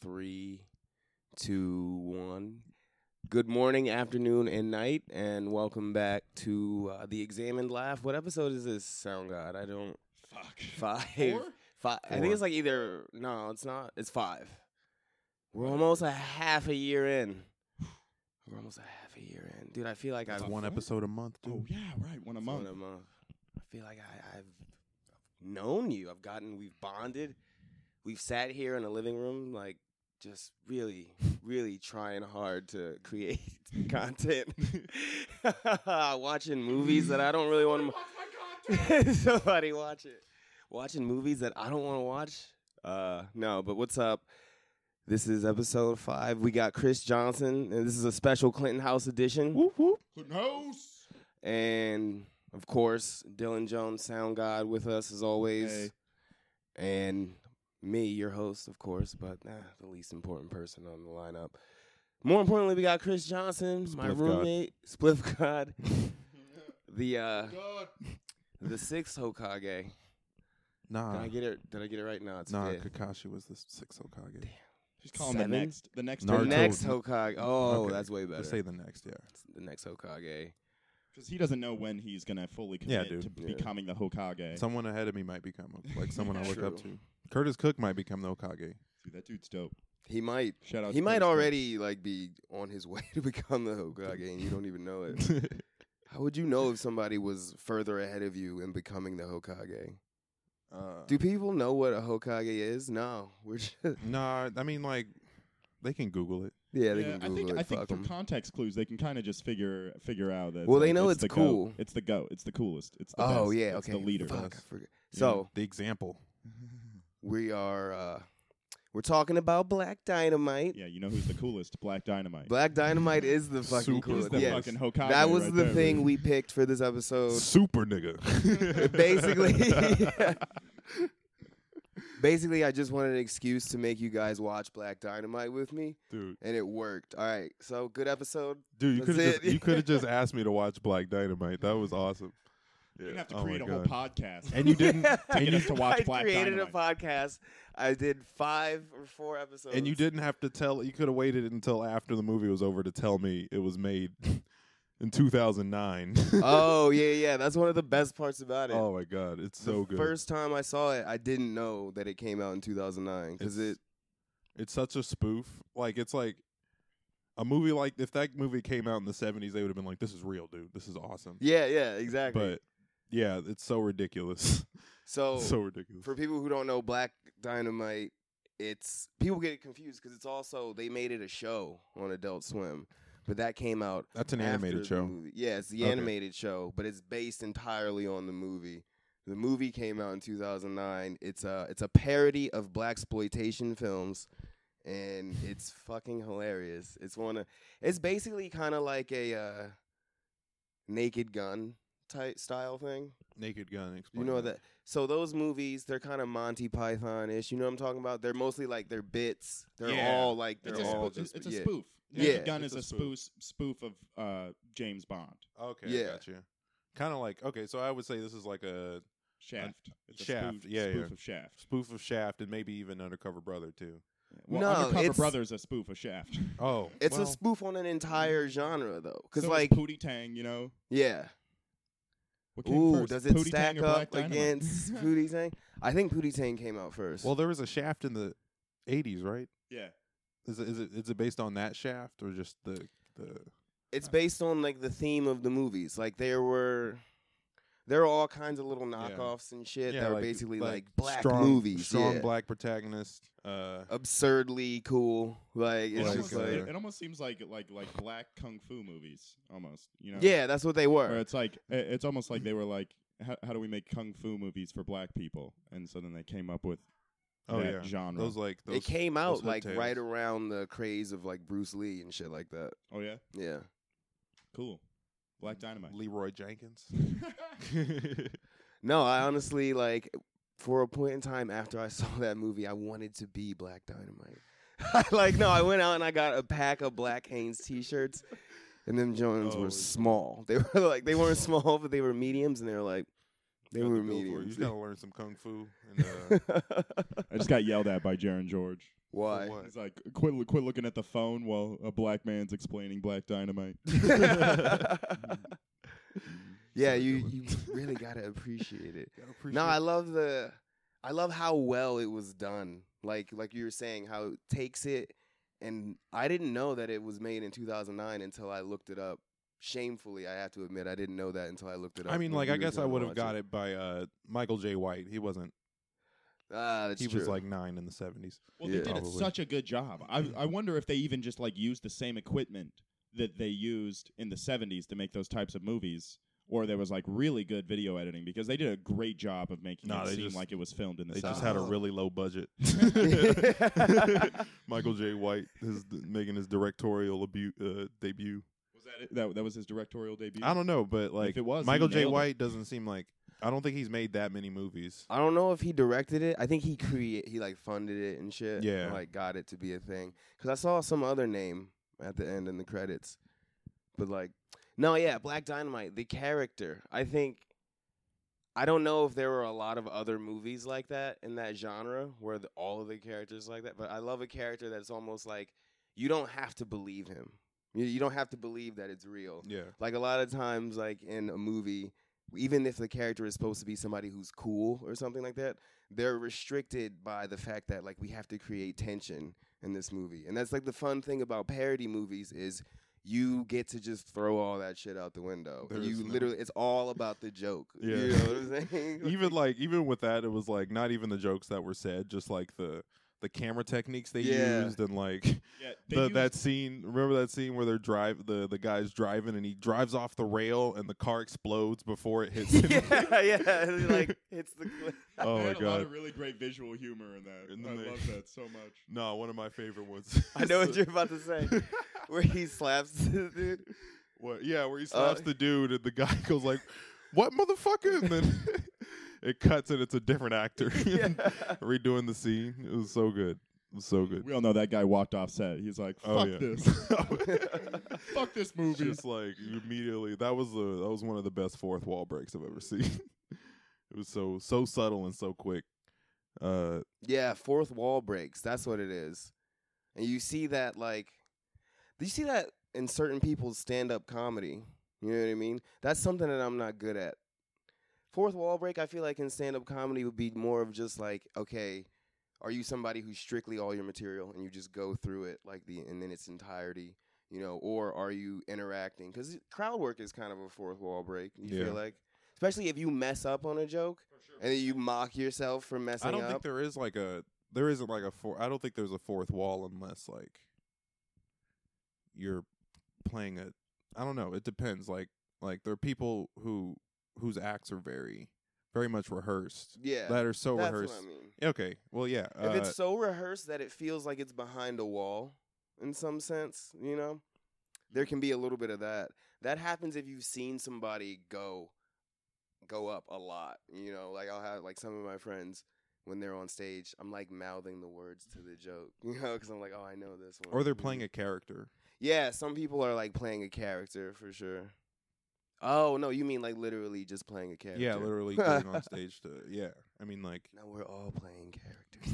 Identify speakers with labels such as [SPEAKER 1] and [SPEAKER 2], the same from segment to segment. [SPEAKER 1] three, two, one. Good morning, afternoon, and night, and welcome back to uh, the Examined Laugh. What episode is this, Sound God? I don't.
[SPEAKER 2] Fuck.
[SPEAKER 1] Five.
[SPEAKER 2] Four?
[SPEAKER 1] Five. I think it's like either. No, it's not. It's five. We're almost a half a year in. We're almost a half a year in, dude. I feel like
[SPEAKER 2] That's
[SPEAKER 1] I've
[SPEAKER 2] a
[SPEAKER 3] one
[SPEAKER 2] four?
[SPEAKER 3] episode a month, dude.
[SPEAKER 2] Oh yeah, right. One a
[SPEAKER 1] It's one
[SPEAKER 2] month.
[SPEAKER 1] a month. I feel like I, I've known you. I've gotten. We've bonded. We've sat here in a living room, like just really, really trying hard to create content, watching movies that I don't really want to. Somebody watch it. Watching movies that I don't want to watch. Uh, no, but what's up? This is episode five. We got Chris Johnson, and this is a special Clinton House edition.
[SPEAKER 3] Whoop, whoop.
[SPEAKER 2] Who knows?
[SPEAKER 1] And of course, Dylan Jones, Sound God, with us as always.
[SPEAKER 2] Hey.
[SPEAKER 1] And me, your host, of course, but nah, the least important person on the lineup. More importantly, we got Chris Johnson, my
[SPEAKER 3] Spliff God.
[SPEAKER 1] roommate, Spliff God, the uh,
[SPEAKER 2] God.
[SPEAKER 1] the sixth Hokage. Did
[SPEAKER 3] Nah,
[SPEAKER 1] I get it? Did I get it right? No, it's
[SPEAKER 3] Ah. nah.
[SPEAKER 1] fifth.
[SPEAKER 3] Kakashi was the sixth Hokage.
[SPEAKER 2] She's calling
[SPEAKER 1] Seven?
[SPEAKER 2] the next. The next.
[SPEAKER 1] The
[SPEAKER 3] Naruto.
[SPEAKER 1] next Hokage. Oh,
[SPEAKER 3] Okay.
[SPEAKER 1] that's way better.
[SPEAKER 3] Let's say the next, yeah.
[SPEAKER 1] the next Hokage.
[SPEAKER 2] Because he doesn't know when he's gonna fully
[SPEAKER 3] Yeah,
[SPEAKER 2] commit to
[SPEAKER 3] dude.
[SPEAKER 1] Yeah.
[SPEAKER 2] becoming the Hokage.
[SPEAKER 3] Someone ahead of me might become a, like someone I look up
[SPEAKER 1] True.
[SPEAKER 3] to. Curtis Cook might become the Hokage.
[SPEAKER 2] Dude, that dude's dope.
[SPEAKER 1] He might.
[SPEAKER 2] Shout out.
[SPEAKER 1] He
[SPEAKER 2] to
[SPEAKER 1] might
[SPEAKER 2] Curtis Cook.
[SPEAKER 1] already like be on his way to become the Hokage, and you don't even know it. How would you know if somebody was further ahead of you in becoming the Hokage?
[SPEAKER 3] uh,
[SPEAKER 1] Do people know what a Hokage is? No, we're just
[SPEAKER 3] Nah, I mean like they can Google it.
[SPEAKER 1] yeah. They
[SPEAKER 2] Yeah,
[SPEAKER 1] can
[SPEAKER 2] I
[SPEAKER 1] Google
[SPEAKER 2] think
[SPEAKER 1] it.
[SPEAKER 2] I think
[SPEAKER 1] fuck
[SPEAKER 2] through
[SPEAKER 1] 'em.
[SPEAKER 2] context clues they can kind of just figure figure out that.
[SPEAKER 1] Well, they
[SPEAKER 2] like,
[SPEAKER 1] know it's
[SPEAKER 2] the
[SPEAKER 1] cool.
[SPEAKER 2] Goat. It's the goat. It's the coolest. It's the
[SPEAKER 1] oh
[SPEAKER 2] best.
[SPEAKER 1] yeah,
[SPEAKER 2] It's
[SPEAKER 1] okay.
[SPEAKER 2] the leader.
[SPEAKER 1] Fuck, I
[SPEAKER 3] Yes.
[SPEAKER 1] forgot.
[SPEAKER 2] Yeah.
[SPEAKER 1] So
[SPEAKER 3] The example.
[SPEAKER 1] we are uh, we're talking about Black Dynamite.
[SPEAKER 2] Yeah, you know who's the coolest? Black Dynamite.
[SPEAKER 1] Black Dynamite is the fucking
[SPEAKER 3] Super.
[SPEAKER 2] He's
[SPEAKER 1] coolest.
[SPEAKER 2] the
[SPEAKER 1] yes.
[SPEAKER 2] fucking Hokage.
[SPEAKER 1] that was
[SPEAKER 2] right
[SPEAKER 1] the
[SPEAKER 2] there,
[SPEAKER 1] thing
[SPEAKER 2] dude.
[SPEAKER 1] we picked for this episode.
[SPEAKER 3] Super nigga.
[SPEAKER 1] basically basically i just wanted an excuse to make you guys watch black dynamite with me
[SPEAKER 3] Dude,
[SPEAKER 1] and it worked all right so good episode
[SPEAKER 3] dude, you
[SPEAKER 1] That's
[SPEAKER 3] could have
[SPEAKER 1] it.
[SPEAKER 3] just, you could have just asked me to watch Black Dynamite. That was awesome.
[SPEAKER 2] You're gonna have to
[SPEAKER 3] Oh my
[SPEAKER 2] create a whole
[SPEAKER 3] God.
[SPEAKER 2] podcast.
[SPEAKER 3] And you didn't
[SPEAKER 2] Taking
[SPEAKER 3] and
[SPEAKER 2] us to
[SPEAKER 3] you,
[SPEAKER 2] watch
[SPEAKER 1] i
[SPEAKER 2] Black
[SPEAKER 1] created
[SPEAKER 2] Dynamite.
[SPEAKER 1] a podcast i did five or four episodes
[SPEAKER 3] and you didn't have to tell you could have waited until after the movie was over to tell me it was made in 2009.
[SPEAKER 1] oh yeah yeah that's one of the best parts about it
[SPEAKER 3] Oh my god, it's so
[SPEAKER 1] the
[SPEAKER 3] good.
[SPEAKER 1] first time i saw it i didn't know that it came out in 2009 because it
[SPEAKER 3] It's- it's such a spoof. Like it's like a movie like if that movie came out in the 70s they would have been like this is real, dude. This is awesome.
[SPEAKER 1] yeah yeah exactly
[SPEAKER 3] But yeah, it's so ridiculous.
[SPEAKER 1] so
[SPEAKER 3] so ridiculous.
[SPEAKER 1] for people who don't know Black Dynamite, it's people get it confused because it's also they made it a show on Adult Swim, but that came out
[SPEAKER 3] That's an
[SPEAKER 1] after
[SPEAKER 3] animated
[SPEAKER 1] the
[SPEAKER 3] show.
[SPEAKER 1] movie. Yeah, it's the
[SPEAKER 3] Okay.
[SPEAKER 1] animated show, but it's based entirely on the movie. The movie came out in 2009. It's a it's a parody of black exploitation films, and it's fucking hilarious. It's one of it's basically kind of like a uh, Naked Gun type style thing.
[SPEAKER 3] Naked Gun
[SPEAKER 1] You
[SPEAKER 3] explain
[SPEAKER 1] know that. So those movies, they're kind of Monty Python ish. You know what I'm talking about? They're mostly like their bits. They're
[SPEAKER 2] Yeah.
[SPEAKER 1] all like they're
[SPEAKER 2] It's
[SPEAKER 3] Oh,
[SPEAKER 2] a,
[SPEAKER 1] all
[SPEAKER 2] spoof.
[SPEAKER 1] just
[SPEAKER 2] it's a
[SPEAKER 1] yeah.
[SPEAKER 2] spoof.
[SPEAKER 1] Yeah.
[SPEAKER 2] Naked Gun
[SPEAKER 3] It's
[SPEAKER 2] is
[SPEAKER 3] a
[SPEAKER 2] a spoof spoof of uh, James Bond.
[SPEAKER 3] Okay,
[SPEAKER 1] Yeah.
[SPEAKER 3] I got you. Kind of like okay, so I would say this is like a
[SPEAKER 2] Shaft. It's a
[SPEAKER 3] Shaft,
[SPEAKER 2] Spoof,
[SPEAKER 3] yeah,
[SPEAKER 2] spoof
[SPEAKER 3] yeah.
[SPEAKER 2] of Shaft.
[SPEAKER 3] spoof of Shaft and maybe even Undercover Brother too.
[SPEAKER 2] Well,
[SPEAKER 1] No,
[SPEAKER 2] Undercover
[SPEAKER 1] it's-
[SPEAKER 2] Brother's a spoof of Shaft.
[SPEAKER 3] Oh,
[SPEAKER 1] It's
[SPEAKER 3] well,
[SPEAKER 1] a spoof on an entire genre though, because
[SPEAKER 2] so
[SPEAKER 1] like
[SPEAKER 2] is Pootie Tang, you know.
[SPEAKER 1] yeah.
[SPEAKER 2] What came
[SPEAKER 1] Ooh,
[SPEAKER 2] first,
[SPEAKER 1] does it
[SPEAKER 2] Pootie
[SPEAKER 1] stack
[SPEAKER 2] Tang or Black
[SPEAKER 1] up
[SPEAKER 2] Dynamite?
[SPEAKER 1] against Pootie Tang? I think Pootie Tang came out first.
[SPEAKER 3] Well, there was a Shaft in the 80s, right?
[SPEAKER 2] yeah,
[SPEAKER 3] Is it, is it is it based on that Shaft or just the the
[SPEAKER 1] it's based on like the theme of the movies. Like there were. There are all kinds of little
[SPEAKER 3] Yeah.
[SPEAKER 1] knockoffs and shit that are basically like, black
[SPEAKER 3] strong,
[SPEAKER 1] movies,
[SPEAKER 3] strong
[SPEAKER 1] yeah.
[SPEAKER 3] black protagonist. Uh,
[SPEAKER 1] absurdly cool. Like it's
[SPEAKER 2] it,
[SPEAKER 3] Like,
[SPEAKER 2] almost,
[SPEAKER 1] just
[SPEAKER 3] uh,
[SPEAKER 1] like
[SPEAKER 2] it, it almost seems like like like black kung fu movies, almost. You know.
[SPEAKER 1] yeah, that's what they were.
[SPEAKER 2] Where it's like i- it's almost like they were like, how, how do we make kung fu movies for black people? And so then they came up with
[SPEAKER 3] oh
[SPEAKER 2] that
[SPEAKER 3] yeah,
[SPEAKER 2] genre.
[SPEAKER 3] those like those.
[SPEAKER 1] it came out
[SPEAKER 3] hood
[SPEAKER 1] like
[SPEAKER 3] tales.
[SPEAKER 1] right around the craze of like Bruce Lee and shit like that.
[SPEAKER 2] oh yeah,
[SPEAKER 1] Yeah.
[SPEAKER 2] cool. Black Dynamite.
[SPEAKER 3] Leroy Jenkins.
[SPEAKER 1] No, I honestly like for a point in time after I saw that movie, I wanted to be Black Dynamite. I, like no, I went out and I got a pack of Black Hanes t-shirts, and them Jones
[SPEAKER 3] Oh.
[SPEAKER 1] were small. They were like they weren't small, but they were mediums, and they were like they
[SPEAKER 3] Got
[SPEAKER 1] were
[SPEAKER 3] the bill for it. You
[SPEAKER 1] mediums.
[SPEAKER 3] gotta learn some kung fu. And, uh,
[SPEAKER 2] I just got yelled at by Jaron George.
[SPEAKER 1] Why?
[SPEAKER 3] what?
[SPEAKER 2] He's like, quit, quit looking at the phone while a black man's explaining Black Dynamite.
[SPEAKER 1] yeah,
[SPEAKER 3] Sorry,
[SPEAKER 1] you
[SPEAKER 3] Dylan.
[SPEAKER 1] you really gotta appreciate it. No, I love the I love how well it was done. Like like you were saying, how it takes it and I didn't know that it was made in two thousand nine until I looked it up. Shamefully, I have to admit I didn't know that until I looked it up.
[SPEAKER 3] I mean,
[SPEAKER 1] when
[SPEAKER 3] like,
[SPEAKER 1] we
[SPEAKER 3] I
[SPEAKER 1] were
[SPEAKER 3] guess I
[SPEAKER 1] gonna
[SPEAKER 3] would have
[SPEAKER 1] watch
[SPEAKER 3] got it by uh, Michael J. White. He wasn't.
[SPEAKER 1] Ah, that's
[SPEAKER 3] he was
[SPEAKER 1] true.
[SPEAKER 3] like nine in the seventies.
[SPEAKER 2] Well,
[SPEAKER 1] Yeah.
[SPEAKER 2] they did it
[SPEAKER 3] Probably.
[SPEAKER 2] such a good job. I, I wonder if they even just like used the same equipment that they used in the 70s to make those types of movies, or there was like really good video editing because they did a great job of making
[SPEAKER 3] No,
[SPEAKER 2] it
[SPEAKER 3] they
[SPEAKER 2] seem
[SPEAKER 3] just-
[SPEAKER 2] like it was filmed in the
[SPEAKER 3] They
[SPEAKER 2] 70s.
[SPEAKER 3] just had a
[SPEAKER 1] Oh.
[SPEAKER 3] really low budget. Michael J. White is d- making his directorial abu- uh, debut.
[SPEAKER 2] was that, it? that that was his directorial debut.
[SPEAKER 3] I don't know, but like
[SPEAKER 2] it was, he
[SPEAKER 3] Michael J.
[SPEAKER 2] nailed it.
[SPEAKER 3] White doesn't seem like I don't think he's made that many movies.
[SPEAKER 1] I don't know if he directed it. I think he create he like funded it and shit. and,
[SPEAKER 3] Yeah.
[SPEAKER 1] like got it to be a thing. Cause I saw some other name at the end in the credits, but like, no, yeah, Black Dynamite, the character. I think I don't know if there were a lot of other movies like that in that genre where the, all of the characters like that. But I love a character that's almost like you don't have to believe him. You, you don't have to believe that it's real
[SPEAKER 3] Yeah,
[SPEAKER 1] like a lot of times like in a movie even if the character is supposed to be somebody who's cool or something like that they're restricted by the fact that like we have to create tension in this movie and that's like the fun thing about parody movies is you get to just throw all that shit out the window
[SPEAKER 3] There
[SPEAKER 1] you
[SPEAKER 3] is no-
[SPEAKER 1] literally it's all about the joke you
[SPEAKER 3] Yeah.
[SPEAKER 1] know what i'm saying
[SPEAKER 3] even like even with that, it was like not even the jokes that were said, just like the the camera techniques they
[SPEAKER 1] Yeah.
[SPEAKER 3] used and like
[SPEAKER 2] Yeah, they
[SPEAKER 3] the,
[SPEAKER 2] used-
[SPEAKER 3] that scene. Remember that scene where they're drive the the guy's driving and he drives off the rail and the car explodes before it hits him.
[SPEAKER 1] yeah yeah like it's the
[SPEAKER 3] Oh
[SPEAKER 2] they
[SPEAKER 3] my
[SPEAKER 2] had a lot
[SPEAKER 3] god!
[SPEAKER 2] of really great visual humor in that.
[SPEAKER 3] And
[SPEAKER 2] I
[SPEAKER 3] then they-
[SPEAKER 2] love that so much.
[SPEAKER 3] No, one of my favorite ones.
[SPEAKER 1] i know what you're about to say where he slaps the dude
[SPEAKER 3] What, yeah, where he slaps
[SPEAKER 1] Uh,
[SPEAKER 3] the dude and the guy goes like, "What motherfucker?" And then it cuts and it's a different actor
[SPEAKER 1] yeah.
[SPEAKER 3] redoing the scene. It was so good. It was so good.
[SPEAKER 2] We all know that guy walked off set. He's like, "Fuck
[SPEAKER 3] Oh, yeah.
[SPEAKER 2] this, fuck this movie."
[SPEAKER 3] Just like you immediately, that was the that was one of the best fourth wall breaks I've ever seen. it was so so subtle and so quick. Uh,
[SPEAKER 1] Yeah, fourth wall breaks. That's what it is. And you see that like do you see that in certain people's stand up comedy? You know what I mean? That's something that I'm not good at. Fourth wall break, I feel like in stand up comedy would be more of just like, okay, are you somebody who's strictly all your material and you just go through it like the and then its entirety, you know, or are you interacting? Cuz crowd work is kind of a fourth wall break. You
[SPEAKER 3] Yeah.
[SPEAKER 1] feel like especially if you mess up on a joke and then you mock yourself for messing
[SPEAKER 3] I don't
[SPEAKER 1] up.
[SPEAKER 3] think there is like a there isn't like a four. I don't think there's a fourth wall unless like you're playing a. I don't know. It depends. Like like there are people who whose acts are very very much rehearsed
[SPEAKER 1] yeah.
[SPEAKER 3] that are so
[SPEAKER 1] That's
[SPEAKER 3] rehearsed.
[SPEAKER 1] what I mean.
[SPEAKER 3] Okay. Well, yeah. Uh,
[SPEAKER 1] if it's so rehearsed that it feels like it's behind a wall in some sense, you know, there can be a little bit of that. That happens if you've seen somebody go go up a lot, you know, like I'll have like some of my friends when they're on stage, I'm like mouthing the words to the joke, you know, cuz I'm like, "Oh, I know this one."
[SPEAKER 3] or they're playing
[SPEAKER 1] Mm-hmm.
[SPEAKER 3] a character.
[SPEAKER 1] Yeah, some people are like playing a character for sure. Oh, no, you mean like literally just playing a character.
[SPEAKER 3] Yeah, literally going on stage to. Yeah. I mean, like
[SPEAKER 1] Now we're all playing characters,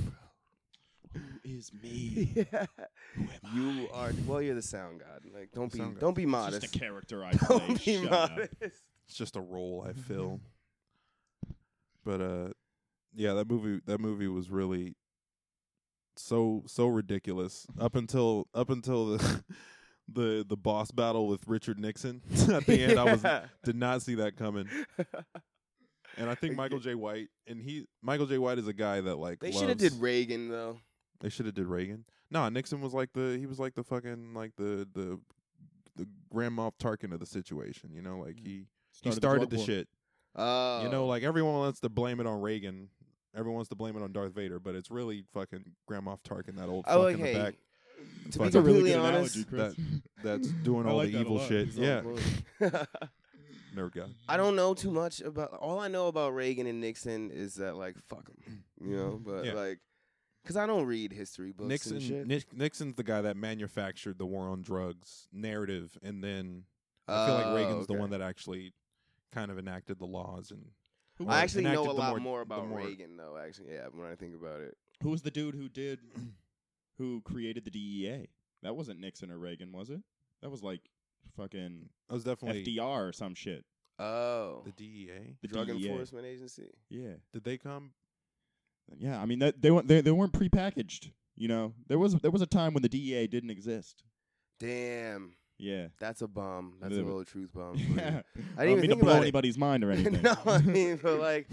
[SPEAKER 1] bro.
[SPEAKER 2] Who is me?
[SPEAKER 1] yeah.
[SPEAKER 2] Who am I?
[SPEAKER 1] You are well. You're the sound god. Like, don't
[SPEAKER 3] The
[SPEAKER 1] be
[SPEAKER 3] sound god.
[SPEAKER 1] don't be
[SPEAKER 2] It's
[SPEAKER 1] modest.
[SPEAKER 2] just a character I play.
[SPEAKER 1] Don't be
[SPEAKER 2] Shut up.
[SPEAKER 1] modest.
[SPEAKER 3] it's just a role
[SPEAKER 1] Mm-hmm.
[SPEAKER 3] I fill. but uh yeah, that movie that movie was really so so ridiculous up until up until the the the boss battle with Richard Nixon at the end I was did not see that coming. And I think Michael J. White and he Michael J. White is a guy that like
[SPEAKER 1] They
[SPEAKER 3] should have
[SPEAKER 1] did Reagan though.
[SPEAKER 3] they should have did Reagan. Nah, Nixon was like the he was like the fucking like the the the Grand Moff Tarkin of the situation, you know, like
[SPEAKER 2] Mm.
[SPEAKER 3] he
[SPEAKER 2] Started
[SPEAKER 3] he started
[SPEAKER 2] drug
[SPEAKER 3] the
[SPEAKER 2] war.
[SPEAKER 3] shit.
[SPEAKER 1] Oh,
[SPEAKER 3] You know, like everyone wants to blame it on Reagan. Everyone wants to blame it on Darth Vader, but it's really fucking Grand Moff Tarkin, that old
[SPEAKER 1] oh,
[SPEAKER 3] fuck in the
[SPEAKER 1] okay.
[SPEAKER 3] back
[SPEAKER 1] To be
[SPEAKER 3] That's a
[SPEAKER 2] Really
[SPEAKER 1] completely
[SPEAKER 2] good
[SPEAKER 1] honest,
[SPEAKER 2] analogy, Chris.
[SPEAKER 3] that's doing
[SPEAKER 2] I
[SPEAKER 3] all
[SPEAKER 2] like
[SPEAKER 3] the
[SPEAKER 2] that a
[SPEAKER 3] evil
[SPEAKER 2] lot.
[SPEAKER 3] shit.
[SPEAKER 2] He's on
[SPEAKER 3] Yeah,
[SPEAKER 2] board.
[SPEAKER 3] nerd guy.
[SPEAKER 1] I don't know too much about. All I know about Reagan and Nixon is that like fuck 'em, you know. But
[SPEAKER 3] Mm-hmm. Yeah.
[SPEAKER 1] like, cause I don't read history books. and
[SPEAKER 3] Nixon,
[SPEAKER 1] shit.
[SPEAKER 3] Nix- Nixon's the guy that manufactured the war on drugs narrative, and then I feel
[SPEAKER 1] Oh,
[SPEAKER 3] like Reagan's the one that actually kind of enacted the laws and
[SPEAKER 2] Who
[SPEAKER 1] I
[SPEAKER 3] Well,
[SPEAKER 1] actually know
[SPEAKER 3] enacted
[SPEAKER 1] a
[SPEAKER 3] the
[SPEAKER 1] lot
[SPEAKER 3] more-
[SPEAKER 1] more
[SPEAKER 3] the
[SPEAKER 1] about
[SPEAKER 3] more-
[SPEAKER 1] Reagan though. Actually, yeah. When I think about it,
[SPEAKER 2] Who was the dude who did who created the DEA. That wasn't Nixon or Reagan, was it? That was like fucking
[SPEAKER 3] I was definitely
[SPEAKER 2] FDR or some shit.
[SPEAKER 1] Oh,
[SPEAKER 3] the E DEA.
[SPEAKER 2] The
[SPEAKER 1] Drug
[SPEAKER 2] DEA.
[SPEAKER 1] Enforcement Agency.
[SPEAKER 2] Yeah,
[SPEAKER 3] Did they come?
[SPEAKER 2] yeah. I mean, that they weren't they, they weren't prepackaged. You know, there was there was a time when the DEA didn't exist.
[SPEAKER 1] Damn,
[SPEAKER 2] Yeah,
[SPEAKER 1] that's a bomb. That's a
[SPEAKER 2] Little-
[SPEAKER 1] little truth bomb. for you.
[SPEAKER 2] yeah.
[SPEAKER 1] I didn't even
[SPEAKER 2] don't mean
[SPEAKER 1] think
[SPEAKER 2] to blow
[SPEAKER 1] about it.
[SPEAKER 2] anybody's mind or anything.
[SPEAKER 1] no, I mean, but like,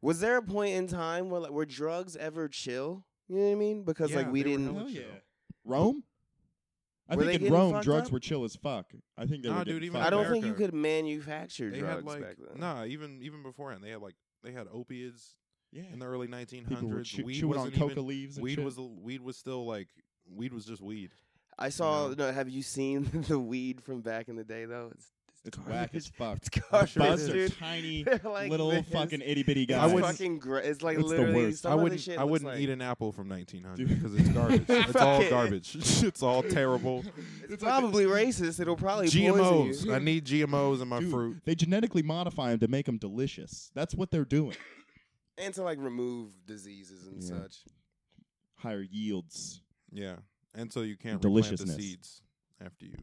[SPEAKER 1] was there a point in time where like were drugs ever chill? You know what I mean? Because like
[SPEAKER 3] Yeah,
[SPEAKER 1] we
[SPEAKER 3] they were
[SPEAKER 1] didn't.
[SPEAKER 3] hella
[SPEAKER 2] Hell
[SPEAKER 3] chill.
[SPEAKER 2] yeah. Rome. I
[SPEAKER 1] Were they
[SPEAKER 2] think in
[SPEAKER 1] getting
[SPEAKER 2] Rome,
[SPEAKER 1] fucked
[SPEAKER 2] drugs
[SPEAKER 1] up?
[SPEAKER 2] were chill as fuck. I think they
[SPEAKER 3] Nah,
[SPEAKER 2] were. getting
[SPEAKER 3] dude, even
[SPEAKER 2] fucked
[SPEAKER 1] I don't
[SPEAKER 2] up.
[SPEAKER 1] think you
[SPEAKER 3] America,
[SPEAKER 1] could manufacture
[SPEAKER 3] They
[SPEAKER 1] drugs
[SPEAKER 3] had like
[SPEAKER 1] back then.
[SPEAKER 3] nah, even even beforehand they had like they had opiates
[SPEAKER 2] Yeah.
[SPEAKER 3] in the early
[SPEAKER 2] People were
[SPEAKER 3] 1900s.
[SPEAKER 2] chew-
[SPEAKER 3] weed
[SPEAKER 2] chewing on
[SPEAKER 3] wasn't
[SPEAKER 2] coca
[SPEAKER 3] even,
[SPEAKER 2] leaves. And
[SPEAKER 3] weed
[SPEAKER 2] shit.
[SPEAKER 3] was weed was still like weed was just weed.
[SPEAKER 1] I saw.
[SPEAKER 3] know?
[SPEAKER 1] No, have you seen the weed from back in the day though? It's
[SPEAKER 2] It's whack as fuck.
[SPEAKER 1] it's garbage,
[SPEAKER 2] Buds are
[SPEAKER 1] dude.
[SPEAKER 2] tiny,
[SPEAKER 1] They're like
[SPEAKER 2] little
[SPEAKER 1] this.
[SPEAKER 2] fucking itty bitty
[SPEAKER 1] It's
[SPEAKER 2] guys.
[SPEAKER 3] wouldn't-
[SPEAKER 1] fucking gr- It's like
[SPEAKER 2] It's the
[SPEAKER 1] literally.
[SPEAKER 2] worst.
[SPEAKER 1] Some
[SPEAKER 3] I
[SPEAKER 1] of the
[SPEAKER 3] wouldn't
[SPEAKER 1] shit
[SPEAKER 3] I
[SPEAKER 1] looks
[SPEAKER 3] wouldn't
[SPEAKER 1] like-
[SPEAKER 3] eat an apple from 1900
[SPEAKER 2] Dude.
[SPEAKER 3] because it's garbage. it's all
[SPEAKER 1] Fuck it.
[SPEAKER 3] garbage. it's all terrible.
[SPEAKER 1] It's probably racist. It'll probably
[SPEAKER 3] GMOs.
[SPEAKER 1] poison you.
[SPEAKER 3] I need GMOs in my
[SPEAKER 2] Dude,
[SPEAKER 3] fruit.
[SPEAKER 2] They genetically modify them to make them delicious. That's what they're doing.
[SPEAKER 1] and to like remove diseases and
[SPEAKER 2] Yeah.
[SPEAKER 1] such.
[SPEAKER 2] Higher yields.
[SPEAKER 3] Yeah, and so you can't replant the
[SPEAKER 2] Deliciousness.
[SPEAKER 3] seeds after you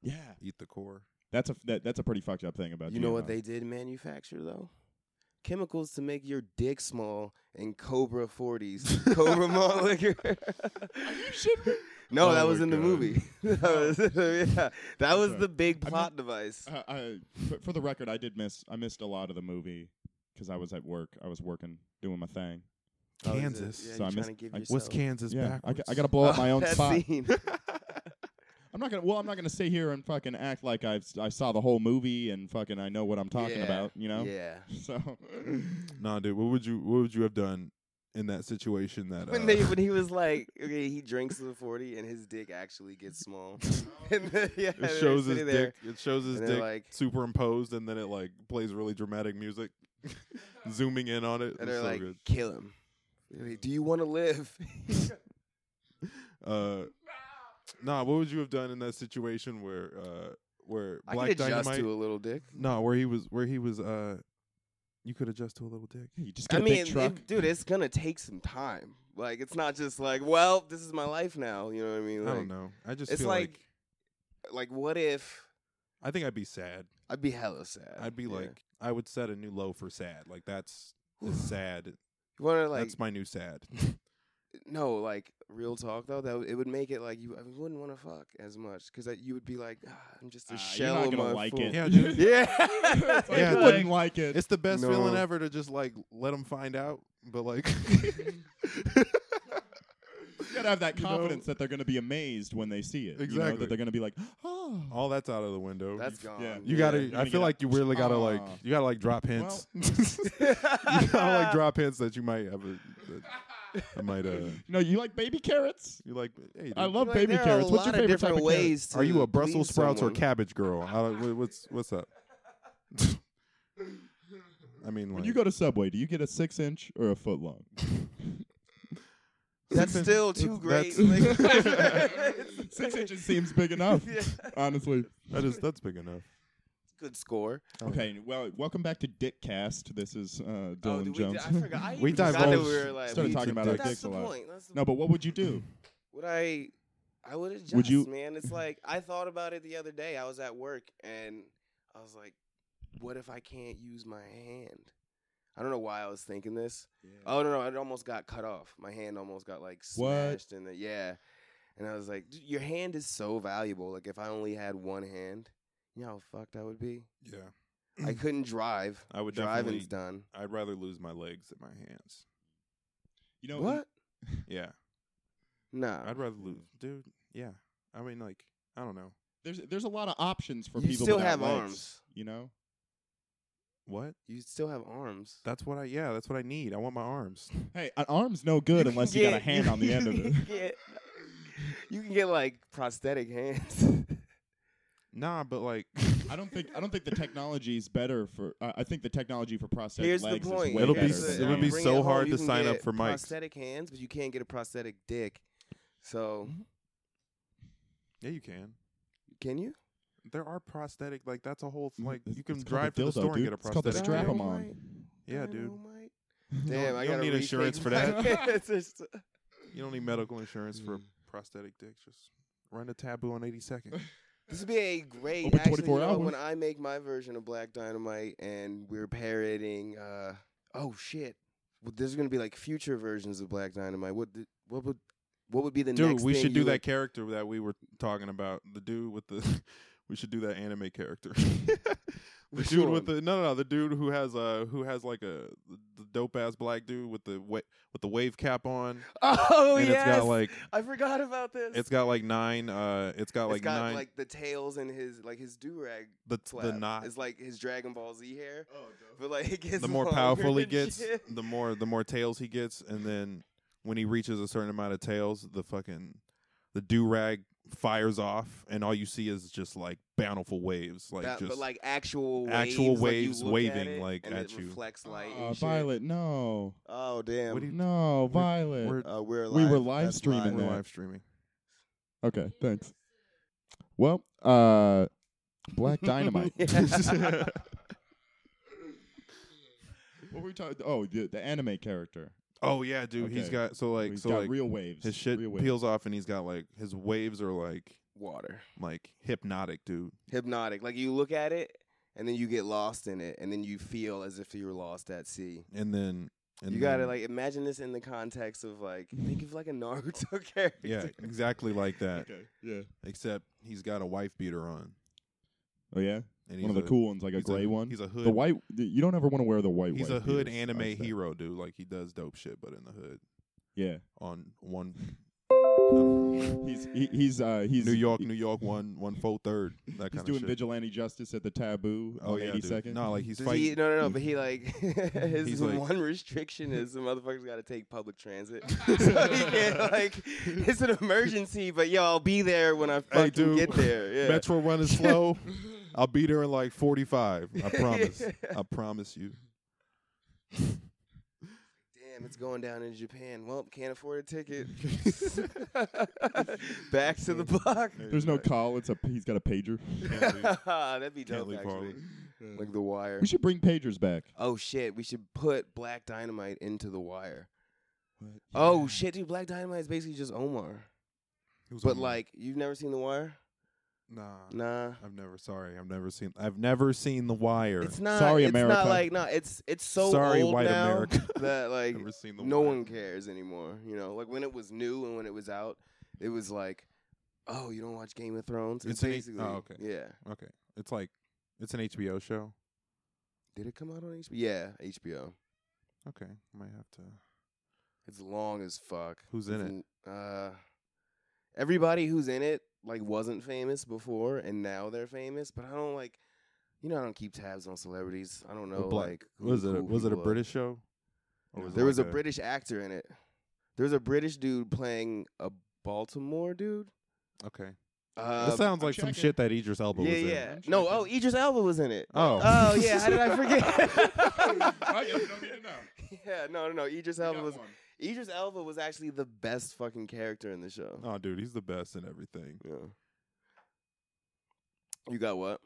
[SPEAKER 2] Yeah,
[SPEAKER 3] eat the core.
[SPEAKER 2] that's a that, that's a pretty fucked up thing about
[SPEAKER 1] You know what
[SPEAKER 2] GMOs.
[SPEAKER 1] they did manufacture though? Chemicals to make your dick small and Cobra 40s, Cobra malt liquor. no,
[SPEAKER 3] Oh
[SPEAKER 1] that was
[SPEAKER 3] my
[SPEAKER 1] in the
[SPEAKER 3] God. Oh.
[SPEAKER 1] movie. that was, yeah, that was the big
[SPEAKER 2] I'm
[SPEAKER 1] plot device.
[SPEAKER 2] Uh, I, for, for the record, I did miss I missed a lot of the movie because I was at work. I was working doing my thing.
[SPEAKER 1] Oh, is it?
[SPEAKER 3] Kansas.
[SPEAKER 1] Yeah,
[SPEAKER 2] So I
[SPEAKER 1] you're trying
[SPEAKER 2] missed-
[SPEAKER 1] to give
[SPEAKER 2] I-
[SPEAKER 1] yourself.
[SPEAKER 3] What's Kansas
[SPEAKER 2] yeah, I,
[SPEAKER 3] backwards?
[SPEAKER 2] g- I gotta blow up my
[SPEAKER 1] Oh,
[SPEAKER 2] own
[SPEAKER 1] that
[SPEAKER 2] spot.
[SPEAKER 1] scene.
[SPEAKER 2] I'm not gonna. Well, I'm not gonna sit here and fucking act like I've s- I saw the whole movie and fucking I know what I'm talking
[SPEAKER 1] Yeah,
[SPEAKER 2] about. You know.
[SPEAKER 1] Yeah.
[SPEAKER 2] So.
[SPEAKER 3] Nah, dude. What would you What would you have done in that situation? That uh,
[SPEAKER 1] When, they, when he was like, okay, he drinks the 40 and his dick actually gets small. and then, yeah, they're
[SPEAKER 3] it shows his
[SPEAKER 1] sitting there.
[SPEAKER 3] dick. It shows his
[SPEAKER 1] and they're
[SPEAKER 3] dick
[SPEAKER 1] like-
[SPEAKER 3] superimposed, and then it like plays really dramatic music, zooming in on it.
[SPEAKER 1] And
[SPEAKER 3] it's
[SPEAKER 1] they're
[SPEAKER 3] so
[SPEAKER 1] like,
[SPEAKER 3] good.
[SPEAKER 1] kill him. Like, Do you want to live?
[SPEAKER 3] Uh, nah, what would you have done in that situation where uh where
[SPEAKER 1] I
[SPEAKER 3] Black
[SPEAKER 1] could adjust
[SPEAKER 3] Dynamite?
[SPEAKER 1] to a little dick.
[SPEAKER 3] No, where he was where he was uh, you could adjust to a little dick.
[SPEAKER 2] You just
[SPEAKER 1] I
[SPEAKER 2] get a
[SPEAKER 1] mean,
[SPEAKER 2] big
[SPEAKER 1] it-
[SPEAKER 2] truck.
[SPEAKER 1] dude, it's gonna take some time. Like, it's not just like, well, this is my life now. You know what I mean?
[SPEAKER 3] I
[SPEAKER 1] Like,
[SPEAKER 3] don't know. I just
[SPEAKER 1] It's
[SPEAKER 3] feel
[SPEAKER 1] like, like, what if
[SPEAKER 3] I think I'd be sad.
[SPEAKER 1] I'd be hella sad?
[SPEAKER 3] I'd be
[SPEAKER 1] Uh, Yeah.
[SPEAKER 3] like, I would set a new low for sad. Like that's is sad.
[SPEAKER 1] you want to like,
[SPEAKER 3] that's my new sad.
[SPEAKER 1] no, like, real talk though. That w- it would make it like you, I wouldn't want to fuck as much because you would be like, ah, I'm just a
[SPEAKER 2] Ah,
[SPEAKER 1] shell.
[SPEAKER 2] you're
[SPEAKER 1] of
[SPEAKER 2] not gonna
[SPEAKER 1] my
[SPEAKER 2] like
[SPEAKER 1] fool."
[SPEAKER 2] it.
[SPEAKER 3] Yeah, dude.
[SPEAKER 1] Yeah.
[SPEAKER 2] It's like,
[SPEAKER 3] Yeah.
[SPEAKER 2] you wouldn't like it.
[SPEAKER 3] it's the best feeling
[SPEAKER 1] No.
[SPEAKER 3] ever to just like let them find out. But like,
[SPEAKER 2] You gotta have that
[SPEAKER 3] You know?
[SPEAKER 2] confidence that they're gonna be amazed when they see it. you know,
[SPEAKER 3] Exactly.
[SPEAKER 2] that they're gonna be like, oh.
[SPEAKER 3] all that's out of the window.
[SPEAKER 1] That's
[SPEAKER 3] you,
[SPEAKER 1] gone.
[SPEAKER 3] you gotta. Ah.
[SPEAKER 2] You're
[SPEAKER 3] I
[SPEAKER 2] gonna
[SPEAKER 3] feel
[SPEAKER 2] get
[SPEAKER 3] like you really
[SPEAKER 1] Ah.
[SPEAKER 3] gotta like.
[SPEAKER 2] Aw.
[SPEAKER 3] You gotta like drop hints. you gotta like drop hints that you might have. A, that I might. Uh,
[SPEAKER 2] No, you like baby carrots?
[SPEAKER 3] you like. Hey, dude,
[SPEAKER 2] I love
[SPEAKER 1] Like,
[SPEAKER 2] baby
[SPEAKER 1] there are
[SPEAKER 2] carrots.
[SPEAKER 1] A lot
[SPEAKER 2] What's your
[SPEAKER 1] of
[SPEAKER 2] favorite
[SPEAKER 1] different
[SPEAKER 2] type of carrot?
[SPEAKER 1] ways
[SPEAKER 3] Are
[SPEAKER 1] to
[SPEAKER 3] you a Brussels
[SPEAKER 1] please
[SPEAKER 3] sprouts or
[SPEAKER 1] someone.
[SPEAKER 3] cabbage girl? I don't, wha- what's what's up? I mean, like,
[SPEAKER 2] When you go to Subway, do you get a six inch or a foot long?
[SPEAKER 1] That's
[SPEAKER 3] That's-
[SPEAKER 1] still too great.
[SPEAKER 3] that's-
[SPEAKER 1] Like-
[SPEAKER 2] six inches seems big enough,
[SPEAKER 1] Yeah.
[SPEAKER 2] honestly.
[SPEAKER 3] that is that's big enough.
[SPEAKER 1] Good score.
[SPEAKER 2] Okay, well, welcome back to Dickcast. This is uh, Dylan
[SPEAKER 1] did Oh, we,
[SPEAKER 2] Jones.
[SPEAKER 1] I forgot. I
[SPEAKER 3] We
[SPEAKER 1] even forgot that we
[SPEAKER 3] divulged-
[SPEAKER 1] were like.
[SPEAKER 2] started
[SPEAKER 1] we-
[SPEAKER 2] talking about
[SPEAKER 1] but
[SPEAKER 2] our
[SPEAKER 1] that's
[SPEAKER 2] dicks
[SPEAKER 1] the
[SPEAKER 2] a lot.
[SPEAKER 1] point. That's the
[SPEAKER 2] no, but what would you do?
[SPEAKER 1] Would I? I would adjust,
[SPEAKER 2] Would you-
[SPEAKER 1] man. It's like I thought about it the other day. I was at work and I was like, "What if I can't use my hand?" I don't know why I was thinking this. Oh no, no, it almost got cut off. My hand almost got like
[SPEAKER 2] What?
[SPEAKER 1] smashed in the yeah. And I was like, "Dude, "Your hand is so valuable. Like if I only had one hand, you know how fucked I would be.
[SPEAKER 3] Yeah,
[SPEAKER 1] I couldn't drive.
[SPEAKER 3] I would
[SPEAKER 1] Driving's done.
[SPEAKER 3] definitely- I'd rather lose my legs than my hands.
[SPEAKER 2] You know
[SPEAKER 1] what?
[SPEAKER 3] Yeah,
[SPEAKER 1] Nah.
[SPEAKER 3] I'd rather lose, dude. Yeah, I mean, like, I don't know
[SPEAKER 2] There's there's a lot of options for
[SPEAKER 1] you
[SPEAKER 2] people.
[SPEAKER 1] still
[SPEAKER 2] without
[SPEAKER 1] have
[SPEAKER 2] legs,
[SPEAKER 1] arms.
[SPEAKER 2] You know.
[SPEAKER 3] what.
[SPEAKER 1] You still have arms.
[SPEAKER 3] That's what I. Yeah, that's what I need. I want my arms.
[SPEAKER 2] Hey, an arm's no good
[SPEAKER 1] can
[SPEAKER 2] unless you got a
[SPEAKER 1] get-
[SPEAKER 2] hand on the end of
[SPEAKER 1] you
[SPEAKER 2] it.
[SPEAKER 1] can get- you can get like prosthetic hands.
[SPEAKER 3] Nah, but like,
[SPEAKER 2] I don't think I don't think the technology is better for. I I think the technology for prosthetic
[SPEAKER 1] Here's the
[SPEAKER 2] legs is
[SPEAKER 1] point.
[SPEAKER 2] way
[SPEAKER 3] It'll be
[SPEAKER 2] better.
[SPEAKER 3] s-
[SPEAKER 2] than
[SPEAKER 3] it would be
[SPEAKER 2] arms.
[SPEAKER 1] Bring
[SPEAKER 3] so
[SPEAKER 1] home,
[SPEAKER 3] hard
[SPEAKER 1] you
[SPEAKER 3] to
[SPEAKER 1] can
[SPEAKER 3] sign up
[SPEAKER 1] get
[SPEAKER 3] for mics.
[SPEAKER 1] Prosthetic hands, but you can't get a prosthetic dick. So
[SPEAKER 3] yeah, you can.
[SPEAKER 1] can you?
[SPEAKER 3] There are prosthetic. Like, that's a whole
[SPEAKER 2] Mm,
[SPEAKER 3] like.
[SPEAKER 2] it's-
[SPEAKER 3] You can
[SPEAKER 2] it's called a
[SPEAKER 3] drive to the
[SPEAKER 2] dildo,
[SPEAKER 3] store and
[SPEAKER 2] dude.
[SPEAKER 3] get a
[SPEAKER 2] It's called a
[SPEAKER 3] prosthetic.
[SPEAKER 1] Did I
[SPEAKER 2] strap
[SPEAKER 1] know,
[SPEAKER 2] 'em on.
[SPEAKER 1] Mike? Did
[SPEAKER 3] Yeah,
[SPEAKER 1] I know,
[SPEAKER 3] dude.
[SPEAKER 1] Mike?
[SPEAKER 3] You
[SPEAKER 1] Damn,
[SPEAKER 3] don't-
[SPEAKER 1] I
[SPEAKER 3] you don't
[SPEAKER 1] gotta
[SPEAKER 3] need insurance
[SPEAKER 1] rethink
[SPEAKER 3] for
[SPEAKER 1] my-
[SPEAKER 3] that.
[SPEAKER 1] It's just-
[SPEAKER 3] You don't need medical insurance
[SPEAKER 1] Mm.
[SPEAKER 3] for prosthetic dicks. Just run the taboo on 82nd.
[SPEAKER 1] This would be a great.
[SPEAKER 2] Open
[SPEAKER 1] actually,
[SPEAKER 2] 24
[SPEAKER 1] you know,
[SPEAKER 2] hours.
[SPEAKER 1] when I make my version of Black Dynamite, and we're parroting. Uh, oh shit! Well, there's gonna be like future versions of Black Dynamite. What? The, what would? What would be the
[SPEAKER 3] dude,
[SPEAKER 1] next?
[SPEAKER 3] we
[SPEAKER 1] thing
[SPEAKER 3] should do
[SPEAKER 1] you
[SPEAKER 3] that
[SPEAKER 1] would-
[SPEAKER 3] character that we were talking about. The dude with the. we should do that anime character. the
[SPEAKER 1] Which
[SPEAKER 3] dude
[SPEAKER 1] one?
[SPEAKER 3] with the no no no the dude who has uh who has like a the dope ass black dude with the wa- with the wave cap on
[SPEAKER 1] Oh
[SPEAKER 3] and
[SPEAKER 1] yes!
[SPEAKER 3] it's got like
[SPEAKER 1] I forgot about this.
[SPEAKER 3] it's got like nine uh it's got
[SPEAKER 1] It's
[SPEAKER 3] like
[SPEAKER 1] got
[SPEAKER 3] nine
[SPEAKER 1] like the tails and his like his do rag
[SPEAKER 3] the the
[SPEAKER 1] flap.
[SPEAKER 3] knot
[SPEAKER 1] It's like his Dragon Ball Z hair,
[SPEAKER 2] Oh,
[SPEAKER 1] but like it gets
[SPEAKER 3] the more
[SPEAKER 1] longer
[SPEAKER 3] powerful he
[SPEAKER 1] and
[SPEAKER 3] gets,
[SPEAKER 1] shit.
[SPEAKER 3] the more the more tails he gets, and then when he reaches a certain amount of tails, the fucking the do rag fires off, and all you see is just like bountiful waves, like
[SPEAKER 1] Ba-
[SPEAKER 3] just
[SPEAKER 1] but like actual
[SPEAKER 3] actual
[SPEAKER 1] waves, like, you
[SPEAKER 3] waves
[SPEAKER 1] look at
[SPEAKER 3] waving,
[SPEAKER 1] it,
[SPEAKER 3] like,
[SPEAKER 1] and
[SPEAKER 3] at
[SPEAKER 1] it
[SPEAKER 3] you.
[SPEAKER 1] reflects light.
[SPEAKER 2] Uh,
[SPEAKER 1] and shit.
[SPEAKER 2] Violet, no,
[SPEAKER 1] Oh damn!
[SPEAKER 3] What do you-
[SPEAKER 2] no,
[SPEAKER 3] We're-
[SPEAKER 2] Violet.
[SPEAKER 3] we're,
[SPEAKER 1] Uh, we're
[SPEAKER 2] We were
[SPEAKER 1] live.
[SPEAKER 2] live
[SPEAKER 1] That's
[SPEAKER 2] streaming
[SPEAKER 3] we're
[SPEAKER 2] that.
[SPEAKER 3] live streaming.
[SPEAKER 2] okay, thanks. Well, uh, Black Dynamite.
[SPEAKER 1] Yeah.
[SPEAKER 2] what were we talking? Oh, the, the anime character.
[SPEAKER 3] Oh yeah, dude, he's
[SPEAKER 2] Okay.
[SPEAKER 3] got so like
[SPEAKER 2] He's
[SPEAKER 3] so
[SPEAKER 2] got
[SPEAKER 3] like
[SPEAKER 2] real waves.
[SPEAKER 3] his shit
[SPEAKER 2] real waves.
[SPEAKER 3] peels off, and he's got like his waves are like
[SPEAKER 1] Water,
[SPEAKER 3] like hypnotic, dude.
[SPEAKER 1] hypnotic. Like you look at it, and then you get lost in it, and then you feel as if you were lost at sea.
[SPEAKER 3] And then and
[SPEAKER 1] you gotta
[SPEAKER 3] then-
[SPEAKER 1] like imagine this in the context of like think of like a Naruto character.
[SPEAKER 3] yeah, exactly like that.
[SPEAKER 2] Okay. Yeah.
[SPEAKER 3] Except he's got a wife beater on.
[SPEAKER 2] Oh yeah.
[SPEAKER 3] And he's
[SPEAKER 2] One of the
[SPEAKER 3] a-
[SPEAKER 2] cool ones, like a
[SPEAKER 3] he's
[SPEAKER 2] gray one.
[SPEAKER 3] He's a hood.
[SPEAKER 2] The white. You don't ever want to wear the white.
[SPEAKER 3] He's
[SPEAKER 2] white
[SPEAKER 3] a hood
[SPEAKER 2] beaters,
[SPEAKER 3] anime
[SPEAKER 2] I'd say.
[SPEAKER 3] hero, dude. Like he does dope shit, but in the hood
[SPEAKER 2] Yeah.
[SPEAKER 3] on one
[SPEAKER 2] He's he, he's uh he's
[SPEAKER 3] New York, New York, one one four third. That
[SPEAKER 2] He's
[SPEAKER 3] kind
[SPEAKER 2] doing
[SPEAKER 3] of shit.
[SPEAKER 2] vigilante justice at the taboo
[SPEAKER 3] oh
[SPEAKER 2] on
[SPEAKER 3] yeah,
[SPEAKER 2] eighty
[SPEAKER 3] dude.
[SPEAKER 2] second.
[SPEAKER 3] No, like he's
[SPEAKER 1] Does he,
[SPEAKER 3] fighting.
[SPEAKER 1] no, no, no. But he like his
[SPEAKER 3] He's like-
[SPEAKER 1] one restriction is the motherfucker's got to take public transit, so he can't like it's an emergency. But yo, I'll be there when I fucking
[SPEAKER 3] dude.
[SPEAKER 1] get there. Yeah.
[SPEAKER 3] Metro run is slow. I'll be there in like forty five. I promise. I promise you.
[SPEAKER 1] Damn, it's going down in Japan. Well, can't afford a ticket. Back to the block.
[SPEAKER 2] There's no call. It's a he's got a pager.
[SPEAKER 1] That'd be
[SPEAKER 3] Can't
[SPEAKER 1] dope,
[SPEAKER 3] leave
[SPEAKER 1] actually.
[SPEAKER 3] Harlem.
[SPEAKER 1] Like the wire.
[SPEAKER 2] We should bring pagers back.
[SPEAKER 1] Oh shit, we should put Black Dynamite into the wire. Oh shit, dude, Black Dynamite is basically just Omar.
[SPEAKER 3] Who's
[SPEAKER 1] But
[SPEAKER 3] on-
[SPEAKER 1] like, you've never seen the wire?
[SPEAKER 3] nah,
[SPEAKER 1] Nah.
[SPEAKER 3] I've never. Sorry, I've never seen. I've never seen The Wire.
[SPEAKER 1] It's not.
[SPEAKER 2] Sorry,
[SPEAKER 1] it's
[SPEAKER 2] America.
[SPEAKER 1] not like no. It's it's so
[SPEAKER 3] Sorry,
[SPEAKER 1] old
[SPEAKER 3] white
[SPEAKER 1] now
[SPEAKER 3] America.
[SPEAKER 1] that like
[SPEAKER 3] never seen The
[SPEAKER 1] no
[SPEAKER 3] Wire.
[SPEAKER 1] one cares anymore. You know, like when it was new and when it was out, it was like, oh, you don't watch Game of Thrones. It's,
[SPEAKER 3] It's an H-
[SPEAKER 1] basically
[SPEAKER 3] oh, okay.
[SPEAKER 1] yeah.
[SPEAKER 3] Okay, it's like it's an HBO show.
[SPEAKER 1] Did it come out on HBO? Yeah, HBO.
[SPEAKER 3] Okay, might have to.
[SPEAKER 1] It's long as fuck.
[SPEAKER 3] Who's in it?
[SPEAKER 1] it? Uh, everybody who's in it like wasn't famous before, and now they're famous. But I don't like, you know, I don't keep tabs on celebrities. I don't know.
[SPEAKER 3] Or black-
[SPEAKER 1] Like, who
[SPEAKER 3] was
[SPEAKER 1] the
[SPEAKER 3] it?
[SPEAKER 1] cool
[SPEAKER 3] was it a
[SPEAKER 1] people are.
[SPEAKER 3] British show?
[SPEAKER 1] No.
[SPEAKER 3] it
[SPEAKER 1] there was a
[SPEAKER 3] like
[SPEAKER 1] British actor in it. There was a British dude playing a Baltimore dude.
[SPEAKER 3] Okay,
[SPEAKER 1] Uh,
[SPEAKER 3] that sounds
[SPEAKER 2] I'm
[SPEAKER 3] like some
[SPEAKER 2] checking.
[SPEAKER 3] shit that Idris Elba
[SPEAKER 1] yeah,
[SPEAKER 3] was in.
[SPEAKER 1] yeah.
[SPEAKER 2] I'm
[SPEAKER 1] No,
[SPEAKER 2] checking.
[SPEAKER 1] oh, Idris Elba was in it.
[SPEAKER 3] Oh.
[SPEAKER 1] Oh yeah, how did I forget?
[SPEAKER 2] it now.
[SPEAKER 1] yeah, no, no, no. Idris Elba was Idris Elba was actually the best fucking character in the show.
[SPEAKER 3] Oh, dude, he's the best in everything.
[SPEAKER 1] Yeah. You got what?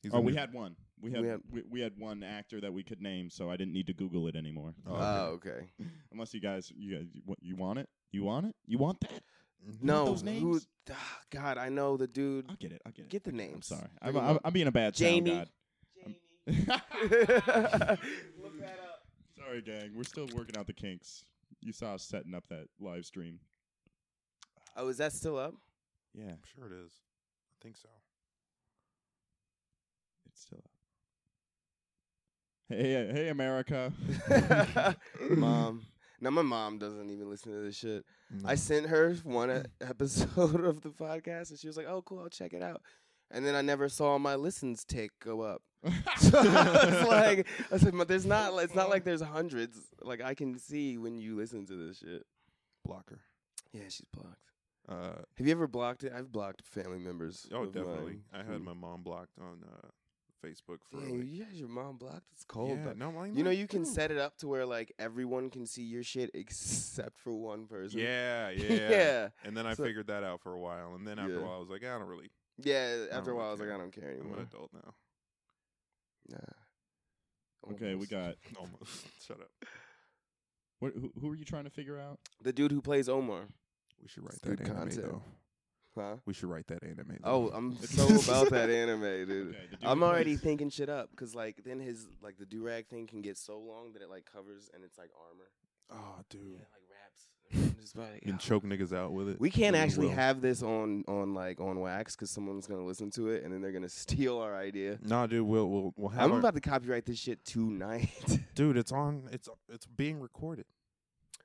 [SPEAKER 3] He's
[SPEAKER 2] Oh,
[SPEAKER 3] in
[SPEAKER 2] we
[SPEAKER 3] it.
[SPEAKER 2] had one. We
[SPEAKER 1] We
[SPEAKER 2] had we,
[SPEAKER 1] had-
[SPEAKER 2] we, had one actor that we could name, so I didn't need to Google it anymore.
[SPEAKER 3] Oh, okay.
[SPEAKER 1] Oh, okay.
[SPEAKER 2] Unless you guys, you guys, you, want- you want it? You want it? You want that?
[SPEAKER 3] Mhm.
[SPEAKER 1] No,
[SPEAKER 2] those
[SPEAKER 1] who?
[SPEAKER 2] names?
[SPEAKER 1] ah, God, I know the dude.
[SPEAKER 2] I'll get it. I'll get it.
[SPEAKER 1] Get the
[SPEAKER 2] I'm
[SPEAKER 1] names.
[SPEAKER 2] sorry.
[SPEAKER 1] Bring
[SPEAKER 2] I'm,
[SPEAKER 1] 'em
[SPEAKER 2] I'm,
[SPEAKER 1] up.
[SPEAKER 2] I'm being a bad sound
[SPEAKER 1] Jamie.
[SPEAKER 2] god. Sorry, gang. We're still working out the kinks. You saw us setting up that live stream.
[SPEAKER 1] Oh, is that still up?
[SPEAKER 2] Yeah,
[SPEAKER 3] I'm sure it is. I think so.
[SPEAKER 2] it's still up. Hey, uh, hey, America.
[SPEAKER 1] mom. Now my mom doesn't even listen to this shit. I
[SPEAKER 3] No.
[SPEAKER 1] sent her one e- episode of the podcast, and she was like, "Oh, cool, I'll check it out." And then I never saw my listens tick go up. So I was like, I said, "But there's not. It's not like there's hundreds. Like I can see when you listen to this shit."
[SPEAKER 3] blocker.
[SPEAKER 1] Yeah, she's blocked.
[SPEAKER 3] Uh,
[SPEAKER 1] Have you ever blocked it? I've blocked family members.
[SPEAKER 3] oh,
[SPEAKER 1] of mine.
[SPEAKER 3] definitely. I had
[SPEAKER 1] Mm.
[SPEAKER 3] my mom blocked on uh, Facebook for.
[SPEAKER 1] Damn,
[SPEAKER 3] like,
[SPEAKER 1] you had your mom blocked. It's cold.
[SPEAKER 3] Yeah,
[SPEAKER 1] but-
[SPEAKER 3] no, mine
[SPEAKER 1] you know,
[SPEAKER 3] not-
[SPEAKER 1] you can
[SPEAKER 3] no.
[SPEAKER 1] set it up to where like everyone can see your shit except for one person.
[SPEAKER 3] Yeah, yeah.
[SPEAKER 1] yeah,
[SPEAKER 3] And then I
[SPEAKER 1] So-
[SPEAKER 3] figured that out for a while, and then after
[SPEAKER 1] Yeah.
[SPEAKER 3] a while, I was like, I don't really.
[SPEAKER 1] yeah.
[SPEAKER 3] I
[SPEAKER 1] After a
[SPEAKER 3] don't
[SPEAKER 1] while, I was
[SPEAKER 3] care.
[SPEAKER 1] like, I don't care
[SPEAKER 3] I'm an
[SPEAKER 1] anymore.
[SPEAKER 3] adult now.
[SPEAKER 1] Nah.
[SPEAKER 2] okay, we
[SPEAKER 1] Almost.
[SPEAKER 2] got
[SPEAKER 3] Almost. Shut up.
[SPEAKER 2] What, who, who are you trying to figure out?
[SPEAKER 1] The dude who plays Omar.
[SPEAKER 3] We should write
[SPEAKER 1] It's
[SPEAKER 3] that
[SPEAKER 1] good
[SPEAKER 3] anime
[SPEAKER 1] content.
[SPEAKER 3] though.
[SPEAKER 1] Huh?
[SPEAKER 3] We should write that anime.
[SPEAKER 1] Oh,
[SPEAKER 3] though.
[SPEAKER 1] I'm so about that anime, dude.
[SPEAKER 2] Okay, the dude
[SPEAKER 1] I'm
[SPEAKER 2] who
[SPEAKER 1] already
[SPEAKER 2] plays-
[SPEAKER 1] thinking shit up because like then his like the do rag thing can get so long that it like covers and it's like armor.
[SPEAKER 3] oh,
[SPEAKER 1] Yeah,
[SPEAKER 3] dude.
[SPEAKER 1] like wraps. around his body.
[SPEAKER 3] You can
[SPEAKER 1] Oh.
[SPEAKER 3] choke niggas out with it.
[SPEAKER 1] We can't
[SPEAKER 3] Yeah, we
[SPEAKER 1] actually
[SPEAKER 3] will.
[SPEAKER 1] have this on on like on wax because someone's gonna listen to it and then they're gonna steal our idea.
[SPEAKER 3] Nah, dude. We'll we'll we'll have.
[SPEAKER 1] I'm
[SPEAKER 3] our-
[SPEAKER 1] about to copyright this shit tonight.
[SPEAKER 3] dude. It's on. It's it's being recorded.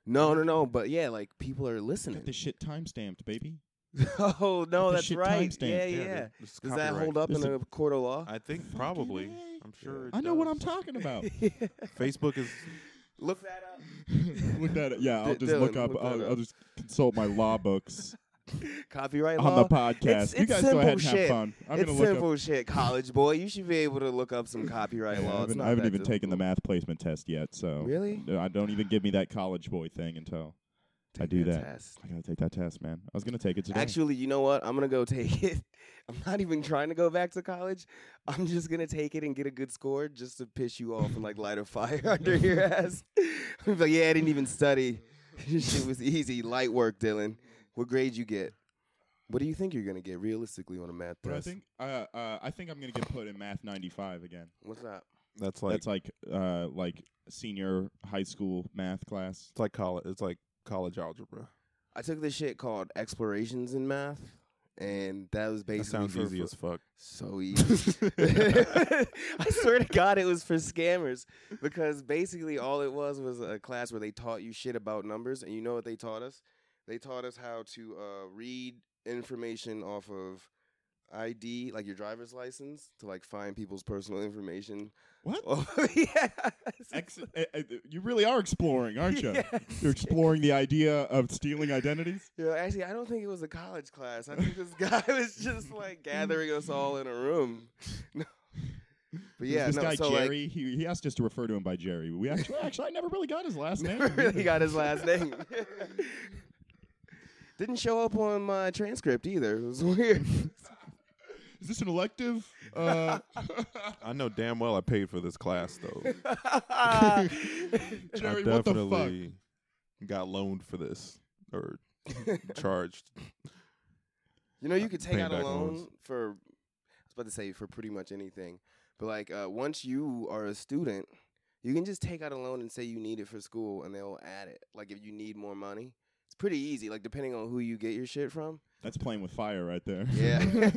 [SPEAKER 1] no, no, no. But yeah, like people are listening.
[SPEAKER 2] Get this shit time stamped, baby.
[SPEAKER 1] oh no,
[SPEAKER 2] the
[SPEAKER 1] that's
[SPEAKER 2] shit
[SPEAKER 1] right.
[SPEAKER 2] timestamped.
[SPEAKER 1] Yeah, yeah.
[SPEAKER 3] dude,
[SPEAKER 1] yeah.
[SPEAKER 3] it's
[SPEAKER 1] Does that
[SPEAKER 3] copyright.
[SPEAKER 1] hold up
[SPEAKER 2] This
[SPEAKER 1] in
[SPEAKER 2] is-
[SPEAKER 1] a court of law?
[SPEAKER 3] I think
[SPEAKER 2] Fucking
[SPEAKER 3] probably.
[SPEAKER 2] A.
[SPEAKER 3] I'm sure.
[SPEAKER 2] I know what I'm talking about.
[SPEAKER 3] Facebook is
[SPEAKER 1] Look that up.
[SPEAKER 2] Look that, yeah, I'll
[SPEAKER 1] D-
[SPEAKER 2] just look
[SPEAKER 1] Dylan,
[SPEAKER 2] up.
[SPEAKER 1] look that
[SPEAKER 2] I'll,
[SPEAKER 1] up.
[SPEAKER 2] I'll just consult my law books
[SPEAKER 1] Copyright
[SPEAKER 2] on
[SPEAKER 1] law.
[SPEAKER 2] the
[SPEAKER 1] It's-
[SPEAKER 2] podcast. you
[SPEAKER 1] it's
[SPEAKER 2] guys go ahead and
[SPEAKER 1] simple
[SPEAKER 2] have
[SPEAKER 1] shit.
[SPEAKER 2] fun. I'm
[SPEAKER 1] it's
[SPEAKER 2] gonna look
[SPEAKER 1] simple shit, college boy. You should be able to look up some
[SPEAKER 2] up.
[SPEAKER 1] copyright
[SPEAKER 2] Yeah, I
[SPEAKER 1] law. It's
[SPEAKER 2] haven't,
[SPEAKER 1] not
[SPEAKER 2] I haven't
[SPEAKER 1] that
[SPEAKER 2] even taken the
[SPEAKER 1] difficult.
[SPEAKER 2] math placement test yet, so
[SPEAKER 1] Really?
[SPEAKER 2] No, I don't even give me that college boy thing until I
[SPEAKER 1] Take
[SPEAKER 2] do
[SPEAKER 1] that
[SPEAKER 2] that.
[SPEAKER 1] test.
[SPEAKER 2] I gotta take that test, man. I was gonna take it today.
[SPEAKER 1] Actually, you know what? I'm gonna go take it. I'm not even trying to go back to college. I'm just gonna take it and get a good score just to piss you off and like light a fire under your ass. I'm like, yeah, I didn't even study. Shit was easy, light work, Dylan. What grade you get? What do you think you're gonna get realistically on a math
[SPEAKER 2] But I
[SPEAKER 1] test?
[SPEAKER 2] think uh, uh, I think I'm gonna get put in math 95 again.
[SPEAKER 1] What's that?
[SPEAKER 3] that's like
[SPEAKER 2] That's like uh, like senior high school math class.
[SPEAKER 3] it's like college. It's like college algebra.
[SPEAKER 1] I took this shit called explorations in math, and that was
[SPEAKER 3] That
[SPEAKER 1] basically
[SPEAKER 3] sounds
[SPEAKER 1] for-
[SPEAKER 3] easy
[SPEAKER 1] for-
[SPEAKER 3] as fuck.
[SPEAKER 1] So easy. I swear to God, it was for scammers because basically all it was was a class where they taught you shit about numbers, and you know what they taught us? They taught us how to uh, read information off of ID, like your driver's license, to like find people's personal information.
[SPEAKER 2] What?
[SPEAKER 1] Oh, yeah.
[SPEAKER 2] Ex- uh, uh, you really are exploring, aren't you? You're
[SPEAKER 1] Yes.
[SPEAKER 2] exploring the idea of stealing identities.
[SPEAKER 1] You know, actually, I don't think it was a college class. I think this guy was just like gathering us all in a room. No. But
[SPEAKER 2] There's
[SPEAKER 1] yeah,
[SPEAKER 2] this
[SPEAKER 1] no,
[SPEAKER 2] guy
[SPEAKER 1] so like,
[SPEAKER 2] Jerry, he, he asked us to refer to him by Jerry. We actually, actually, I never really got his last name.
[SPEAKER 1] Never really
[SPEAKER 2] either.
[SPEAKER 1] got his last name. Didn't show up on my transcript either. It was weird.
[SPEAKER 2] Is this an elective? Uh,
[SPEAKER 3] I know damn well I paid for this class though.
[SPEAKER 2] Jerry,
[SPEAKER 3] I
[SPEAKER 2] what the fuck?
[SPEAKER 3] definitely got loaned for this or charged.
[SPEAKER 1] you know, you could take
[SPEAKER 3] Paying
[SPEAKER 1] out a
[SPEAKER 3] back
[SPEAKER 1] loan
[SPEAKER 3] loans.
[SPEAKER 1] for. I was about to say for pretty much anything, but like uh, once you are a student, you can just take out a loan and say you need it for school, and they'll add it. Like if you need more money, it's pretty easy. Like depending on who you get your shit from.
[SPEAKER 2] That's playing with fire right there.
[SPEAKER 1] Yeah.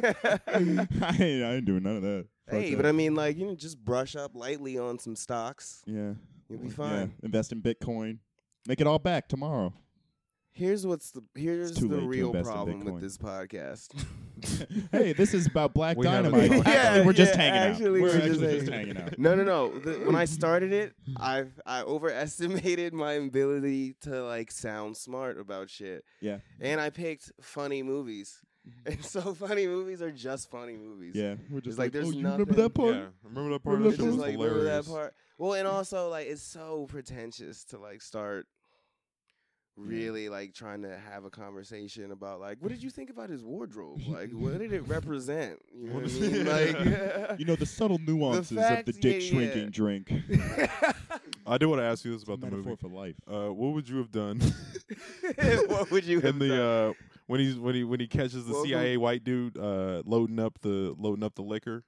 [SPEAKER 2] I, ain't, I ain't doing none of that. Fuck
[SPEAKER 1] hey,
[SPEAKER 2] that.
[SPEAKER 1] but I mean, like you know, just brush up lightly on some stocks.
[SPEAKER 2] yeah,
[SPEAKER 1] You'll be
[SPEAKER 2] Yeah,
[SPEAKER 1] fine.
[SPEAKER 2] Invest in Bitcoin. Make it all back tomorrow.
[SPEAKER 1] Here's what's the here's
[SPEAKER 2] too
[SPEAKER 1] the
[SPEAKER 2] late to
[SPEAKER 1] real
[SPEAKER 2] invest in
[SPEAKER 1] problem
[SPEAKER 2] Bitcoin.
[SPEAKER 1] with this podcast.
[SPEAKER 2] hey, this is about Black
[SPEAKER 3] We haven't
[SPEAKER 2] Dynamite.
[SPEAKER 3] talked
[SPEAKER 2] Actually,
[SPEAKER 1] about
[SPEAKER 2] we're
[SPEAKER 1] it.
[SPEAKER 2] just
[SPEAKER 1] Yeah,
[SPEAKER 2] hanging
[SPEAKER 1] actually,
[SPEAKER 2] out. We're
[SPEAKER 1] we're
[SPEAKER 2] actually
[SPEAKER 1] just
[SPEAKER 2] just
[SPEAKER 1] hanging
[SPEAKER 2] hanging out.
[SPEAKER 1] no, no, no. The, when I started it, I I overestimated my ability to like sound smart about shit.
[SPEAKER 2] Yeah.
[SPEAKER 1] And I picked funny movies, and so funny movies are just funny movies.
[SPEAKER 2] Yeah, we're just
[SPEAKER 1] like,
[SPEAKER 2] oh,
[SPEAKER 1] there's
[SPEAKER 2] you remember
[SPEAKER 1] nothing-
[SPEAKER 2] that part?
[SPEAKER 3] yeah, remember that part? of
[SPEAKER 2] Remember
[SPEAKER 3] that
[SPEAKER 1] It's
[SPEAKER 3] shit
[SPEAKER 2] that
[SPEAKER 1] just
[SPEAKER 3] was
[SPEAKER 1] like remember that
[SPEAKER 3] hilarious.
[SPEAKER 1] part. Well, and also like it's so pretentious to like start really like trying to have a conversation about like what did you think about his wardrobe? Like what did it represent? You know what I
[SPEAKER 3] What
[SPEAKER 1] mean? Like
[SPEAKER 2] You know the subtle nuances
[SPEAKER 1] fact-
[SPEAKER 2] of the dick
[SPEAKER 1] yeah, yeah.
[SPEAKER 2] shrinking drink. It's
[SPEAKER 3] I do want to ask you this
[SPEAKER 2] a
[SPEAKER 3] about the
[SPEAKER 2] metaphor
[SPEAKER 3] movie.
[SPEAKER 2] for life.
[SPEAKER 1] Oh,
[SPEAKER 3] Uh, what would you have done
[SPEAKER 1] what would you have
[SPEAKER 3] in the
[SPEAKER 1] done?
[SPEAKER 3] uh, when he's when he when he catches the
[SPEAKER 1] What would-
[SPEAKER 3] CIA white dude uh, loading up the loading up the liquor,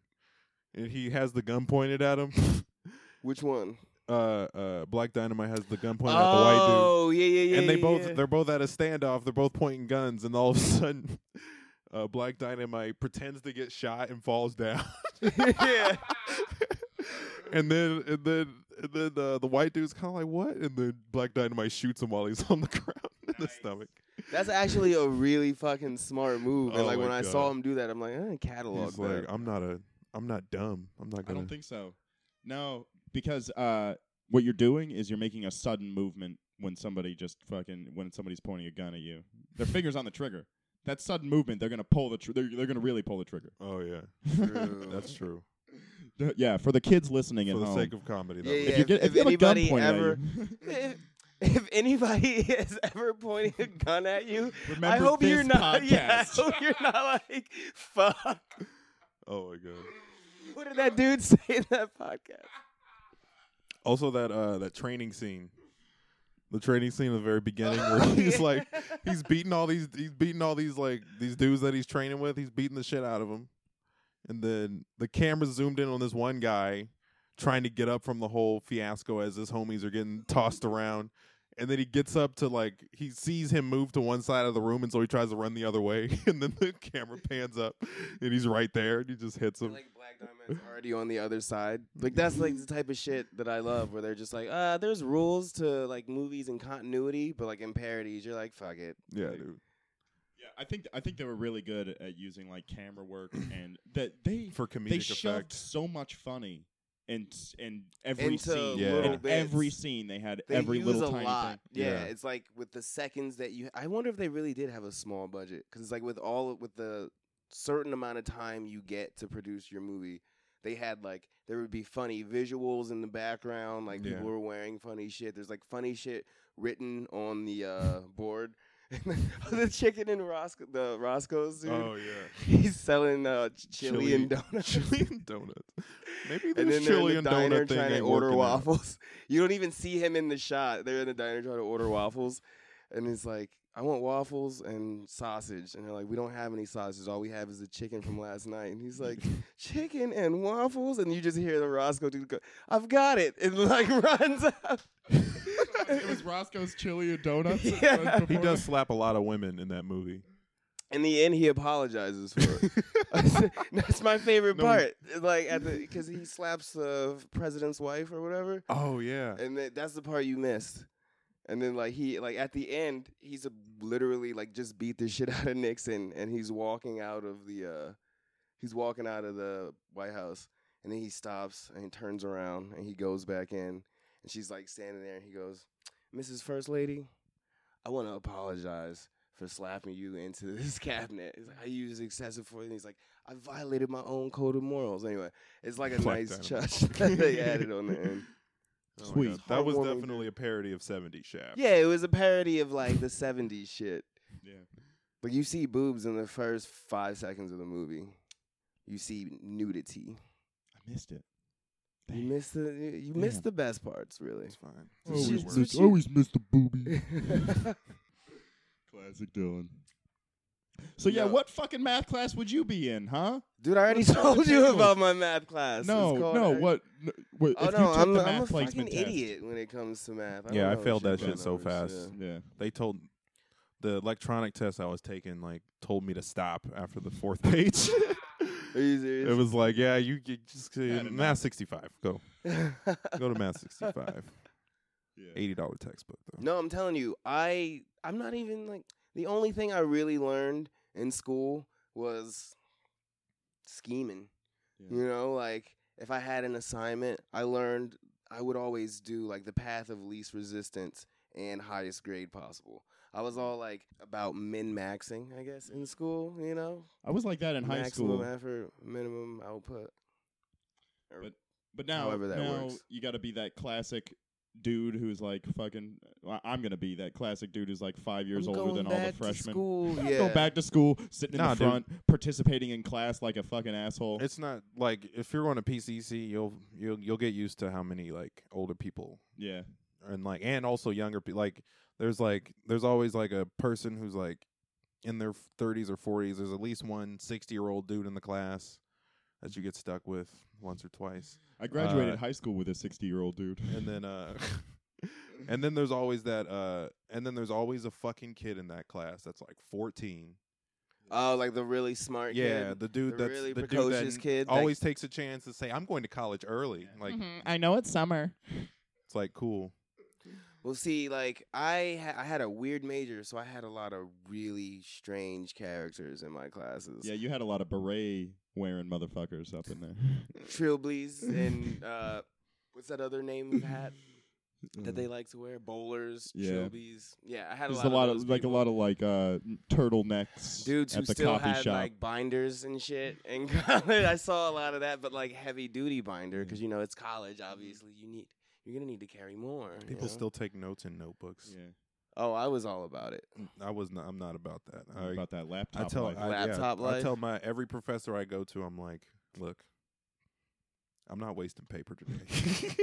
[SPEAKER 3] and he has the gun pointed at him?
[SPEAKER 1] Which one?
[SPEAKER 3] uh, uh, Black Dynamite has the gun pointed at the white dude.
[SPEAKER 1] oh yeah yeah yeah.
[SPEAKER 3] and they
[SPEAKER 1] yeah,
[SPEAKER 3] both
[SPEAKER 1] yeah.
[SPEAKER 3] they're both at a standoff. They're both pointing guns, and all of a sudden, uh, Black Dynamite pretends to get shot and falls down.
[SPEAKER 1] yeah.
[SPEAKER 3] and then and then and then uh, the white dude's kind of like what? And then Black Dynamite shoots him while he's on the ground in the stomach.
[SPEAKER 1] That's actually a really fucking smart move. And
[SPEAKER 3] Oh
[SPEAKER 1] like
[SPEAKER 3] my
[SPEAKER 1] when I saw
[SPEAKER 3] God.
[SPEAKER 1] him do that, I'm like, eh, catalog
[SPEAKER 3] He's
[SPEAKER 1] that.
[SPEAKER 3] like, I'm not a I'm not dumb. I'm not
[SPEAKER 2] I
[SPEAKER 3] gonna.
[SPEAKER 2] don't think so. No, because uh, what you're doing is you're making a sudden movement when somebody just fucking when somebody's pointing a gun at you. Their fingers on the trigger. That sudden movement, they're gonna pull the tr- they're, they're gonna really pull the trigger.
[SPEAKER 3] oh yeah,
[SPEAKER 1] True.
[SPEAKER 3] that's true.
[SPEAKER 2] yeah, for the kids listening
[SPEAKER 3] For
[SPEAKER 2] at
[SPEAKER 3] the
[SPEAKER 2] home.
[SPEAKER 3] sake of comedy, that
[SPEAKER 1] Yeah,
[SPEAKER 3] was-
[SPEAKER 2] if, you
[SPEAKER 1] if-
[SPEAKER 2] get, if,
[SPEAKER 1] if
[SPEAKER 2] you have a gun
[SPEAKER 1] anybody
[SPEAKER 2] pointed
[SPEAKER 1] ever-
[SPEAKER 2] at you,
[SPEAKER 1] if, if anybody is ever pointing a gun at you,
[SPEAKER 2] remember
[SPEAKER 1] I hope
[SPEAKER 2] this
[SPEAKER 1] you're not. Yeah,
[SPEAKER 2] podcast.
[SPEAKER 1] I hope you're not like fuck.
[SPEAKER 3] Oh my god.
[SPEAKER 1] What did that dude say in that podcast?
[SPEAKER 3] Also that uh that training scene the training scene at the very beginning where he's like he's beating all these he's beating all these like these dudes that he's training with. He's beating the shit out of them, and then the camera zoomed in on this one guy trying to get up from the whole fiasco as his homies are getting tossed around. And then he gets up to like he sees him move to one side of the room, and so he tries to run the other way. And then the camera pans up, and he's right there, and he just hits him.
[SPEAKER 1] like Black Diamond's already on the other side. Like that's like the type of shit that I love, where they're just like, uh, there's rules to like movies and continuity, but like in parodies, you're like, fuck it.
[SPEAKER 3] Yeah, dude.
[SPEAKER 2] Yeah, I think I think they were really good at using like camera work and that they
[SPEAKER 3] For comedic
[SPEAKER 2] they shoved
[SPEAKER 3] effect,
[SPEAKER 2] so much funny and and every
[SPEAKER 1] Into
[SPEAKER 2] scene
[SPEAKER 3] Yeah.
[SPEAKER 2] in
[SPEAKER 3] little
[SPEAKER 2] every
[SPEAKER 1] bits.
[SPEAKER 2] scene they had
[SPEAKER 1] They
[SPEAKER 2] every
[SPEAKER 1] use
[SPEAKER 2] little
[SPEAKER 1] a
[SPEAKER 2] tiny
[SPEAKER 1] lot.
[SPEAKER 2] thing.
[SPEAKER 1] Yeah,
[SPEAKER 3] Yeah.
[SPEAKER 1] it's like with the seconds that you. I wonder if they really did have a small budget because it's like with all with the certain amount of time you get to produce your movie, they had like there would be funny visuals in the background, like
[SPEAKER 3] Yeah.
[SPEAKER 1] people were wearing funny shit. There's like funny shit written on the uh, board. the chicken in Roscoe, the Roscoe's, dude.
[SPEAKER 3] oh yeah.
[SPEAKER 1] He's selling uh, ch- chili,
[SPEAKER 3] Chili-
[SPEAKER 1] and donuts.
[SPEAKER 3] Chilean donuts. Maybe
[SPEAKER 1] and
[SPEAKER 3] this
[SPEAKER 1] then they're in the
[SPEAKER 3] Chilean
[SPEAKER 1] diner
[SPEAKER 3] donut thing
[SPEAKER 1] trying to
[SPEAKER 3] ain't
[SPEAKER 1] order
[SPEAKER 3] working out.
[SPEAKER 1] waffles. You don't even see him in the shot. They're in the diner trying to order waffles, and it's like, "I want waffles and sausage," and they're like, "We don't have any sausages. All we have is the chicken from last night." And he's like, "Chicken and waffles," and you just hear the Roscoe dude go, "I've got it," and like runs up.
[SPEAKER 2] it was Roscoe's chili and donuts.
[SPEAKER 1] that Yeah. was
[SPEAKER 3] He does slap a lot of women in that movie.
[SPEAKER 1] In the end, he apologizes for it. That's my favorite
[SPEAKER 3] No,
[SPEAKER 1] part. Like at the because he slaps the president's wife or whatever.
[SPEAKER 3] Oh yeah.
[SPEAKER 1] and then that's the part you missed. And then like he like at the end, he's a, literally like just beat the shit out of Nixon, and he's walking out of the uh he's walking out of the White House, and then he stops and he turns around and he goes back in, and she's like standing there, and he goes, "Mrs. First Lady, I want to apologize." For slapping you into this cabinet, He's like, I used excessive force. And he's like, I violated my own code of morals. Anyway, it's like a
[SPEAKER 3] Black
[SPEAKER 1] nice
[SPEAKER 3] Dynamite.
[SPEAKER 1] touch that they added on the end.
[SPEAKER 3] Oh my
[SPEAKER 2] Sweet.
[SPEAKER 3] God. That was
[SPEAKER 1] Heartwarming.
[SPEAKER 3] definitely a parody of 70 Shaft.
[SPEAKER 1] Yeah, it was a parody of like the '70s shit.
[SPEAKER 2] Yeah.
[SPEAKER 1] Like you see boobs in the first five seconds of the movie. You see nudity.
[SPEAKER 2] I missed it.
[SPEAKER 1] You
[SPEAKER 2] Damn.
[SPEAKER 1] miss the you miss
[SPEAKER 2] Damn.
[SPEAKER 1] the best parts, really.
[SPEAKER 3] It's fine.
[SPEAKER 1] Always
[SPEAKER 3] It's
[SPEAKER 1] miss-
[SPEAKER 3] worth it.
[SPEAKER 1] always
[SPEAKER 2] miss the booby. Classic Dylan. So yeah,
[SPEAKER 1] No.
[SPEAKER 2] what fucking math class would you be in, huh?
[SPEAKER 1] Dude, I already
[SPEAKER 2] Let's start the
[SPEAKER 1] told you
[SPEAKER 2] table.
[SPEAKER 1] about my math class. It's
[SPEAKER 2] no,
[SPEAKER 1] called-
[SPEAKER 2] no, what? n- what
[SPEAKER 1] Oh
[SPEAKER 2] if you
[SPEAKER 1] no,
[SPEAKER 2] took
[SPEAKER 1] I'm,
[SPEAKER 2] the
[SPEAKER 1] I'm
[SPEAKER 2] math
[SPEAKER 1] a fucking
[SPEAKER 2] placement test-
[SPEAKER 1] idiot when it comes to math. don't
[SPEAKER 3] Yeah, I
[SPEAKER 1] know
[SPEAKER 3] failed that
[SPEAKER 1] about
[SPEAKER 3] shit so
[SPEAKER 1] numbers,
[SPEAKER 3] fast.
[SPEAKER 2] Yeah.
[SPEAKER 3] They told the electronic test I was taking like told me to stop after the fourth page.
[SPEAKER 1] yeah. Are you
[SPEAKER 3] it
[SPEAKER 1] serious?
[SPEAKER 3] was like, yeah, you, you just uh,
[SPEAKER 2] didn't
[SPEAKER 3] math 65. Go. Go to math 65.
[SPEAKER 2] Yeah.
[SPEAKER 3] $80 textbook though.
[SPEAKER 1] No, I'm telling you, I I'm not even like the only thing I really learned in school was scheming.
[SPEAKER 2] Yeah.
[SPEAKER 1] You know, like if I had an assignment, I learned I would always do like the path of least resistance and highest grade possible. I was all like about min maxing, I guess, in school, you know?
[SPEAKER 2] I was like that in high
[SPEAKER 1] Maximum
[SPEAKER 2] school,
[SPEAKER 1] effort, minimum output. Or-
[SPEAKER 2] But- but now,
[SPEAKER 1] however that
[SPEAKER 2] now
[SPEAKER 1] works.
[SPEAKER 2] you got to be that classic dude who's like fucking. well, I'm gonna be that classic dude who's like five years
[SPEAKER 1] I'm
[SPEAKER 2] older
[SPEAKER 1] going
[SPEAKER 2] than all the
[SPEAKER 1] back to
[SPEAKER 2] freshmen.
[SPEAKER 1] School.
[SPEAKER 2] Don't
[SPEAKER 1] yeah.
[SPEAKER 2] Go back to school, sitting
[SPEAKER 3] Nah,
[SPEAKER 2] in
[SPEAKER 3] dude.
[SPEAKER 2] the front, participating in class like a fucking asshole.
[SPEAKER 3] It's not like if you're going to PCC, you'll you'll you'll get used to how many like older people
[SPEAKER 2] yeah,
[SPEAKER 3] and like and also younger people like there's like there's always like a person who's like in their 30s or 40s there's at least one 60 year old dude in the class that you get stuck with once or twice
[SPEAKER 2] I graduated
[SPEAKER 3] Uh,
[SPEAKER 2] high school with a 60 year old dude.
[SPEAKER 3] and then uh and then there's always that uh and then there's always a fucking kid in that class that's like 14
[SPEAKER 1] Oh, like the really smart
[SPEAKER 3] yeah
[SPEAKER 1] kid.
[SPEAKER 3] the dude
[SPEAKER 1] The
[SPEAKER 3] that's
[SPEAKER 1] really
[SPEAKER 3] the dude
[SPEAKER 1] precocious
[SPEAKER 3] that
[SPEAKER 1] kid that-
[SPEAKER 3] always takes a chance to say i'm going to college early like
[SPEAKER 2] Mm-hmm. I know it's summer.
[SPEAKER 3] it's like cool
[SPEAKER 1] Well, see, like I ha- I had a weird major, so I had a lot of really strange characters in my classes.
[SPEAKER 2] Yeah, you had a lot of beret wearing motherfuckers up in there.
[SPEAKER 1] Trilblies and uh, what's that other name of hat that they like to wear? Bowlers,
[SPEAKER 2] Mm. Yeah.
[SPEAKER 1] trilblies. Yeah, I had a
[SPEAKER 2] There's
[SPEAKER 1] lot,
[SPEAKER 2] a lot
[SPEAKER 1] of,
[SPEAKER 2] of
[SPEAKER 1] those
[SPEAKER 2] like a
[SPEAKER 1] people.
[SPEAKER 2] lot of like uh turtlenecks
[SPEAKER 1] dudes
[SPEAKER 2] at
[SPEAKER 1] who
[SPEAKER 2] the
[SPEAKER 1] still
[SPEAKER 2] coffee
[SPEAKER 1] had
[SPEAKER 2] shop.
[SPEAKER 1] like binders and shit in college. I saw a lot of that, but like heavy duty
[SPEAKER 2] Mm.
[SPEAKER 1] binder because you know it's college. Obviously, you need you're gonna need to carry more. you
[SPEAKER 3] people
[SPEAKER 1] know?
[SPEAKER 3] still take notes in notebooks
[SPEAKER 2] yeah,
[SPEAKER 1] Oh, I was all about it.
[SPEAKER 3] i was not i'm not about that I,
[SPEAKER 2] about that laptop.
[SPEAKER 3] I tell
[SPEAKER 2] life.
[SPEAKER 3] I,
[SPEAKER 1] Laptop
[SPEAKER 3] yeah, I
[SPEAKER 1] life.
[SPEAKER 3] tell my every professor I go to, I'm like, look, I'm not wasting paper today.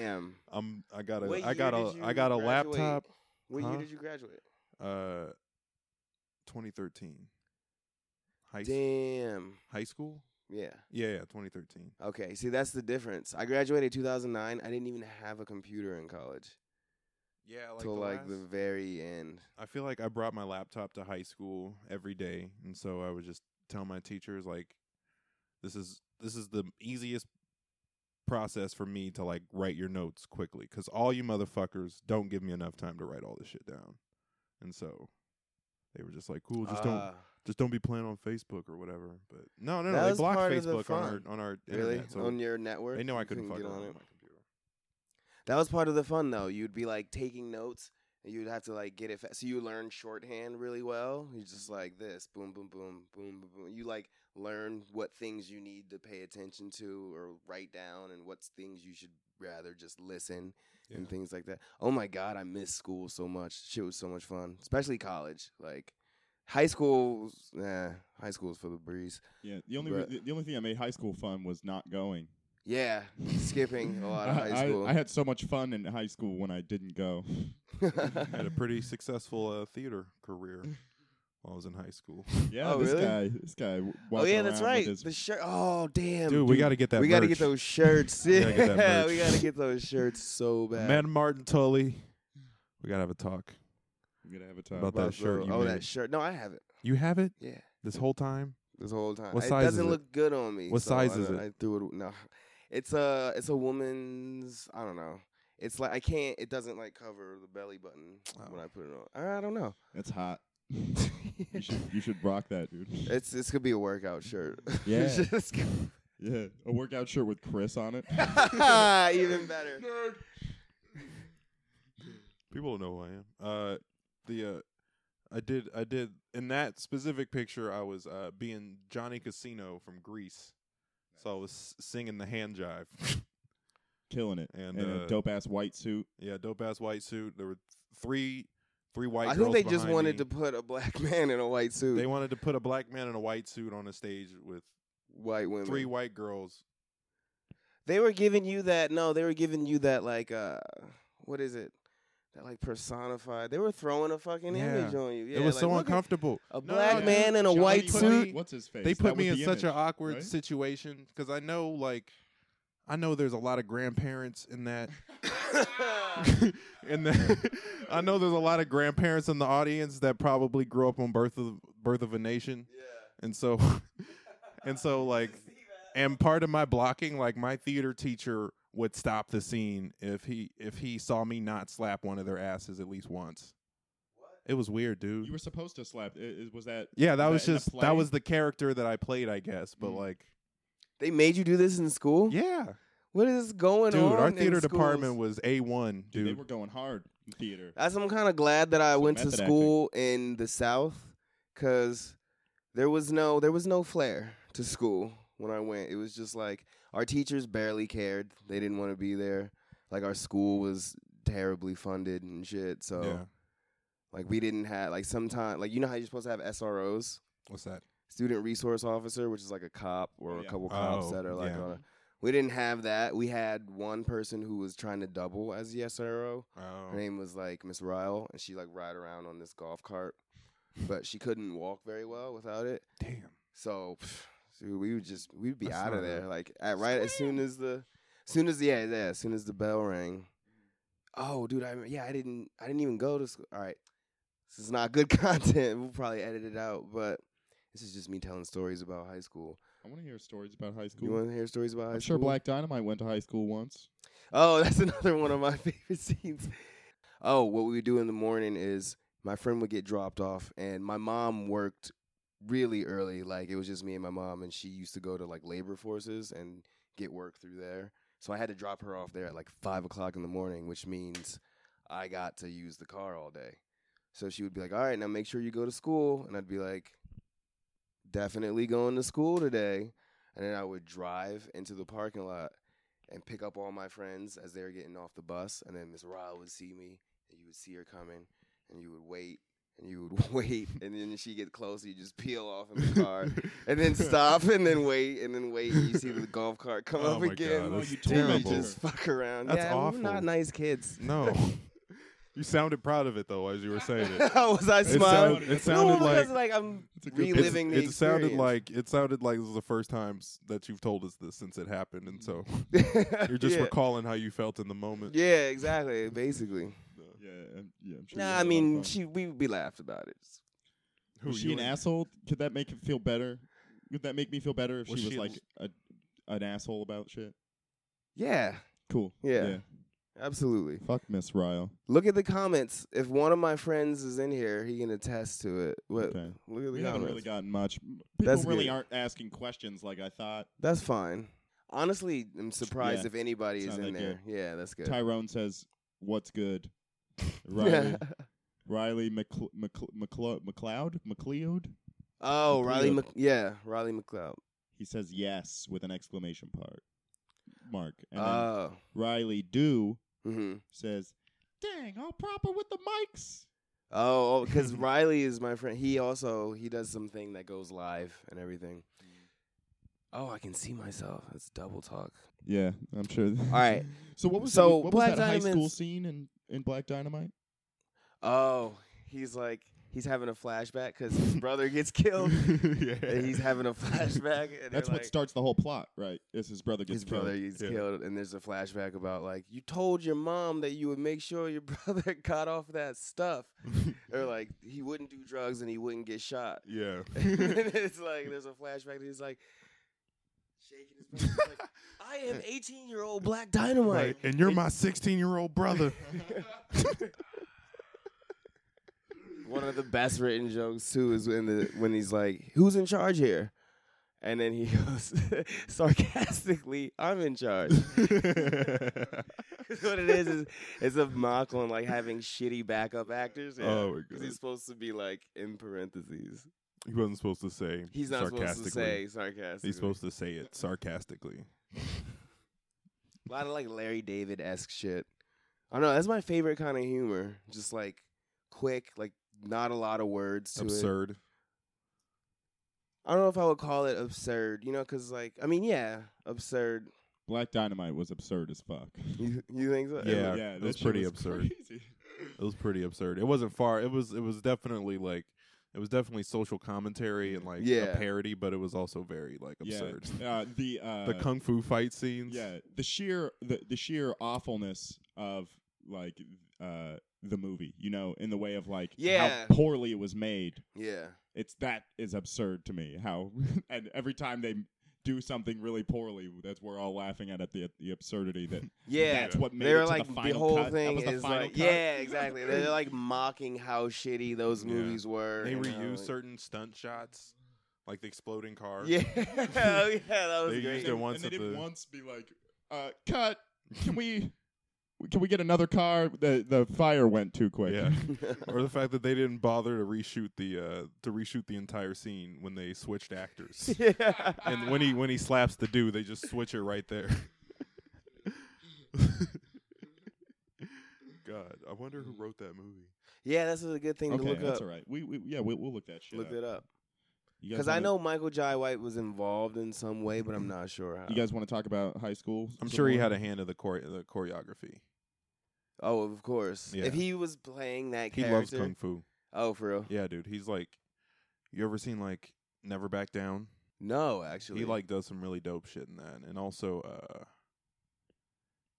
[SPEAKER 1] Damn.
[SPEAKER 3] I'm I got
[SPEAKER 1] What
[SPEAKER 3] a I
[SPEAKER 1] year
[SPEAKER 3] got a
[SPEAKER 1] did
[SPEAKER 3] I
[SPEAKER 1] you
[SPEAKER 3] got a
[SPEAKER 1] graduate?
[SPEAKER 3] laptop.
[SPEAKER 1] What year
[SPEAKER 3] Huh?
[SPEAKER 1] did you graduate?
[SPEAKER 3] Uh, 2013. High s-
[SPEAKER 1] Damn.
[SPEAKER 3] high school?
[SPEAKER 1] Yeah.
[SPEAKER 3] Yeah, yeah, 2013.
[SPEAKER 1] Okay. See, that's the difference. I graduated 2009. I didn't even have a computer in college
[SPEAKER 3] Yeah,
[SPEAKER 1] till like the very end.
[SPEAKER 3] I feel like I brought my laptop to high school every day, and so I would just tell my teachers like, "This is this is the easiest process for me to like write your notes quickly, because all you motherfuckers don't give me enough time to write all this shit down." And so they were just like, "Cool, just don't
[SPEAKER 1] Uh,
[SPEAKER 3] just don't be playing on Facebook or whatever." But no, no,
[SPEAKER 1] That
[SPEAKER 3] no, they
[SPEAKER 1] was
[SPEAKER 3] blocked
[SPEAKER 1] part of the
[SPEAKER 3] Facebook on
[SPEAKER 1] fun.
[SPEAKER 3] our on our
[SPEAKER 1] really
[SPEAKER 3] internet, so
[SPEAKER 1] on your network.
[SPEAKER 3] they know I
[SPEAKER 1] You
[SPEAKER 3] couldn't, fuck
[SPEAKER 1] get
[SPEAKER 3] around
[SPEAKER 1] on
[SPEAKER 3] on
[SPEAKER 1] it.
[SPEAKER 3] my computer.
[SPEAKER 1] That was part of the fun though. You'd be like taking notes and you'd have to like get it fast. So you learn shorthand really well. You just like this, boom, boom, boom, boom, boom, boom. You like learn what things you need to pay attention to or write down and what things you should rather just listen and
[SPEAKER 3] Yeah.
[SPEAKER 1] things like that. Oh my god, I miss school so much. Shit was so much fun, especially college. Like high school, nah, high school's for the breeze.
[SPEAKER 2] Yeah, the only
[SPEAKER 1] But-
[SPEAKER 2] re- the only thing I made high school fun was not going.
[SPEAKER 1] Yeah, skipping a lot of
[SPEAKER 2] I-
[SPEAKER 1] high
[SPEAKER 2] I-
[SPEAKER 1] school.
[SPEAKER 2] I, had so much fun in high school when I didn't go.
[SPEAKER 3] I had a pretty successful uh, theater career while I was in high school.
[SPEAKER 2] Yeah,
[SPEAKER 1] Oh,
[SPEAKER 2] this
[SPEAKER 1] really?
[SPEAKER 2] guy, this guy. w-
[SPEAKER 1] oh
[SPEAKER 2] walking
[SPEAKER 1] yeah, that's
[SPEAKER 2] around
[SPEAKER 1] right.
[SPEAKER 2] with his-
[SPEAKER 1] The shirt. Oh damn,
[SPEAKER 3] Dude, we got to get that.
[SPEAKER 1] we got to get
[SPEAKER 3] merch.
[SPEAKER 1] those shirts.
[SPEAKER 3] We gotta get that
[SPEAKER 1] yeah,
[SPEAKER 3] merch.
[SPEAKER 1] we got to get those shirts so bad.
[SPEAKER 3] Man, Martin Tully. We gotta have a talk.
[SPEAKER 2] I'm gonna have a time.
[SPEAKER 3] About that shirt
[SPEAKER 1] the-
[SPEAKER 3] you
[SPEAKER 1] oh,
[SPEAKER 3] made.
[SPEAKER 1] that shirt. No, I have it.
[SPEAKER 3] You have it
[SPEAKER 1] Yeah,
[SPEAKER 3] this whole time.
[SPEAKER 1] this whole time.
[SPEAKER 3] What
[SPEAKER 1] it
[SPEAKER 3] size is
[SPEAKER 1] doesn't
[SPEAKER 3] it?
[SPEAKER 1] look good on me.
[SPEAKER 3] What
[SPEAKER 1] so
[SPEAKER 3] size
[SPEAKER 1] I
[SPEAKER 3] is
[SPEAKER 1] don't-
[SPEAKER 3] it?
[SPEAKER 1] I threw it. No, it's a it's a woman's. I don't know. It's like I can't. It doesn't like cover the belly button
[SPEAKER 3] Oh.
[SPEAKER 1] when I put it on. I don't know.
[SPEAKER 2] That's hot. you should you should rock that, dude.
[SPEAKER 1] It's this could be a workout shirt.
[SPEAKER 2] Yeah.
[SPEAKER 1] Just-
[SPEAKER 2] yeah, a workout shirt with Chris on it.
[SPEAKER 1] Even better.
[SPEAKER 3] People don't know who I am. Uh, the uh, I did I did in that specific picture I was uh being Johnny Casino from Greece, so I was s- singing the hand jive.
[SPEAKER 2] Killing it,
[SPEAKER 3] And,
[SPEAKER 2] in
[SPEAKER 3] uh,
[SPEAKER 2] a dope ass white suit.
[SPEAKER 3] yeah, dope ass white suit. There were three three white.
[SPEAKER 1] I think
[SPEAKER 3] girls
[SPEAKER 1] they just
[SPEAKER 3] behind
[SPEAKER 1] wanted
[SPEAKER 3] me.
[SPEAKER 1] to put a black man in a white suit.
[SPEAKER 3] They wanted to put a black man in a white suit on a stage with
[SPEAKER 1] white women.
[SPEAKER 3] three white girls.
[SPEAKER 1] They were giving you that. No, they were giving you that like uh, what is it? That like personified. They were throwing a fucking
[SPEAKER 3] Yeah.
[SPEAKER 1] image on you. Yeah,
[SPEAKER 3] it was
[SPEAKER 1] like,
[SPEAKER 3] so
[SPEAKER 1] look at
[SPEAKER 3] uncomfortable.
[SPEAKER 1] A
[SPEAKER 3] No,
[SPEAKER 1] black
[SPEAKER 3] dude.
[SPEAKER 1] man in a
[SPEAKER 2] Johnny
[SPEAKER 1] white
[SPEAKER 2] put
[SPEAKER 1] suit.
[SPEAKER 2] me- what's his face?
[SPEAKER 3] they
[SPEAKER 2] That
[SPEAKER 3] put
[SPEAKER 2] was
[SPEAKER 3] me in
[SPEAKER 2] the
[SPEAKER 3] such an
[SPEAKER 2] image.
[SPEAKER 3] awkward
[SPEAKER 2] right?
[SPEAKER 3] situation because I know like I know there's a lot of grandparents in that in that I know there's a lot of grandparents in the audience that probably grew up on Birth of Birth of a Nation, and so and so like and part of my blocking like my theater teacher would stop the scene if he if he saw me not slap one of their asses at least once. It was weird, dude.
[SPEAKER 2] You were supposed to slap. i- i- was that?
[SPEAKER 3] yeah, that was
[SPEAKER 2] was that in the
[SPEAKER 3] just
[SPEAKER 2] play?
[SPEAKER 3] that was the character that I played, I guess. But
[SPEAKER 2] Mm.
[SPEAKER 3] like,
[SPEAKER 1] They made you do this in school.
[SPEAKER 3] yeah.
[SPEAKER 1] What is going
[SPEAKER 3] dude
[SPEAKER 1] on?
[SPEAKER 3] our
[SPEAKER 1] in
[SPEAKER 3] theater department
[SPEAKER 1] schools?
[SPEAKER 3] was a1 dude,
[SPEAKER 2] Dude, they were going hard in theater.
[SPEAKER 1] That's I'm kind of glad that I
[SPEAKER 2] Some
[SPEAKER 1] went to
[SPEAKER 2] method
[SPEAKER 1] school in the South, cause there was no there was no flair to school when I went. It was just like our teachers barely cared. They didn't want to be there. Like our school was terribly funded and shit. So
[SPEAKER 3] yeah
[SPEAKER 1] like we didn't have like sometimes like you know how you're supposed to have SROs,
[SPEAKER 3] what's that
[SPEAKER 1] student resource officer, which is like a cop or
[SPEAKER 2] Oh,
[SPEAKER 1] a
[SPEAKER 2] yeah.
[SPEAKER 1] couple cops
[SPEAKER 3] Oh,
[SPEAKER 1] that are like
[SPEAKER 3] yeah.
[SPEAKER 1] on
[SPEAKER 2] Um,
[SPEAKER 1] a. We didn't have that. We had one person who was trying to double as the SRO. Her
[SPEAKER 3] oh
[SPEAKER 1] name was like Miss Ryle, and she like ride around on this golf cart, but she couldn't walk very well without it.
[SPEAKER 3] damn
[SPEAKER 1] So, pff, so we would just we'd be
[SPEAKER 3] That's
[SPEAKER 1] out of
[SPEAKER 3] not
[SPEAKER 1] there
[SPEAKER 3] a-
[SPEAKER 1] like at right as soon as the, as soon as yeah yeah as soon as the bell rang. Oh, dude, I rem- yeah I didn't I didn't even go to school. All right, this is not good content. We'll probably edit it out, but this is just me telling stories about high school.
[SPEAKER 2] I want to hear stories about high
[SPEAKER 1] You
[SPEAKER 2] school.
[SPEAKER 1] want to hear stories about high
[SPEAKER 2] I'm
[SPEAKER 1] school?
[SPEAKER 2] sure Black Dynamite went to high school once.
[SPEAKER 1] Oh, that's another one of my favorite scenes. Oh, what we would do in the morning is my friend would get dropped off, and my mom worked really early. Like it was just me and my mom, and she used to go to like labor forces and get work through there. So I had to drop her off there at like five o'clock in the morning, which means I got to use the car all day. So she would be like, "All right, now make sure you go to school," and I'd be like, "Definitely going to school today." And then I would drive into the parking lot and pick up all my friends as they were getting off the bus. And then Miss Ryle would see me, and you would see her coming, and you would wait, and you would wait, and then she get closer, you just peel off in the car, and then stop, and then wait, and then wait, and you see the golf cart come
[SPEAKER 3] Oh
[SPEAKER 1] up
[SPEAKER 3] my
[SPEAKER 1] again.
[SPEAKER 3] God,
[SPEAKER 2] Oh,
[SPEAKER 3] that's
[SPEAKER 2] you told me
[SPEAKER 1] Then
[SPEAKER 3] terrible.
[SPEAKER 1] you just fuck around.
[SPEAKER 3] That's
[SPEAKER 1] yeah,
[SPEAKER 3] awful.
[SPEAKER 1] We're not nice kids.
[SPEAKER 3] No. you sounded proud of it though as you were saying it.
[SPEAKER 1] How was I
[SPEAKER 3] It,
[SPEAKER 1] smiling?
[SPEAKER 3] sound- it
[SPEAKER 1] no,
[SPEAKER 3] sounded
[SPEAKER 1] because
[SPEAKER 3] like
[SPEAKER 1] like I'm
[SPEAKER 2] It's a good-
[SPEAKER 3] it's-
[SPEAKER 1] reliving the
[SPEAKER 3] it sounded
[SPEAKER 1] experience.
[SPEAKER 3] like it sounded like this is the first time s- that you've told us this since it happened, and so you're just
[SPEAKER 1] yeah.
[SPEAKER 3] recalling how you felt in the moment.
[SPEAKER 1] Yeah, exactly. Basically.
[SPEAKER 2] Yeah, I'm, yeah. I'm sure you
[SPEAKER 1] Nah,
[SPEAKER 2] had a
[SPEAKER 1] I
[SPEAKER 2] lot of
[SPEAKER 1] mean,
[SPEAKER 2] fun.
[SPEAKER 1] she we we laughed about it.
[SPEAKER 3] Who
[SPEAKER 2] was she
[SPEAKER 3] you
[SPEAKER 2] an
[SPEAKER 3] and-
[SPEAKER 2] asshole? Could that make it feel better? Could that make me feel better if
[SPEAKER 3] Was
[SPEAKER 2] she was
[SPEAKER 3] she
[SPEAKER 2] like a, an asshole about shit?
[SPEAKER 1] Yeah,
[SPEAKER 2] Cool.
[SPEAKER 1] Yeah. absolutely.
[SPEAKER 2] Fuck Miss Ryle.
[SPEAKER 1] Look at the comments. If one of my friends is in here, he can attest to it. What?
[SPEAKER 2] Okay.
[SPEAKER 1] Look at the
[SPEAKER 2] We haven't
[SPEAKER 1] comments.
[SPEAKER 2] really gotten much. People
[SPEAKER 1] That's
[SPEAKER 2] really
[SPEAKER 1] good.
[SPEAKER 2] aren't asking questions like I thought.
[SPEAKER 1] That's fine. Honestly, I'm surprised
[SPEAKER 2] Yeah.
[SPEAKER 1] if anybody
[SPEAKER 2] It's
[SPEAKER 1] is
[SPEAKER 2] not
[SPEAKER 1] in
[SPEAKER 2] that
[SPEAKER 1] there. Yeah, that's good.
[SPEAKER 2] Tyrone says, "What's good?"
[SPEAKER 1] Yeah.
[SPEAKER 2] Riley, Riley McCl- McCl- McCl- McLeod, McLeod.
[SPEAKER 1] oh, Riley.
[SPEAKER 2] McLeod.
[SPEAKER 1] Mc- yeah, Riley McLeod.
[SPEAKER 2] He says yes with an exclamation part. Mark and then
[SPEAKER 1] Oh.
[SPEAKER 2] Riley do
[SPEAKER 1] hmm
[SPEAKER 2] says, "Dang, all proper with the mics."
[SPEAKER 1] Oh, because Riley is my friend. He also he does something that goes live and everything. Oh, I can see myself. That's double talk.
[SPEAKER 2] Yeah, I'm sure. All
[SPEAKER 1] right.
[SPEAKER 2] So what was
[SPEAKER 1] So,
[SPEAKER 2] the, what
[SPEAKER 1] Black
[SPEAKER 2] was that high school
[SPEAKER 1] Dynamite's-
[SPEAKER 2] scene in, in Black Dynamite?
[SPEAKER 1] Oh, he's like he's having a flashback because his brother gets killed, and Oh, he's having a flashback. And
[SPEAKER 2] That's
[SPEAKER 1] they're
[SPEAKER 2] what
[SPEAKER 1] like,
[SPEAKER 2] starts the whole plot, right? Is his brother gets
[SPEAKER 1] his brother
[SPEAKER 2] killed.
[SPEAKER 1] gets
[SPEAKER 3] Yeah.
[SPEAKER 1] killed, and there's a flashback about like you told your mom that you would make sure your brother got off that stuff, or like he wouldn't do drugs and he wouldn't get shot.
[SPEAKER 3] Yeah.
[SPEAKER 1] and it's like there's a flashback. And he's like shaking his brother. he's like, I am 18 year old Black Dynamite.
[SPEAKER 3] Right. And you're my 16 year old brother.
[SPEAKER 1] One of the best written jokes too is when the when he's like, "Who's in charge here?" And then he goes sarcastically, "I'm in charge." 'Cause what it is is it's a mock on like having shitty backup actors. Yeah.
[SPEAKER 3] Oh my
[SPEAKER 1] Because
[SPEAKER 3] God.
[SPEAKER 1] he's supposed to be like in parentheses.
[SPEAKER 3] he wasn't supposed to say.
[SPEAKER 1] He's not supposed to
[SPEAKER 3] sarcastically.
[SPEAKER 1] say sarcastically.
[SPEAKER 3] He's supposed to say it sarcastically.
[SPEAKER 1] a lot of like Larry David esque shit. I don't know. That's my favorite kind of humor. Just like quick, like not a lot of words to it.
[SPEAKER 3] Absurd.
[SPEAKER 1] I don't know if I would call it absurd, you know, because like I mean, yeah, absurd.
[SPEAKER 2] Black Dynamite was absurd as fuck.
[SPEAKER 1] You, you think so?
[SPEAKER 3] Yeah,
[SPEAKER 2] yeah, that
[SPEAKER 3] it was
[SPEAKER 2] shit
[SPEAKER 3] pretty
[SPEAKER 2] was
[SPEAKER 3] absurd.
[SPEAKER 2] crazy.
[SPEAKER 3] It was pretty absurd. It wasn't far. It was. It was definitely like. It was definitely social commentary and like
[SPEAKER 1] Yeah.
[SPEAKER 3] a parody, but it was also very like absurd.
[SPEAKER 2] Yeah, uh, the uh,
[SPEAKER 3] the kung fu fight scenes.
[SPEAKER 2] yeah, the sheer the, the sheer awfulness of like uh the movie, you know, in the way of like
[SPEAKER 1] Yeah.
[SPEAKER 2] how poorly it was made.
[SPEAKER 1] Yeah.
[SPEAKER 2] It's that is absurd to me. How and every time they do something really poorly, that's we're all laughing at at the the absurdity that
[SPEAKER 1] Yeah.
[SPEAKER 2] that's what made it
[SPEAKER 1] They're
[SPEAKER 2] to
[SPEAKER 1] like
[SPEAKER 2] the
[SPEAKER 1] the,
[SPEAKER 2] final
[SPEAKER 1] whole
[SPEAKER 2] cut. That
[SPEAKER 1] thing
[SPEAKER 2] was the
[SPEAKER 1] is
[SPEAKER 2] final
[SPEAKER 1] like
[SPEAKER 2] cut.
[SPEAKER 1] yeah, exactly. They're like mocking how shitty those
[SPEAKER 3] Yeah.
[SPEAKER 1] movies were.
[SPEAKER 3] They
[SPEAKER 1] and uh,
[SPEAKER 3] reuse
[SPEAKER 1] how, like-
[SPEAKER 3] certain stunt shots, like the exploding car.
[SPEAKER 1] Yeah, oh, yeah, that was
[SPEAKER 3] They
[SPEAKER 1] great.
[SPEAKER 3] used it once
[SPEAKER 2] and they
[SPEAKER 3] at
[SPEAKER 2] didn't
[SPEAKER 3] the-
[SPEAKER 2] once be like, uh, cut. Can we? Can we get another car? The the fire went too quick.
[SPEAKER 3] Yeah. or the fact that they didn't bother to reshoot the uh, to reshoot the entire scene when they switched actors.
[SPEAKER 1] yeah.
[SPEAKER 3] and when he when he slaps the dude, they just switch it right there. God, I wonder who wrote that movie.
[SPEAKER 1] yeah, that's a good thing to
[SPEAKER 2] Okay,
[SPEAKER 1] look
[SPEAKER 2] that's
[SPEAKER 1] up.
[SPEAKER 2] all right. We, we yeah, we, we'll look that shit.
[SPEAKER 1] Look
[SPEAKER 2] up.
[SPEAKER 1] that up.
[SPEAKER 2] You guys
[SPEAKER 1] Because I
[SPEAKER 2] wanna-
[SPEAKER 1] know Michael Jai White was involved in some way, but I'm not sure how.
[SPEAKER 2] you guys want to talk about high school.
[SPEAKER 3] I'm
[SPEAKER 2] some
[SPEAKER 3] sure he
[SPEAKER 2] more?
[SPEAKER 3] had a hand in the chore- the choreography.
[SPEAKER 1] oh, of course.
[SPEAKER 3] Yeah.
[SPEAKER 1] If he was playing that
[SPEAKER 3] He
[SPEAKER 1] character.
[SPEAKER 3] loves kung fu.
[SPEAKER 1] Oh, for real?
[SPEAKER 3] Yeah, dude. He's like, you ever seen like Never Back Down?
[SPEAKER 1] No, actually.
[SPEAKER 3] He like does some really dope shit in that, and also, uh,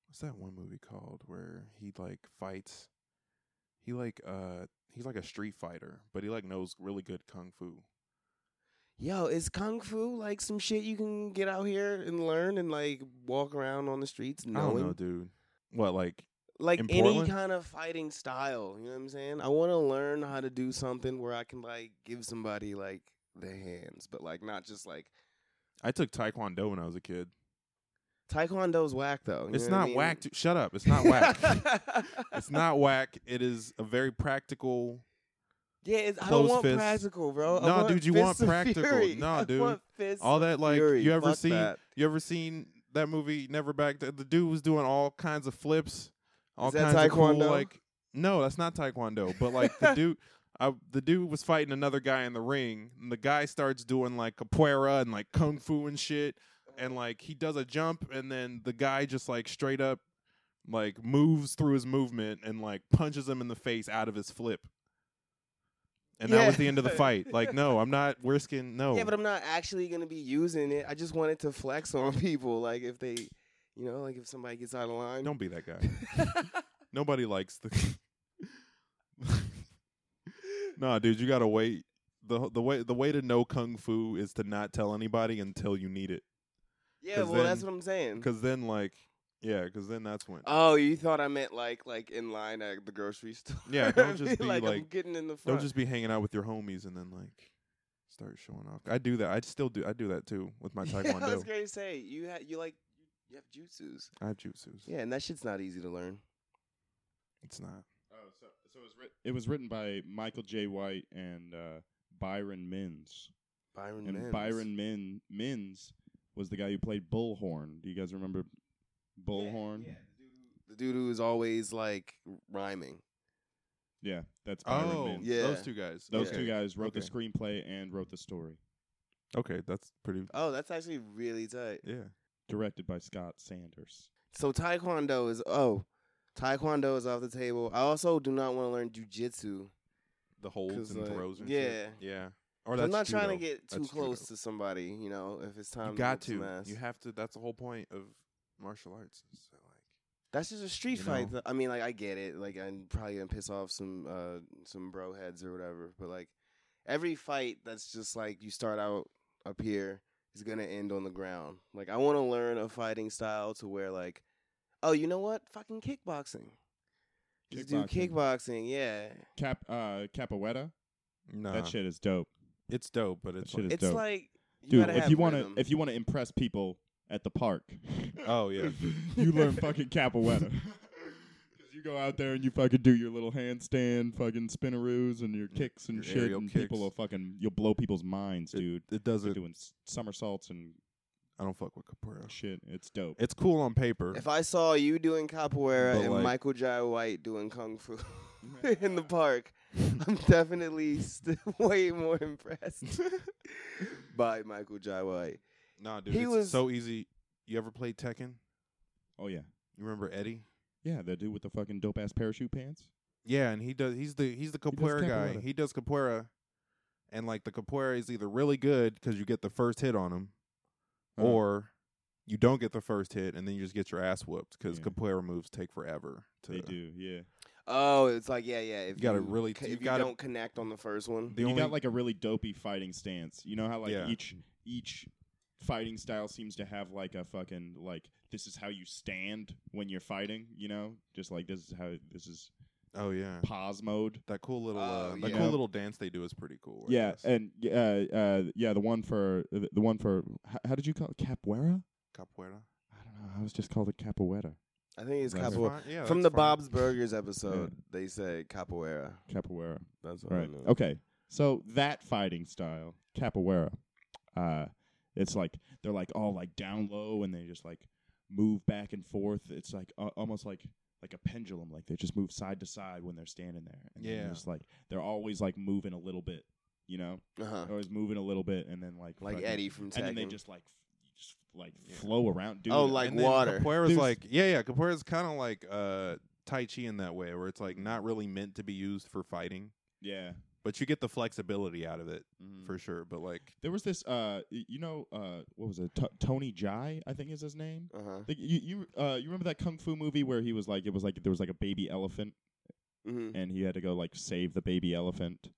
[SPEAKER 3] what's that one movie called where he like fights? He like uh he's like a street fighter, but he like knows really good kung fu.
[SPEAKER 1] Yo, is kung fu like some shit you can get out here and learn and like walk around on the streets
[SPEAKER 3] I
[SPEAKER 1] knowing?
[SPEAKER 3] don't know, dude. What like?
[SPEAKER 1] Like
[SPEAKER 3] In
[SPEAKER 1] any
[SPEAKER 3] Portland?
[SPEAKER 1] kind of fighting style. You know what I'm saying? I want to learn how to do something where I can like give somebody like the hands, but like not just like.
[SPEAKER 3] I took taekwondo when I was a kid.
[SPEAKER 1] Taekwondo's whack though. you
[SPEAKER 3] It's
[SPEAKER 1] know what I
[SPEAKER 3] not
[SPEAKER 1] mean?
[SPEAKER 3] whack. Dude. Shut up. It's not whack. it's not whack. It is a very practical.
[SPEAKER 1] Yeah, it's, I don't
[SPEAKER 3] Closed
[SPEAKER 1] want
[SPEAKER 3] fist.
[SPEAKER 1] practical, bro. I
[SPEAKER 3] Nah,
[SPEAKER 1] want
[SPEAKER 3] dude, you
[SPEAKER 1] fists
[SPEAKER 3] want
[SPEAKER 1] of
[SPEAKER 3] practical.
[SPEAKER 1] fury.
[SPEAKER 3] Nah,
[SPEAKER 1] I
[SPEAKER 3] dude.
[SPEAKER 1] want fists
[SPEAKER 3] All
[SPEAKER 1] of
[SPEAKER 3] that like
[SPEAKER 1] fury.
[SPEAKER 3] you ever
[SPEAKER 1] Fuck
[SPEAKER 3] seen?
[SPEAKER 1] that.
[SPEAKER 3] You ever seen that movie Never Back? Down? The dude was doing all kinds of flips, all
[SPEAKER 1] Is that
[SPEAKER 3] kinds of cool
[SPEAKER 1] taekwondo?
[SPEAKER 3] like. No, that's not taekwondo. But like the dude, I, the dude was fighting another guy in the ring, and the guy starts doing like capoeira and like kung fu and shit, and like he does a jump, and then the guy just like straight up, like moves through his movement and like punches him in the face out of his flip. And that was
[SPEAKER 1] Yeah.
[SPEAKER 3] the end of the fight. Like, no, I'm not risking. No,
[SPEAKER 1] Yeah, but I'm not actually gonna be using it. I just wanted to flex on people, like if they, you know, like if somebody gets out of line.
[SPEAKER 3] don't be that guy. Nobody likes the. nah, dude, you gotta wait. the the way The way to know kung fu is to not tell anybody until you need it.
[SPEAKER 1] yeah,
[SPEAKER 3] 'Cause
[SPEAKER 1] well, that's
[SPEAKER 3] then-
[SPEAKER 1] what I'm saying.
[SPEAKER 3] Because then, like, yeah, because then that's when.
[SPEAKER 1] Oh, you thought I meant like like in line at the grocery store?
[SPEAKER 3] Yeah, don't just be
[SPEAKER 1] I'm
[SPEAKER 3] like-
[SPEAKER 1] getting in the front.
[SPEAKER 3] Don't just be hanging out with your homies and then like start showing off. I do that. I still do. I do that too with my
[SPEAKER 1] Yeah, I
[SPEAKER 3] taekwondo.
[SPEAKER 1] was gonna say you ha- you like you have jutsus.
[SPEAKER 3] I have jutsus.
[SPEAKER 1] Yeah, and that shit's not easy to learn.
[SPEAKER 3] It's not.
[SPEAKER 2] Oh, so, so it, was writ- it was written by Michael J. White and uh, Byron Mins.
[SPEAKER 1] Byron
[SPEAKER 2] And
[SPEAKER 1] Mims.
[SPEAKER 2] Byron Min Mins was the guy who played Bullhorn. Do you guys remember Bullhorn? Yeah,
[SPEAKER 1] the dude who is always like rhyming.
[SPEAKER 2] that's Byron
[SPEAKER 3] Oh,
[SPEAKER 2] Mins.
[SPEAKER 1] yeah.
[SPEAKER 3] those two guys.
[SPEAKER 2] Those
[SPEAKER 1] Okay.
[SPEAKER 2] two guys wrote the
[SPEAKER 3] Okay.
[SPEAKER 2] screenplay and wrote the story,
[SPEAKER 3] Okay, that's pretty.
[SPEAKER 1] Oh, that's actually really tight.
[SPEAKER 3] Yeah.
[SPEAKER 2] directed by Scott Sanders.
[SPEAKER 1] So taekwondo is oh, taekwondo is off the table. I also do not want to learn jujitsu.
[SPEAKER 3] The
[SPEAKER 1] 'Cause,
[SPEAKER 3] holds and
[SPEAKER 1] like,
[SPEAKER 3] throws. And
[SPEAKER 1] yeah.
[SPEAKER 3] Shit. Yeah.
[SPEAKER 1] I'm
[SPEAKER 3] Or Oh, that's
[SPEAKER 1] not trying to
[SPEAKER 3] judo.
[SPEAKER 1] get too
[SPEAKER 3] That's
[SPEAKER 1] close
[SPEAKER 3] judo.
[SPEAKER 1] to somebody. You know, if Um, it's time
[SPEAKER 3] You got
[SPEAKER 1] to. whip
[SPEAKER 3] to.
[SPEAKER 1] some ass.
[SPEAKER 3] You have to. That's the whole point of martial arts. is to, like,
[SPEAKER 1] That's just a street
[SPEAKER 3] You
[SPEAKER 1] fight.
[SPEAKER 3] know?
[SPEAKER 1] though. I mean, like I get it. Like I'm probably gonna piss off some uh some bro heads or whatever. But like every fight that's just like you start out up here is gonna end on the ground. Like I want to learn a fighting style to where like, oh, you know what? Fucking kickboxing. Just do
[SPEAKER 2] Kickboxing.
[SPEAKER 1] kickboxing. Yeah,
[SPEAKER 2] Cap uh, Capoeira.
[SPEAKER 3] nah,
[SPEAKER 2] That shit is dope.
[SPEAKER 3] It's dope, but it's
[SPEAKER 2] shit
[SPEAKER 3] like,
[SPEAKER 1] it's,
[SPEAKER 2] It's dope.
[SPEAKER 1] like you
[SPEAKER 2] Dude,
[SPEAKER 1] gotta
[SPEAKER 2] if
[SPEAKER 1] have
[SPEAKER 2] you want to
[SPEAKER 1] rhythm.
[SPEAKER 2] if you want to impress people at the park,
[SPEAKER 3] oh yeah.
[SPEAKER 2] you learn fucking capoeira. 'Cause you go out there and you fucking do your little handstand, fucking spinaroos and your kicks and
[SPEAKER 3] Your
[SPEAKER 2] shit,
[SPEAKER 3] aerial
[SPEAKER 2] and people
[SPEAKER 3] kicks.
[SPEAKER 2] will fucking you'll blow people's minds,
[SPEAKER 3] It-
[SPEAKER 2] dude.
[SPEAKER 3] It
[SPEAKER 2] You're
[SPEAKER 3] doesn't.
[SPEAKER 2] doing s- somersaults and
[SPEAKER 3] I don't fuck with capoeira.
[SPEAKER 2] shit. It's dope.
[SPEAKER 3] It's cool on paper.
[SPEAKER 1] If I saw you doing capoeira
[SPEAKER 3] But,
[SPEAKER 1] and
[SPEAKER 3] like-
[SPEAKER 1] Michael Jai White doing kung fu in the park, I'm definitely st- way more impressed by Michael Jai White.
[SPEAKER 3] Nah, dude,
[SPEAKER 1] He
[SPEAKER 3] it's
[SPEAKER 1] was-
[SPEAKER 3] so easy. You ever played Tekken?
[SPEAKER 2] oh yeah,
[SPEAKER 3] You remember Eddie?
[SPEAKER 2] yeah. The dude with the fucking dope ass parachute pants.
[SPEAKER 3] Yeah, and he does. He's the he's the
[SPEAKER 2] does
[SPEAKER 3] capoeira guy.
[SPEAKER 2] capoeira.
[SPEAKER 3] He does capoeira, and like the capoeira is either really good because you get the first hit on him,
[SPEAKER 2] Uh-huh.
[SPEAKER 3] or you don't get the first hit and then you just get your ass whooped because
[SPEAKER 2] Yeah.
[SPEAKER 3] capoeira moves take forever. To,
[SPEAKER 2] They do, yeah.
[SPEAKER 1] Oh, it's like yeah, yeah. If
[SPEAKER 3] You gotta really-
[SPEAKER 1] c-
[SPEAKER 3] you
[SPEAKER 1] if you
[SPEAKER 3] gotta-
[SPEAKER 1] don't connect on the first one,
[SPEAKER 3] The
[SPEAKER 2] you
[SPEAKER 3] only
[SPEAKER 2] got like a really dopey fighting stance. You know how like
[SPEAKER 3] Yeah.
[SPEAKER 2] each each fighting style seems to have like a fucking like this is how you stand when you're fighting. You know, just like this is how this is
[SPEAKER 3] oh yeah,
[SPEAKER 2] pause mode.
[SPEAKER 3] that cool little uh,
[SPEAKER 1] Oh,
[SPEAKER 3] that
[SPEAKER 2] yeah.
[SPEAKER 3] cool little dance they do is pretty cool. I
[SPEAKER 2] yeah,
[SPEAKER 3] guess.
[SPEAKER 2] and uh, uh, yeah, the one for the the one for how, how did you call it? capoeira?
[SPEAKER 3] capoeira.
[SPEAKER 2] I don't know. I was just called it capoeira.
[SPEAKER 1] I think it's
[SPEAKER 2] That's
[SPEAKER 1] capoeira.
[SPEAKER 3] Fine, Yeah,
[SPEAKER 1] From
[SPEAKER 3] that's
[SPEAKER 1] the
[SPEAKER 3] fine.
[SPEAKER 1] Bob's Burgers episode, they said capoeira.
[SPEAKER 2] Capoeira.
[SPEAKER 1] That's what I
[SPEAKER 2] Right.
[SPEAKER 1] know.
[SPEAKER 2] Okay. So that fighting style, capoeira, uh, it's like they're like all like down low and they just like move back and forth. It's like uh, almost like like a pendulum. Like they just move side to side when they're standing there. And
[SPEAKER 3] Yeah.
[SPEAKER 2] It's like they're always like moving a little bit. You know,
[SPEAKER 1] Uh-huh.
[SPEAKER 3] Oh,
[SPEAKER 2] always moving a little bit and then like
[SPEAKER 1] Like
[SPEAKER 2] fucking-
[SPEAKER 1] Eddie from
[SPEAKER 2] and then they
[SPEAKER 1] Tekken.
[SPEAKER 2] just like f- just like
[SPEAKER 3] Yeah.
[SPEAKER 2] flow around. Dude,
[SPEAKER 1] Oh, like
[SPEAKER 3] and then
[SPEAKER 1] water.
[SPEAKER 3] Capoeira's
[SPEAKER 2] There's-
[SPEAKER 3] like yeah, yeah. Capoeira's kind of like uh, Tai Chi in that way, where it's like not really meant to be used for fighting,
[SPEAKER 2] yeah.
[SPEAKER 3] but you get the flexibility out of it
[SPEAKER 1] Mm-hmm.
[SPEAKER 2] Mhm.
[SPEAKER 3] for sure. But like,
[SPEAKER 2] there was this, uh, y- you know, uh, what was it? T- Tony Jai, I think is his name.
[SPEAKER 1] Uh-huh.
[SPEAKER 2] Like you, you, uh, you remember that kung fu movie where he was like, it was like there was like a baby elephant,
[SPEAKER 1] hmm
[SPEAKER 2] and he had to go like save the baby elephant,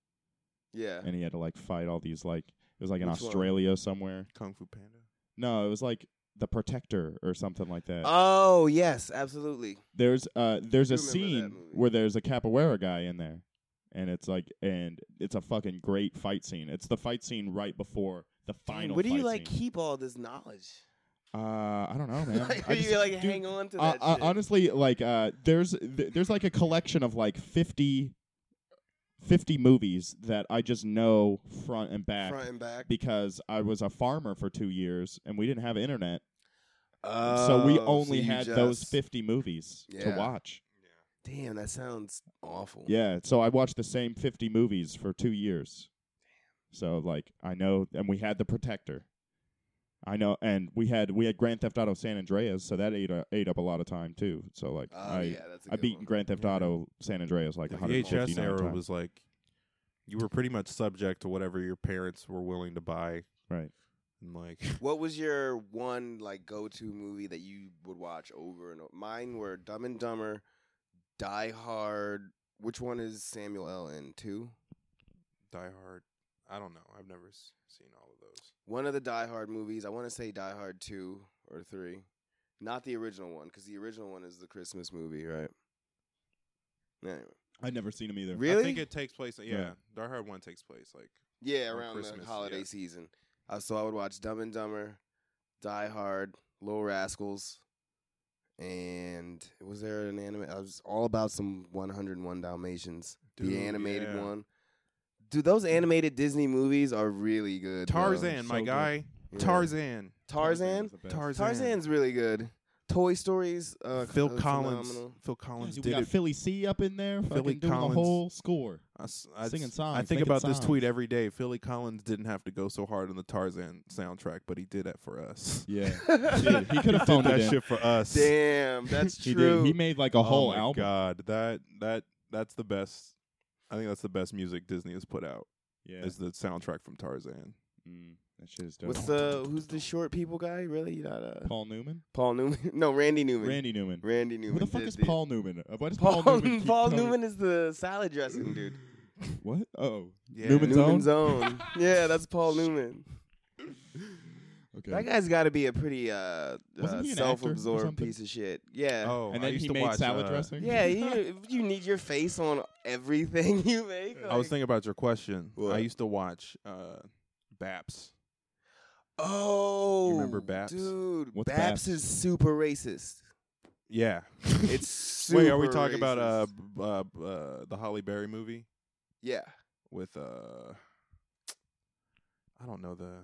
[SPEAKER 1] Yeah.
[SPEAKER 2] and he had to like fight all these like it was like in
[SPEAKER 1] Which one?
[SPEAKER 2] Australia somewhere.
[SPEAKER 3] Kung Fu Panda.
[SPEAKER 2] No, it was like the protector or something like
[SPEAKER 3] uh,
[SPEAKER 2] that.
[SPEAKER 1] Oh yes, absolutely.
[SPEAKER 2] there's uh, there's
[SPEAKER 1] do remember
[SPEAKER 2] a
[SPEAKER 1] that
[SPEAKER 2] scene
[SPEAKER 1] movie.
[SPEAKER 2] where there's a capoeira guy in there, and it's like, and it's a fucking great fight scene. It's the fight scene right before the final.
[SPEAKER 1] Where do you
[SPEAKER 2] fight
[SPEAKER 1] like
[SPEAKER 2] scene.
[SPEAKER 1] keep all this knowledge?
[SPEAKER 2] Uh, I don't know, man.
[SPEAKER 1] like,
[SPEAKER 2] I
[SPEAKER 1] you
[SPEAKER 2] just-
[SPEAKER 1] like
[SPEAKER 2] dude,
[SPEAKER 1] hang on to
[SPEAKER 2] uh,
[SPEAKER 1] that
[SPEAKER 2] uh,
[SPEAKER 1] shit.
[SPEAKER 2] honestly like uh there's th- there's like a collection of like 50 50 movies that i just know front and back
[SPEAKER 1] Front and back.
[SPEAKER 2] because i was a farmer for two years and we didn't have internet so we
[SPEAKER 1] Oh,
[SPEAKER 2] only
[SPEAKER 1] you
[SPEAKER 2] had those
[SPEAKER 1] just-
[SPEAKER 2] 50 movies to
[SPEAKER 1] Yeah.
[SPEAKER 2] watch
[SPEAKER 1] Damn, that sounds awful.
[SPEAKER 2] Yeah, so I watched the same 50 movies for 2 years. So like I know and we had The Protector. I know and we had we had Grand Theft Auto San Andreas, so that ate, uh, ate up a lot lot of time too. So like
[SPEAKER 1] Oh,
[SPEAKER 2] I
[SPEAKER 1] yeah, that's a
[SPEAKER 2] I
[SPEAKER 1] good
[SPEAKER 2] beat
[SPEAKER 1] one.
[SPEAKER 2] Grand Theft
[SPEAKER 3] Yeah.
[SPEAKER 2] Auto San Andreas like
[SPEAKER 3] the
[SPEAKER 2] 159
[SPEAKER 3] VHS era
[SPEAKER 2] times.
[SPEAKER 3] was like you were pretty much subject to whatever your parents were willing to buy,
[SPEAKER 2] right.
[SPEAKER 3] and like
[SPEAKER 1] What was your one like go-to movie that you would watch over and over? Mine were Dumb and Dumber, Die Hard. Which one is Samuel L. in? Two.
[SPEAKER 3] Die Hard. I don't know. I've never s- seen all of those.
[SPEAKER 1] One of the Die Hard movies. I want to say Die Hard two or three, not the original one, because the original one is the Christmas movie, right? Anyway,
[SPEAKER 2] I'd never seen them either.
[SPEAKER 1] really?
[SPEAKER 3] I think it takes place. Yeah,
[SPEAKER 2] Yeah.
[SPEAKER 3] Die Hard One takes place like
[SPEAKER 1] Yeah,
[SPEAKER 3] Or
[SPEAKER 1] around
[SPEAKER 3] Christmas,
[SPEAKER 1] the holiday
[SPEAKER 3] yeah.
[SPEAKER 1] season. Uh, so I would watch Dumb and Dumber, Die Hard, Little Rascals, and was there an anime? I was all about some 101 Dalmatians,
[SPEAKER 3] Dude,
[SPEAKER 1] the animated
[SPEAKER 3] yeah.
[SPEAKER 1] one. Dude, those animated Disney movies are really good. bro.
[SPEAKER 3] Tarzan, my
[SPEAKER 2] so good.
[SPEAKER 3] guy.
[SPEAKER 1] Yeah.
[SPEAKER 3] Tarzan.
[SPEAKER 1] Tarzan.
[SPEAKER 2] was the best.
[SPEAKER 3] Tarzan.
[SPEAKER 1] Tarzan's really good. Toy Stories. Uh,
[SPEAKER 3] Phil
[SPEAKER 1] uh,
[SPEAKER 3] Collins.
[SPEAKER 1] phenomenal.
[SPEAKER 3] Phil
[SPEAKER 2] Yeah,
[SPEAKER 3] Collins
[SPEAKER 2] see, we
[SPEAKER 3] did
[SPEAKER 2] got
[SPEAKER 3] it.
[SPEAKER 2] Philly C up in there,
[SPEAKER 3] Philly
[SPEAKER 2] fucking doing
[SPEAKER 3] Collins.
[SPEAKER 2] the whole score.
[SPEAKER 3] I, s- I s-
[SPEAKER 2] Singing
[SPEAKER 3] I
[SPEAKER 2] songs,
[SPEAKER 3] think
[SPEAKER 2] making
[SPEAKER 3] about this tweet
[SPEAKER 2] songs.
[SPEAKER 3] every day. Philly Collins didn't have to go so hard on the Tarzan soundtrack, but he did it for us.
[SPEAKER 2] Yeah, Dude, he could have phoned
[SPEAKER 3] that
[SPEAKER 2] it in.
[SPEAKER 3] shit for us.
[SPEAKER 1] Damn, that's
[SPEAKER 2] He
[SPEAKER 1] true.
[SPEAKER 2] did. He made like a whole
[SPEAKER 3] oh my
[SPEAKER 2] album.
[SPEAKER 3] God, that that that's the best. I think that's the best music Disney has put out.
[SPEAKER 2] Yeah,
[SPEAKER 3] Is the soundtrack from Tarzan?
[SPEAKER 2] mm, that shit is dope.
[SPEAKER 1] What's uh, the who's the short people guy? Really, you not uh,
[SPEAKER 2] Paul Newman?
[SPEAKER 1] Paul Newman? No, Randy Newman.
[SPEAKER 2] Randy Newman.
[SPEAKER 1] Randy Newman.
[SPEAKER 2] Who the fuck
[SPEAKER 1] did
[SPEAKER 2] is
[SPEAKER 1] the-
[SPEAKER 2] Paul Newman? Uh, Why does Paul,
[SPEAKER 1] Paul,
[SPEAKER 2] Newman? keep
[SPEAKER 1] Paul
[SPEAKER 2] coming-
[SPEAKER 1] Newman is the salad dressing dude.
[SPEAKER 2] What? Oh,
[SPEAKER 3] Yeah.
[SPEAKER 2] Newman's,
[SPEAKER 1] Newman's
[SPEAKER 2] own.
[SPEAKER 1] own. yeah, that's Paul Newman.
[SPEAKER 2] Okay.
[SPEAKER 1] That guy's got to be a pretty uh,
[SPEAKER 2] Wasn't
[SPEAKER 1] uh
[SPEAKER 2] he an actor or
[SPEAKER 1] self-absorbed
[SPEAKER 2] something?
[SPEAKER 1] piece of shit. Yeah.
[SPEAKER 3] Oh,
[SPEAKER 2] and
[SPEAKER 3] I
[SPEAKER 2] then
[SPEAKER 3] used
[SPEAKER 2] he
[SPEAKER 3] to
[SPEAKER 2] made
[SPEAKER 3] watch,
[SPEAKER 2] salad
[SPEAKER 3] uh,
[SPEAKER 2] dressing.
[SPEAKER 1] Yeah, you, you need your face on everything you make.
[SPEAKER 3] I was
[SPEAKER 1] like-
[SPEAKER 3] thinking about your question. I
[SPEAKER 1] What?
[SPEAKER 3] used to watch uh, Baps.
[SPEAKER 1] Oh,
[SPEAKER 3] remember Baps?
[SPEAKER 1] dude?
[SPEAKER 2] What's
[SPEAKER 1] Baps,
[SPEAKER 2] Baps?
[SPEAKER 1] is super racist.
[SPEAKER 3] Yeah.
[SPEAKER 1] It's super
[SPEAKER 3] Wait, are we talking about uh,
[SPEAKER 1] racist.
[SPEAKER 3] b- uh, b- uh the Holly Berry movie
[SPEAKER 1] Yeah,
[SPEAKER 3] with uh I don't know the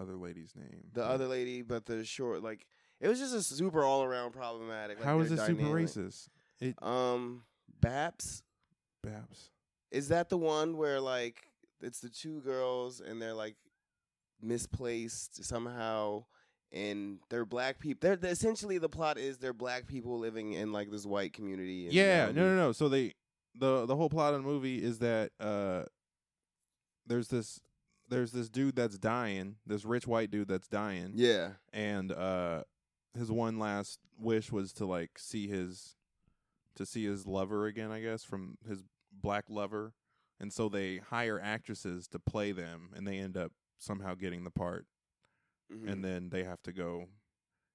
[SPEAKER 3] other lady's name.
[SPEAKER 1] the other lady, but the short like it was just a super all around problematic. Like,
[SPEAKER 3] How
[SPEAKER 1] their
[SPEAKER 3] is it super
[SPEAKER 1] dynamic.
[SPEAKER 3] racist? It
[SPEAKER 1] Um, Baps
[SPEAKER 3] Baps.
[SPEAKER 1] Is that the one where like it's the two girls and they're like misplaced somehow, and they're black people. They're, they're- essentially the plot is they're black people living in like this white community. in
[SPEAKER 3] Yeah, no,
[SPEAKER 1] Malibu.
[SPEAKER 3] no, no. So they the the whole plot of the movie is that uh there's this there's this dude that's dying, this rich white dude that's dying.
[SPEAKER 1] Yeah,
[SPEAKER 3] and uh his one last wish was to like see his to see his lover again i guess from his black lover and so they hire actresses to play them and they end up somehow getting the part
[SPEAKER 1] Mhm.
[SPEAKER 3] and then they have to go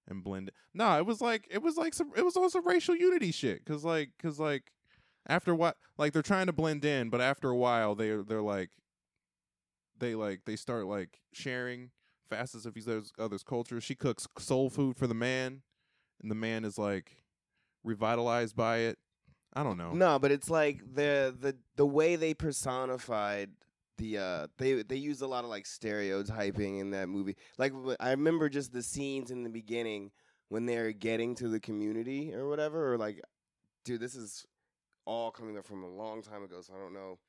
[SPEAKER 3] and blend it. Nah, it was like it was like some it was also racial unity shit cuz like cuz like after what like they're trying to blend in, but after a while they they're like they like they start like sharing facets of each other's, other's culture. She cooks soul food for the man and the man is like revitalized by it. I don't know.
[SPEAKER 1] no, but it's like the the the way they personified the uh they they used a lot of like stereotyping in that movie. Like wh- I remember just the scenes in the beginning when they're getting to the community or whatever, or like, dude, this is all coming up from a long time ago, so I don't know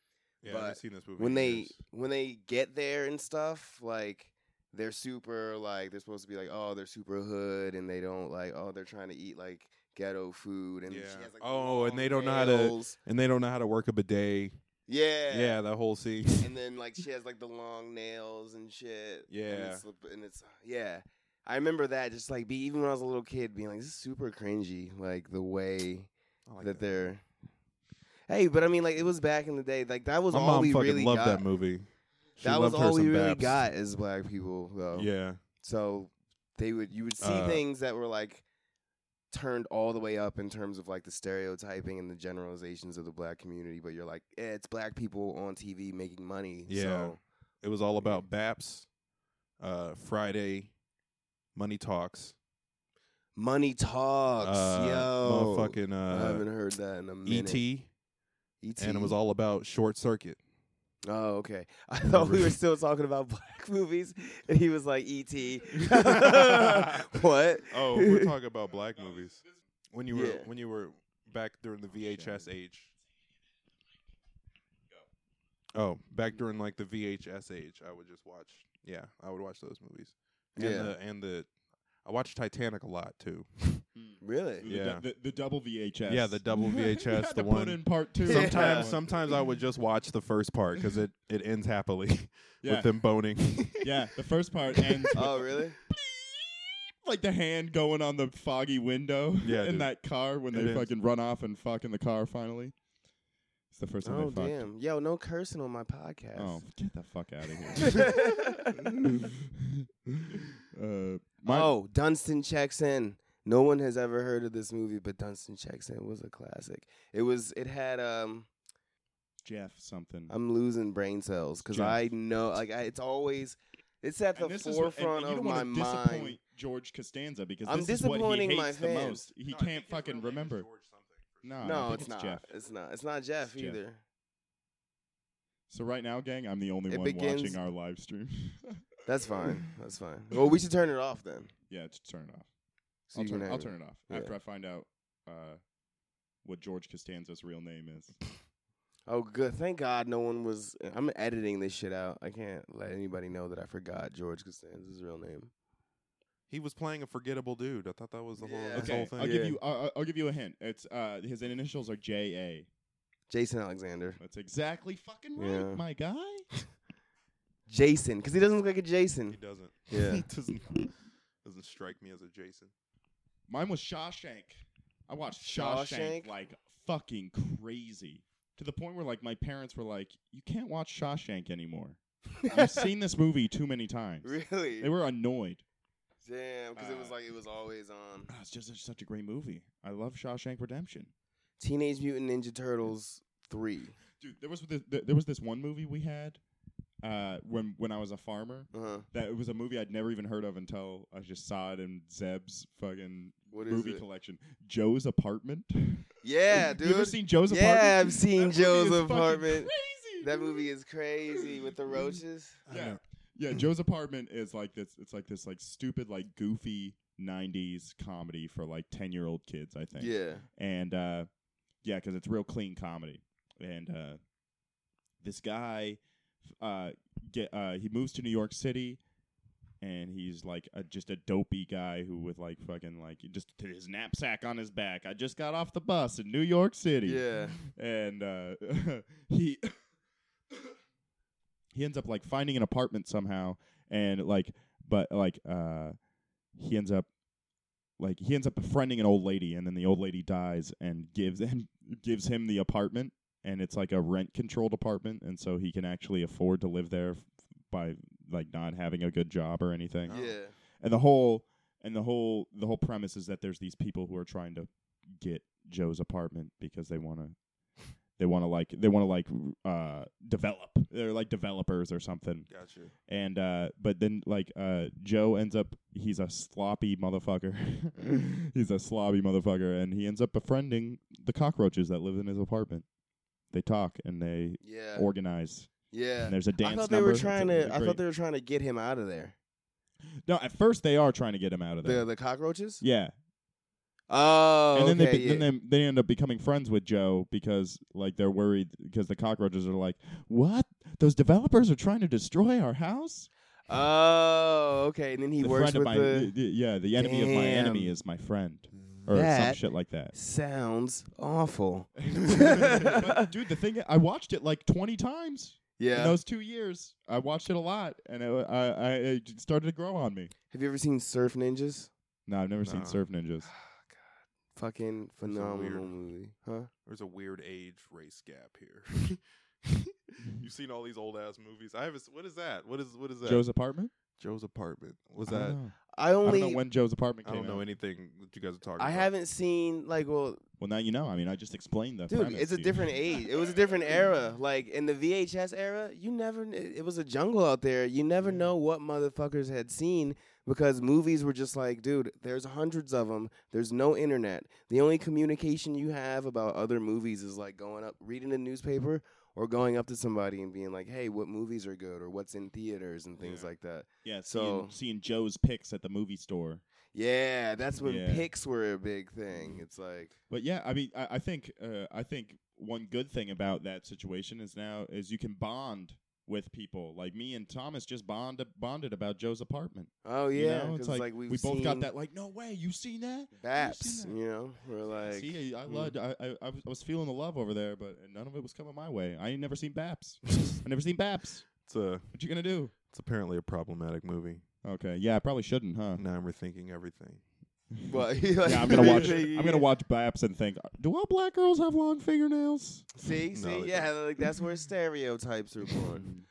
[SPEAKER 3] yeah, I
[SPEAKER 1] but
[SPEAKER 3] haven't seen this movie.
[SPEAKER 1] when
[SPEAKER 3] in
[SPEAKER 1] they
[SPEAKER 3] years.
[SPEAKER 1] when they get there and stuff like they're super like they're supposed to be like oh they're super hood and they don't like oh they're trying to eat like ghetto food and
[SPEAKER 3] Yeah.
[SPEAKER 1] she has, like,
[SPEAKER 3] Oh, and they
[SPEAKER 1] long
[SPEAKER 3] don't know how to-
[SPEAKER 1] nails.
[SPEAKER 3] and they don't know how to work a bidet.
[SPEAKER 1] yeah
[SPEAKER 3] Yeah, that whole scene.
[SPEAKER 1] and then like she has like the long nails and shit and
[SPEAKER 3] Yeah.
[SPEAKER 1] it's, and it's yeah I remember that just like be even when I was a little kid being like this is super cringy like the way
[SPEAKER 3] I like
[SPEAKER 1] that, they're hey but I mean like it was back in the day like that was
[SPEAKER 3] My
[SPEAKER 1] all
[SPEAKER 3] mom
[SPEAKER 1] we
[SPEAKER 3] fucking
[SPEAKER 1] really
[SPEAKER 3] loved
[SPEAKER 1] got.
[SPEAKER 3] that movie. She
[SPEAKER 1] that was
[SPEAKER 3] loved her
[SPEAKER 1] all we
[SPEAKER 3] some
[SPEAKER 1] really
[SPEAKER 3] Babs.
[SPEAKER 1] got as black people, though.
[SPEAKER 3] Yeah,
[SPEAKER 1] So they would you would see
[SPEAKER 3] Uh,
[SPEAKER 1] things that were like turned all the way up in terms of like the stereotyping and the generalizations of the black community, but you're like, eh, it's black people on TV making money.
[SPEAKER 3] Yeah.
[SPEAKER 1] So
[SPEAKER 3] it was all about Baps, uh, Friday, Money Talks,
[SPEAKER 1] money talks,
[SPEAKER 3] uh,
[SPEAKER 1] yo.
[SPEAKER 3] motherfucking
[SPEAKER 1] I
[SPEAKER 3] uh,
[SPEAKER 1] haven't heard that in a minute.
[SPEAKER 3] E.T.,
[SPEAKER 1] E.T.
[SPEAKER 3] and it was all about Short Circuit.
[SPEAKER 1] Oh, okay. I thought we were still talking about black movies, and he was like, "E "E.T." what?
[SPEAKER 3] Oh, talking about black movies. When you were
[SPEAKER 1] Yeah.
[SPEAKER 3] when you were back during the VHS age. Oh, back during like the VHS age, I would just watch. Yeah, I would watch those movies. And
[SPEAKER 1] Yeah.
[SPEAKER 3] the, and the I watched Titanic a lot too.
[SPEAKER 2] The,
[SPEAKER 1] Really?
[SPEAKER 2] du-
[SPEAKER 3] Yeah.
[SPEAKER 2] the, the double VHS.
[SPEAKER 3] Yeah, the double
[SPEAKER 2] You had
[SPEAKER 3] VHS,
[SPEAKER 2] to
[SPEAKER 3] the
[SPEAKER 2] put
[SPEAKER 3] one-
[SPEAKER 2] in part two.
[SPEAKER 1] Yeah.
[SPEAKER 3] Sometimes sometimes I would just watch the first part cuz it it ends happily
[SPEAKER 2] Yeah.
[SPEAKER 3] with them boning.
[SPEAKER 2] yeah, the first part ends. with
[SPEAKER 1] Oh, really?
[SPEAKER 2] like the hand going on the foggy window
[SPEAKER 3] Yeah,
[SPEAKER 2] in
[SPEAKER 3] dude.
[SPEAKER 2] that car when
[SPEAKER 3] It
[SPEAKER 2] they
[SPEAKER 3] is.
[SPEAKER 2] fucking run off and fuck in the car finally. It's the first time
[SPEAKER 1] Oh,
[SPEAKER 2] they fucked.
[SPEAKER 1] damn. Yo, no cursing on my podcast.
[SPEAKER 2] Oh, get the fuck out
[SPEAKER 1] Oh,
[SPEAKER 2] of here. uh, my,
[SPEAKER 1] Dunstan checks in. No one has ever heard of this movie, but Dunstan checks in was a classic. It was. It had. Um,
[SPEAKER 2] Jeff something.
[SPEAKER 1] I'm losing brain cells because
[SPEAKER 2] Jeff.
[SPEAKER 1] I know. Like, I, it's always. It's at
[SPEAKER 2] And
[SPEAKER 1] the
[SPEAKER 2] this is what- and-
[SPEAKER 1] forefront
[SPEAKER 2] and you
[SPEAKER 1] of
[SPEAKER 2] don't
[SPEAKER 1] my
[SPEAKER 2] wanna
[SPEAKER 1] mind.
[SPEAKER 2] disappoint George Costanza because
[SPEAKER 1] I'm
[SPEAKER 2] this is what he
[SPEAKER 1] disappointing
[SPEAKER 2] hates
[SPEAKER 1] my
[SPEAKER 2] the
[SPEAKER 1] fans.
[SPEAKER 2] most. He can't fucking remember. No, I
[SPEAKER 1] No,
[SPEAKER 2] think
[SPEAKER 1] it's, not.
[SPEAKER 2] Jeff.
[SPEAKER 1] It's not. It's not Jeff
[SPEAKER 2] It's Jeff.
[SPEAKER 1] either.
[SPEAKER 2] So right now, gang, I'm the only
[SPEAKER 1] It
[SPEAKER 2] one
[SPEAKER 1] begins-
[SPEAKER 2] watching our live stream.
[SPEAKER 1] That's fine. That's fine. Well, we should turn it off then.
[SPEAKER 2] yeah, to turn it off.
[SPEAKER 1] So
[SPEAKER 2] I'll
[SPEAKER 1] you
[SPEAKER 2] turn,
[SPEAKER 1] can
[SPEAKER 2] I'll
[SPEAKER 1] have
[SPEAKER 2] turn it off
[SPEAKER 1] Yeah.
[SPEAKER 2] after I find out uh, what George Costanza's real name is.
[SPEAKER 1] Oh, good. Thank God no one was. I'm editing this shit out. I can't let anybody know that I forgot George Costanza's real name.
[SPEAKER 3] He was playing a forgettable dude. I thought that was the whole,
[SPEAKER 1] Yeah.
[SPEAKER 3] that's the
[SPEAKER 2] Okay,
[SPEAKER 3] whole
[SPEAKER 2] I'll
[SPEAKER 3] thing.
[SPEAKER 2] give
[SPEAKER 1] Yeah.
[SPEAKER 2] you. I'll, I'll- I'll give you a hint. It's uh, his initials are J A.
[SPEAKER 1] Jason Alexander.
[SPEAKER 2] That's exactly fucking right,
[SPEAKER 1] Yeah.
[SPEAKER 2] my guy.
[SPEAKER 1] Jason, because he doesn't look like a Jason.
[SPEAKER 3] He doesn't.
[SPEAKER 1] Yeah.
[SPEAKER 3] he doesn't doesn't strike me as a Jason.
[SPEAKER 2] Mine was Shawshank. I watched Shawshank,
[SPEAKER 1] Shawshank?
[SPEAKER 2] like fucking crazy to the point where like my parents were like, "You can't watch Shawshank anymore. You've seen this movie too many times."
[SPEAKER 1] really?
[SPEAKER 2] They were annoyed.
[SPEAKER 1] Damn, because it was
[SPEAKER 2] Uh,
[SPEAKER 1] like it was always um, on.
[SPEAKER 2] Ah, it's just it's such a great movie. I love Shawshank Redemption.
[SPEAKER 1] Teenage Mutant Ninja Turtles three.
[SPEAKER 2] Dude, there was this, there was this one movie we had uh, when when I was a farmer.
[SPEAKER 1] Uh huh.
[SPEAKER 2] That it was a movie I'd never even heard of until I just saw it in Zeb's fucking
[SPEAKER 1] What is
[SPEAKER 2] movie
[SPEAKER 1] it?
[SPEAKER 2] collection. Joe's Apartment.
[SPEAKER 1] yeah, dude.
[SPEAKER 2] You ever seen Joe's
[SPEAKER 1] Yeah,
[SPEAKER 2] Apartment?
[SPEAKER 1] I've seen
[SPEAKER 2] That movie
[SPEAKER 1] Joe's
[SPEAKER 2] is fucking
[SPEAKER 1] Apartment.
[SPEAKER 2] Crazy.
[SPEAKER 1] that
[SPEAKER 2] dude.
[SPEAKER 1] movie is crazy with the roaches.
[SPEAKER 3] I
[SPEAKER 2] Yeah.
[SPEAKER 3] know.
[SPEAKER 2] Yeah, Joe's Apartment is like this. It's like this like stupid like goofy '90s comedy for like ten-year-old kids. I think.
[SPEAKER 1] Yeah.
[SPEAKER 2] and uh, yeah, because it's real clean comedy. And uh, this guy, uh, get uh, he moves to New York City, and he's like a, just a dopey guy who with like fucking like just his knapsack on his back. I just got off the bus in New York City.
[SPEAKER 1] Yeah.
[SPEAKER 2] and uh, he he ends up like finding an apartment somehow, and like but like uh, he ends up like he ends up befriending an old lady and then the old lady dies and gives and gives him the apartment and it's like a rent controlled apartment and so he can actually afford to live there f- by like not having a good job or anything
[SPEAKER 1] Oh. Yeah.
[SPEAKER 2] and the whole and the whole the whole premise is that there's these people who are trying to get Joe's apartment because they want to they want to like they want to like uh develop they're like developers or something
[SPEAKER 3] Gotcha.
[SPEAKER 2] and uh but then like uh joe ends up he's a sloppy motherfucker he's a slobby motherfucker and he ends up befriending the cockroaches that live in his apartment they talk and they
[SPEAKER 1] Yeah.
[SPEAKER 2] organize
[SPEAKER 1] yeah.
[SPEAKER 2] and there's a dance
[SPEAKER 1] I thought they
[SPEAKER 2] number.
[SPEAKER 1] were
[SPEAKER 2] It's
[SPEAKER 1] trying
[SPEAKER 2] really
[SPEAKER 1] to. I
[SPEAKER 2] great.
[SPEAKER 1] thought they were trying to get him out of there.
[SPEAKER 2] no at first they are trying to get him out of there
[SPEAKER 1] The the cockroaches.
[SPEAKER 2] yeah
[SPEAKER 1] Oh,
[SPEAKER 2] and then
[SPEAKER 1] okay,
[SPEAKER 2] they be-
[SPEAKER 1] yeah.
[SPEAKER 2] then they, they end up becoming friends with Joe because like they're worried because the cockroaches are like, "What? Those developers are trying to destroy our house."
[SPEAKER 1] Oh, okay. And then he
[SPEAKER 2] the
[SPEAKER 1] works
[SPEAKER 2] friend
[SPEAKER 1] with
[SPEAKER 2] of my
[SPEAKER 1] the.
[SPEAKER 2] y- y- yeah, the enemy of my enemy
[SPEAKER 1] Damn.
[SPEAKER 2] is my friend or some
[SPEAKER 1] that
[SPEAKER 2] shit like that.
[SPEAKER 1] sounds awful.
[SPEAKER 2] But, dude, the thing I watched it like 20 times in
[SPEAKER 1] Yeah.
[SPEAKER 2] those 2 years. I watched it a lot and it, I I it started to grow on me.
[SPEAKER 1] Have you ever seen Surf Ninjas?
[SPEAKER 2] No, I've never
[SPEAKER 3] No.
[SPEAKER 2] seen Surf Ninjas.
[SPEAKER 1] Fucking
[SPEAKER 3] a weird-
[SPEAKER 1] phenomenal movie, huh?
[SPEAKER 3] There's a weird age race gap here. You've seen all these old ass movies. I have. A, s- what is that? What is what is that?
[SPEAKER 2] Joe's apartment?
[SPEAKER 3] Joe's apartment. Was
[SPEAKER 2] I
[SPEAKER 3] that?
[SPEAKER 2] don't know.
[SPEAKER 1] I
[SPEAKER 2] I
[SPEAKER 1] only.
[SPEAKER 2] don't know when Joe's apartment
[SPEAKER 3] I
[SPEAKER 2] came
[SPEAKER 3] don't know
[SPEAKER 2] out.
[SPEAKER 3] anything that you guys are talking.
[SPEAKER 1] I
[SPEAKER 3] about.
[SPEAKER 1] haven't seen like well,
[SPEAKER 2] Well, now you know. I mean, I just explained that.
[SPEAKER 1] dude. It's a different age. It was a different era. Like in the VHS era, you never. kn- It was a jungle out there. You never
[SPEAKER 2] Yeah.
[SPEAKER 1] know what motherfuckers had seen because movies were just like, dude. There's hundreds of them. There's no internet. The only communication you have about other movies is like going up, reading the newspaper, or going up to somebody and being like, "Hey, what movies are good?" or "What's in theaters?" and things
[SPEAKER 2] Yeah.
[SPEAKER 1] like that.
[SPEAKER 2] Yeah,
[SPEAKER 1] So-
[SPEAKER 2] seeing, seeing Joe's picks at the movie store.
[SPEAKER 1] Yeah, that's when
[SPEAKER 2] Yeah.
[SPEAKER 1] picks were a big thing. It's like,
[SPEAKER 2] But yeah, I mean, I, I think uh, I think one good thing about that situation is now is you can bond with people. Like me and Thomas just bond bonded about Joe's apartment.
[SPEAKER 1] oh
[SPEAKER 2] you
[SPEAKER 1] yeah,
[SPEAKER 2] know?
[SPEAKER 1] 'cause
[SPEAKER 2] it's like,
[SPEAKER 1] we've
[SPEAKER 2] we both got
[SPEAKER 1] seen
[SPEAKER 2] that. Like, no way, you seen that?
[SPEAKER 1] Baps,
[SPEAKER 2] that.
[SPEAKER 1] you know, we're like,
[SPEAKER 2] See, I
[SPEAKER 1] mm.
[SPEAKER 2] loved. I, I I was- I was feeling the love over there, but none of it was coming my way. I ain't never seen Baps. I never seen Baps.
[SPEAKER 3] It's a
[SPEAKER 2] What you gonna do?
[SPEAKER 3] it's apparently a problematic movie.
[SPEAKER 2] Okay, yeah, I probably shouldn't, huh?
[SPEAKER 3] Now I'm rethinking everything.
[SPEAKER 1] Well, he, like,
[SPEAKER 2] Yeah, I'm gonna watch.
[SPEAKER 1] he-
[SPEAKER 2] I'm gonna watch Baps and think, do all black girls have long fingernails?
[SPEAKER 1] See,
[SPEAKER 3] No,
[SPEAKER 1] see,
[SPEAKER 3] they
[SPEAKER 1] yeah, like that's where stereotypes are born.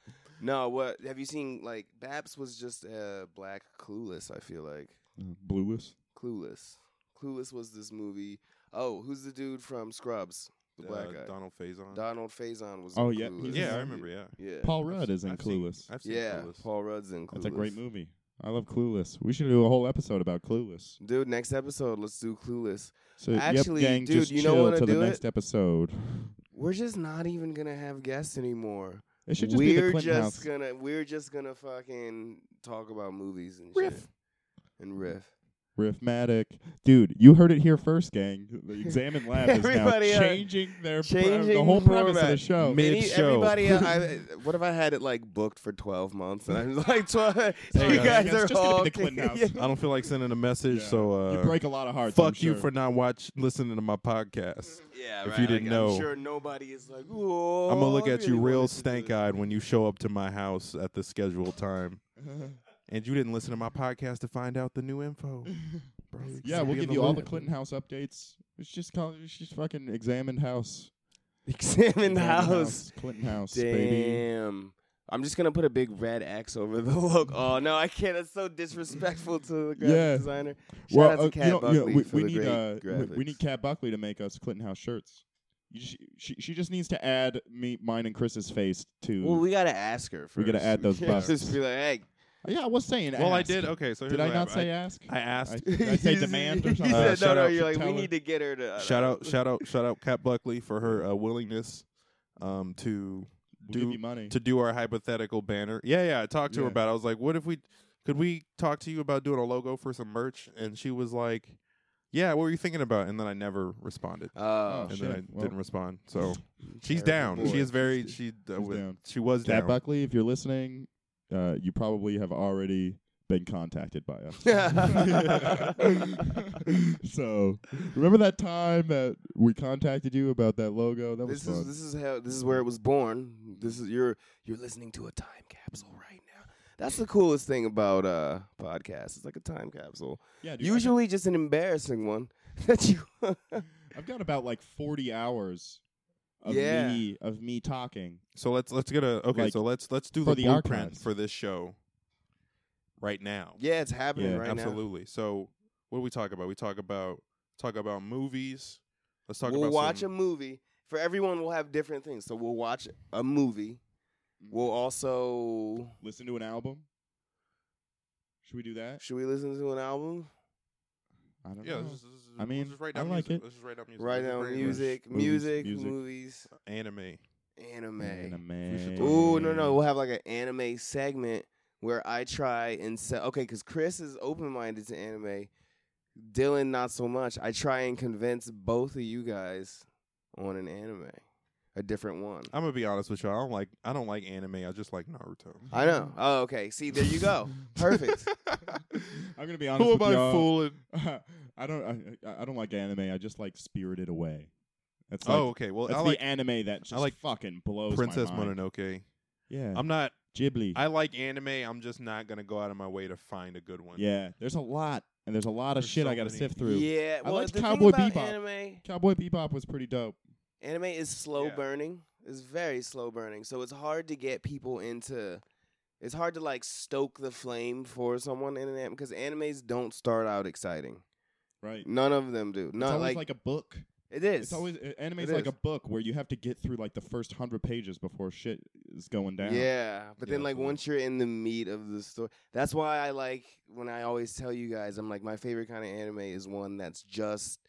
[SPEAKER 1] no, what have you seen? Like Baps was just uh, black clueless. I feel like
[SPEAKER 2] Blueless.
[SPEAKER 1] clueless. Clueless was this movie. Oh, who's the dude from Scrubs? The black
[SPEAKER 3] Uh,
[SPEAKER 1] guy.
[SPEAKER 3] Donald Faison.
[SPEAKER 1] Donald Faison was.
[SPEAKER 2] Oh,
[SPEAKER 1] in
[SPEAKER 2] yeah,
[SPEAKER 1] Clueless.
[SPEAKER 3] yeah, I remember. Yeah,
[SPEAKER 1] Yeah,
[SPEAKER 2] Paul Rudd is in
[SPEAKER 3] I've seen-
[SPEAKER 2] Clueless.
[SPEAKER 3] I've seen
[SPEAKER 1] yeah,
[SPEAKER 3] Clueless.
[SPEAKER 1] Paul Rudd's in. Clueless.
[SPEAKER 2] That's a great movie. I love Clueless. We should do a whole episode about Clueless.
[SPEAKER 1] Dude, next episode, let's do Clueless.
[SPEAKER 2] So
[SPEAKER 1] Actually,
[SPEAKER 2] yep, gang,
[SPEAKER 1] dude,
[SPEAKER 2] just
[SPEAKER 1] you know
[SPEAKER 2] chill
[SPEAKER 1] what I
[SPEAKER 2] to the
[SPEAKER 1] do it?
[SPEAKER 2] next episode.
[SPEAKER 1] We're just not even gonna have guests anymore.
[SPEAKER 2] It should just
[SPEAKER 1] we're
[SPEAKER 2] be the Clinton
[SPEAKER 1] just
[SPEAKER 2] House.
[SPEAKER 1] gonna we're just gonna fucking talk about movies and
[SPEAKER 2] Riff.
[SPEAKER 1] shit. and riff.
[SPEAKER 2] Riffmatic. Dude, you heard it here first, gang. The Examine Lab is now
[SPEAKER 1] Everybody, uh,
[SPEAKER 2] changing their pre-
[SPEAKER 1] changing
[SPEAKER 2] the whole premise of the
[SPEAKER 1] format.
[SPEAKER 2] show.
[SPEAKER 3] Mid-
[SPEAKER 1] Any-
[SPEAKER 3] show.
[SPEAKER 1] Everybody, uh, I, what if I had it like booked for twelve months and I'm like, 12,
[SPEAKER 2] There
[SPEAKER 1] you
[SPEAKER 2] you go.
[SPEAKER 1] guys
[SPEAKER 2] It's
[SPEAKER 1] are
[SPEAKER 2] just gonna
[SPEAKER 1] all
[SPEAKER 2] be the Clinton House.
[SPEAKER 3] I don't feel like sending a message,
[SPEAKER 2] Yeah.
[SPEAKER 3] so uh,
[SPEAKER 2] you break a lot of hearts. I'm
[SPEAKER 3] fuck you
[SPEAKER 2] sure.
[SPEAKER 3] for not watch listening to my podcast.
[SPEAKER 1] Yeah,
[SPEAKER 3] If
[SPEAKER 1] right.
[SPEAKER 3] you didn't
[SPEAKER 1] like,
[SPEAKER 3] know.
[SPEAKER 1] I'm sure nobody is like, Whoa,
[SPEAKER 3] I'm gonna look
[SPEAKER 1] Oh, I
[SPEAKER 3] at you
[SPEAKER 1] really
[SPEAKER 3] real
[SPEAKER 1] wanted to do
[SPEAKER 3] stank
[SPEAKER 1] this."
[SPEAKER 3] eyed when you show up to my house at the scheduled time, and you didn't listen to my podcast to find out the new info. Bro, you
[SPEAKER 2] yeah,
[SPEAKER 3] should
[SPEAKER 2] we'll
[SPEAKER 3] be in
[SPEAKER 2] give you all the
[SPEAKER 3] loop.
[SPEAKER 2] Clinton House updates. It's just called. It's just fucking Examined House.
[SPEAKER 1] Examine the
[SPEAKER 2] Examined
[SPEAKER 1] house.
[SPEAKER 2] Clinton House, baby.
[SPEAKER 1] Damn. I'm just gonna put a big red X over the look. Oh no, I can't. That's so disrespectful to the graphic
[SPEAKER 2] Yeah.
[SPEAKER 1] designer. Shout
[SPEAKER 2] well,
[SPEAKER 1] out
[SPEAKER 2] uh,
[SPEAKER 1] to
[SPEAKER 2] you
[SPEAKER 1] Cat
[SPEAKER 2] know- you know,
[SPEAKER 1] Buckley
[SPEAKER 2] we,
[SPEAKER 1] for
[SPEAKER 2] we
[SPEAKER 1] the
[SPEAKER 2] need
[SPEAKER 1] great
[SPEAKER 2] uh, we, we
[SPEAKER 1] graphics.
[SPEAKER 2] need Cat Buckley to make us Clinton House shirts. You, she, she she just needs to add me, mine, and Chris's face to.
[SPEAKER 1] Well, we gotta ask her. First.
[SPEAKER 2] We gotta add those
[SPEAKER 1] We can't
[SPEAKER 2] bucks.
[SPEAKER 1] Just be like, hey,
[SPEAKER 2] yeah, I was saying.
[SPEAKER 3] Well, I
[SPEAKER 2] ask.
[SPEAKER 3] did. Okay, so here's
[SPEAKER 2] Did I
[SPEAKER 3] what
[SPEAKER 2] not say
[SPEAKER 3] happened.
[SPEAKER 2] ask?
[SPEAKER 3] I, I asked.
[SPEAKER 2] I, did I say
[SPEAKER 1] He
[SPEAKER 2] demand or
[SPEAKER 1] said-
[SPEAKER 2] something?
[SPEAKER 1] He said,
[SPEAKER 3] Uh,
[SPEAKER 1] no,
[SPEAKER 3] shout
[SPEAKER 1] no.
[SPEAKER 3] out
[SPEAKER 1] You're like,
[SPEAKER 2] Tell
[SPEAKER 1] we
[SPEAKER 2] her.
[SPEAKER 1] need to get her to uh,
[SPEAKER 3] shout out, shout out, shout out, Cat Buckley for her uh, willingness um, to
[SPEAKER 2] We'll give
[SPEAKER 3] do-
[SPEAKER 2] you money.
[SPEAKER 3] to do our hypothetical banner. Yeah, yeah. I talked to her
[SPEAKER 2] Yeah.
[SPEAKER 3] about. It. I was like, "What if we could we talk to you about doing a logo for some merch?" And she was like, "Yeah, what were you thinking about?" And then I never responded,
[SPEAKER 1] Oh,
[SPEAKER 2] Oh,
[SPEAKER 3] and
[SPEAKER 2] shit.
[SPEAKER 3] then I
[SPEAKER 2] Well,
[SPEAKER 3] didn't respond. So she's down.
[SPEAKER 1] terrible
[SPEAKER 3] She
[SPEAKER 1] boy.
[SPEAKER 3] is very. She uh,
[SPEAKER 2] She's
[SPEAKER 3] wa-
[SPEAKER 2] down.
[SPEAKER 3] she was
[SPEAKER 2] Cat
[SPEAKER 3] down.
[SPEAKER 2] Buckley, if you're listening, uh, you probably have already been contacted by us. so remember that time that we contacted you about that logo? That
[SPEAKER 1] this is
[SPEAKER 2] was fun.
[SPEAKER 1] this is how this is where it was born. This is you're you're listening to a time capsule right now. That's the coolest thing about uh podcasts. It's like a time capsule.
[SPEAKER 2] yeah,
[SPEAKER 1] Usually just an embarrassing one that you
[SPEAKER 2] I've got about like 40 hours of
[SPEAKER 1] Yeah.
[SPEAKER 2] me of me talking.
[SPEAKER 3] So let's let's get a okay.
[SPEAKER 2] Like,
[SPEAKER 3] so let's let's do
[SPEAKER 2] for
[SPEAKER 3] the,
[SPEAKER 2] the
[SPEAKER 3] blueprint
[SPEAKER 2] archives.
[SPEAKER 3] for this show right now.
[SPEAKER 1] Yeah, it's happening
[SPEAKER 2] Yeah,
[SPEAKER 1] right now.
[SPEAKER 3] absolutely. So what do we talk about? We talk about talk about movies. Let's talk
[SPEAKER 1] we'll
[SPEAKER 3] about
[SPEAKER 1] watch
[SPEAKER 3] some,
[SPEAKER 1] a movie. For everyone we'll have different things. So we'll watch a movie.
[SPEAKER 3] Mm-hmm.
[SPEAKER 1] We'll also
[SPEAKER 2] Listen to an album. Should we do that?
[SPEAKER 1] should we listen to an album?
[SPEAKER 2] I don't
[SPEAKER 3] Yeah,
[SPEAKER 2] know.
[SPEAKER 3] let's just, let's just-
[SPEAKER 2] I mean,
[SPEAKER 3] let's just write
[SPEAKER 2] I
[SPEAKER 3] down
[SPEAKER 2] like
[SPEAKER 3] music.
[SPEAKER 2] it.
[SPEAKER 3] Let's just write down music.
[SPEAKER 1] Right
[SPEAKER 3] Let's just
[SPEAKER 1] now,
[SPEAKER 3] write down
[SPEAKER 1] music,
[SPEAKER 2] movies,
[SPEAKER 1] music,
[SPEAKER 2] music.
[SPEAKER 1] movies,
[SPEAKER 3] anime.
[SPEAKER 1] anime.
[SPEAKER 2] Anime.
[SPEAKER 1] Ooh, no,
[SPEAKER 2] Mm.
[SPEAKER 1] no, we'll have like an anime segment where I try and sell. Okay, because Chris is open minded to anime, Dylan not so much. I try and convince both of you guys on an anime, a different one.
[SPEAKER 3] I'm gonna be honest with y'all. I don't like I don't like anime. I just like Naruto.
[SPEAKER 1] I know. Oh, okay. See, there you go. Perfect.
[SPEAKER 2] I'm gonna be honest
[SPEAKER 3] Who
[SPEAKER 2] with
[SPEAKER 3] am I
[SPEAKER 2] y'all.
[SPEAKER 3] fooling?
[SPEAKER 2] I don't. I, I don't like anime. I just like Spirited Away. That's like,
[SPEAKER 3] oh, okay. Well,
[SPEAKER 2] that's
[SPEAKER 3] I
[SPEAKER 2] the
[SPEAKER 3] like
[SPEAKER 2] anime that just
[SPEAKER 3] like
[SPEAKER 2] fucking blows
[SPEAKER 3] Princess
[SPEAKER 2] my mind.
[SPEAKER 3] Mononoke.
[SPEAKER 2] Yeah,
[SPEAKER 3] I'm not.
[SPEAKER 2] Ghibli.
[SPEAKER 3] I like anime. I'm just not gonna go out of my way to find a good one.
[SPEAKER 2] yeah, there's a lot, and there's a lot of
[SPEAKER 3] There's
[SPEAKER 2] shit
[SPEAKER 3] so
[SPEAKER 2] I got to
[SPEAKER 3] many.
[SPEAKER 2] sift through.
[SPEAKER 1] yeah.
[SPEAKER 2] I
[SPEAKER 1] Well,
[SPEAKER 2] liked
[SPEAKER 1] the thing
[SPEAKER 2] Cowboy
[SPEAKER 1] about
[SPEAKER 2] Bebop.
[SPEAKER 1] anime,
[SPEAKER 2] Cowboy Bebop was pretty dope.
[SPEAKER 1] anime is slow
[SPEAKER 3] Yeah.
[SPEAKER 1] burning. It's very slow burning, so it's hard to get people into. It's hard to like stoke the flame for someone in an anime because animes don't start out exciting.
[SPEAKER 2] Right.
[SPEAKER 1] None of them do.
[SPEAKER 2] it's
[SPEAKER 1] Not
[SPEAKER 2] always
[SPEAKER 1] like,
[SPEAKER 2] like, a book.
[SPEAKER 1] it is.
[SPEAKER 2] It's always uh, anime's
[SPEAKER 1] It
[SPEAKER 2] like
[SPEAKER 1] is.
[SPEAKER 2] a book where you have to get through like the first hundred pages before shit is going down.
[SPEAKER 1] Yeah, but
[SPEAKER 3] Yeah,
[SPEAKER 1] then like
[SPEAKER 3] absolutely.
[SPEAKER 1] once you're in the meat of the story, that's why I like when I always tell you guys, I'm like my favorite kind of anime is one that's just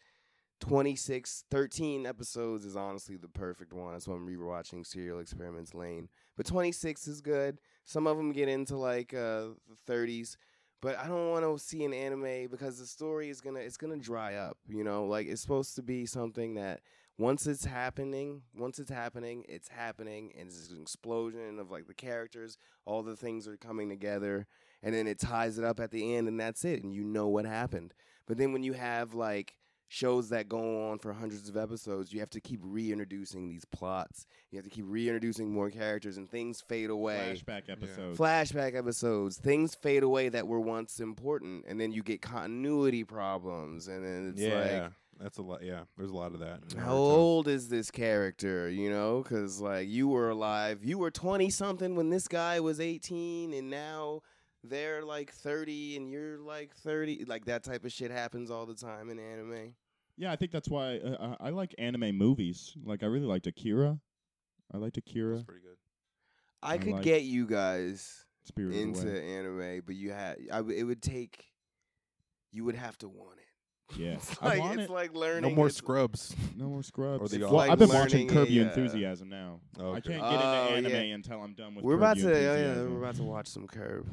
[SPEAKER 1] 26, 13 episodes is honestly the perfect one. That's why I'm rewatching Serial Experiments Lane. But 26 is good. Some of them get into like uh, the 30s, but I don't want to see an anime because the story is gonna it's gonna dry up. You know, like it's supposed to be something that once it's happening, once it's happening, it's happening, and it's an explosion of like the characters. All the things are coming together, and then it ties it up at the end, and that's it, and you know what happened. But then when you have like shows that go on for hundreds of episodes, you have to keep reintroducing these plots. You have to keep reintroducing more characters, and things fade away.
[SPEAKER 2] Flashback episodes.
[SPEAKER 1] Flashback episodes, things fade away that were once important, and then you get continuity problems, and then it's
[SPEAKER 3] yeah,
[SPEAKER 1] like,
[SPEAKER 3] that's a lot. Yeah, there's a lot of that. in
[SPEAKER 1] how
[SPEAKER 3] Naruto.
[SPEAKER 1] old is this character? You know, because like you were alive, you were twenty something when this guy was eighteen, and now they're like thirty, and you're like thirty. Like that type of shit happens all the time in anime.
[SPEAKER 2] Yeah, I think that's why uh, I I like anime movies. Like I really liked Akira. I liked
[SPEAKER 3] That's
[SPEAKER 2] Akira.
[SPEAKER 3] pretty good.
[SPEAKER 1] I
[SPEAKER 2] I
[SPEAKER 1] could
[SPEAKER 2] like-
[SPEAKER 1] get you guys
[SPEAKER 2] Spirit
[SPEAKER 1] into
[SPEAKER 2] Away.
[SPEAKER 1] anime, but you had I w- it would take you would have to want it.
[SPEAKER 2] Yeah.
[SPEAKER 1] it's
[SPEAKER 2] I
[SPEAKER 1] like,
[SPEAKER 2] want
[SPEAKER 1] it's
[SPEAKER 2] it.
[SPEAKER 1] like learning.
[SPEAKER 3] No more
[SPEAKER 1] it's-
[SPEAKER 3] scrubs.
[SPEAKER 2] No more Scrubs.
[SPEAKER 3] Or the
[SPEAKER 2] well,
[SPEAKER 3] Office.
[SPEAKER 2] I've been
[SPEAKER 1] Like
[SPEAKER 2] watching
[SPEAKER 1] learning
[SPEAKER 2] Curb
[SPEAKER 1] a,
[SPEAKER 2] Your
[SPEAKER 1] uh,
[SPEAKER 2] Enthusiasm now. I
[SPEAKER 3] Okay.
[SPEAKER 2] can't get into
[SPEAKER 1] Oh,
[SPEAKER 2] anime
[SPEAKER 1] yeah.
[SPEAKER 2] until I'm done with.
[SPEAKER 1] We're
[SPEAKER 2] Curb
[SPEAKER 1] about
[SPEAKER 2] Your
[SPEAKER 1] to oh, yeah, yeah,
[SPEAKER 2] Enthusiasm.
[SPEAKER 1] we're about to watch some curb.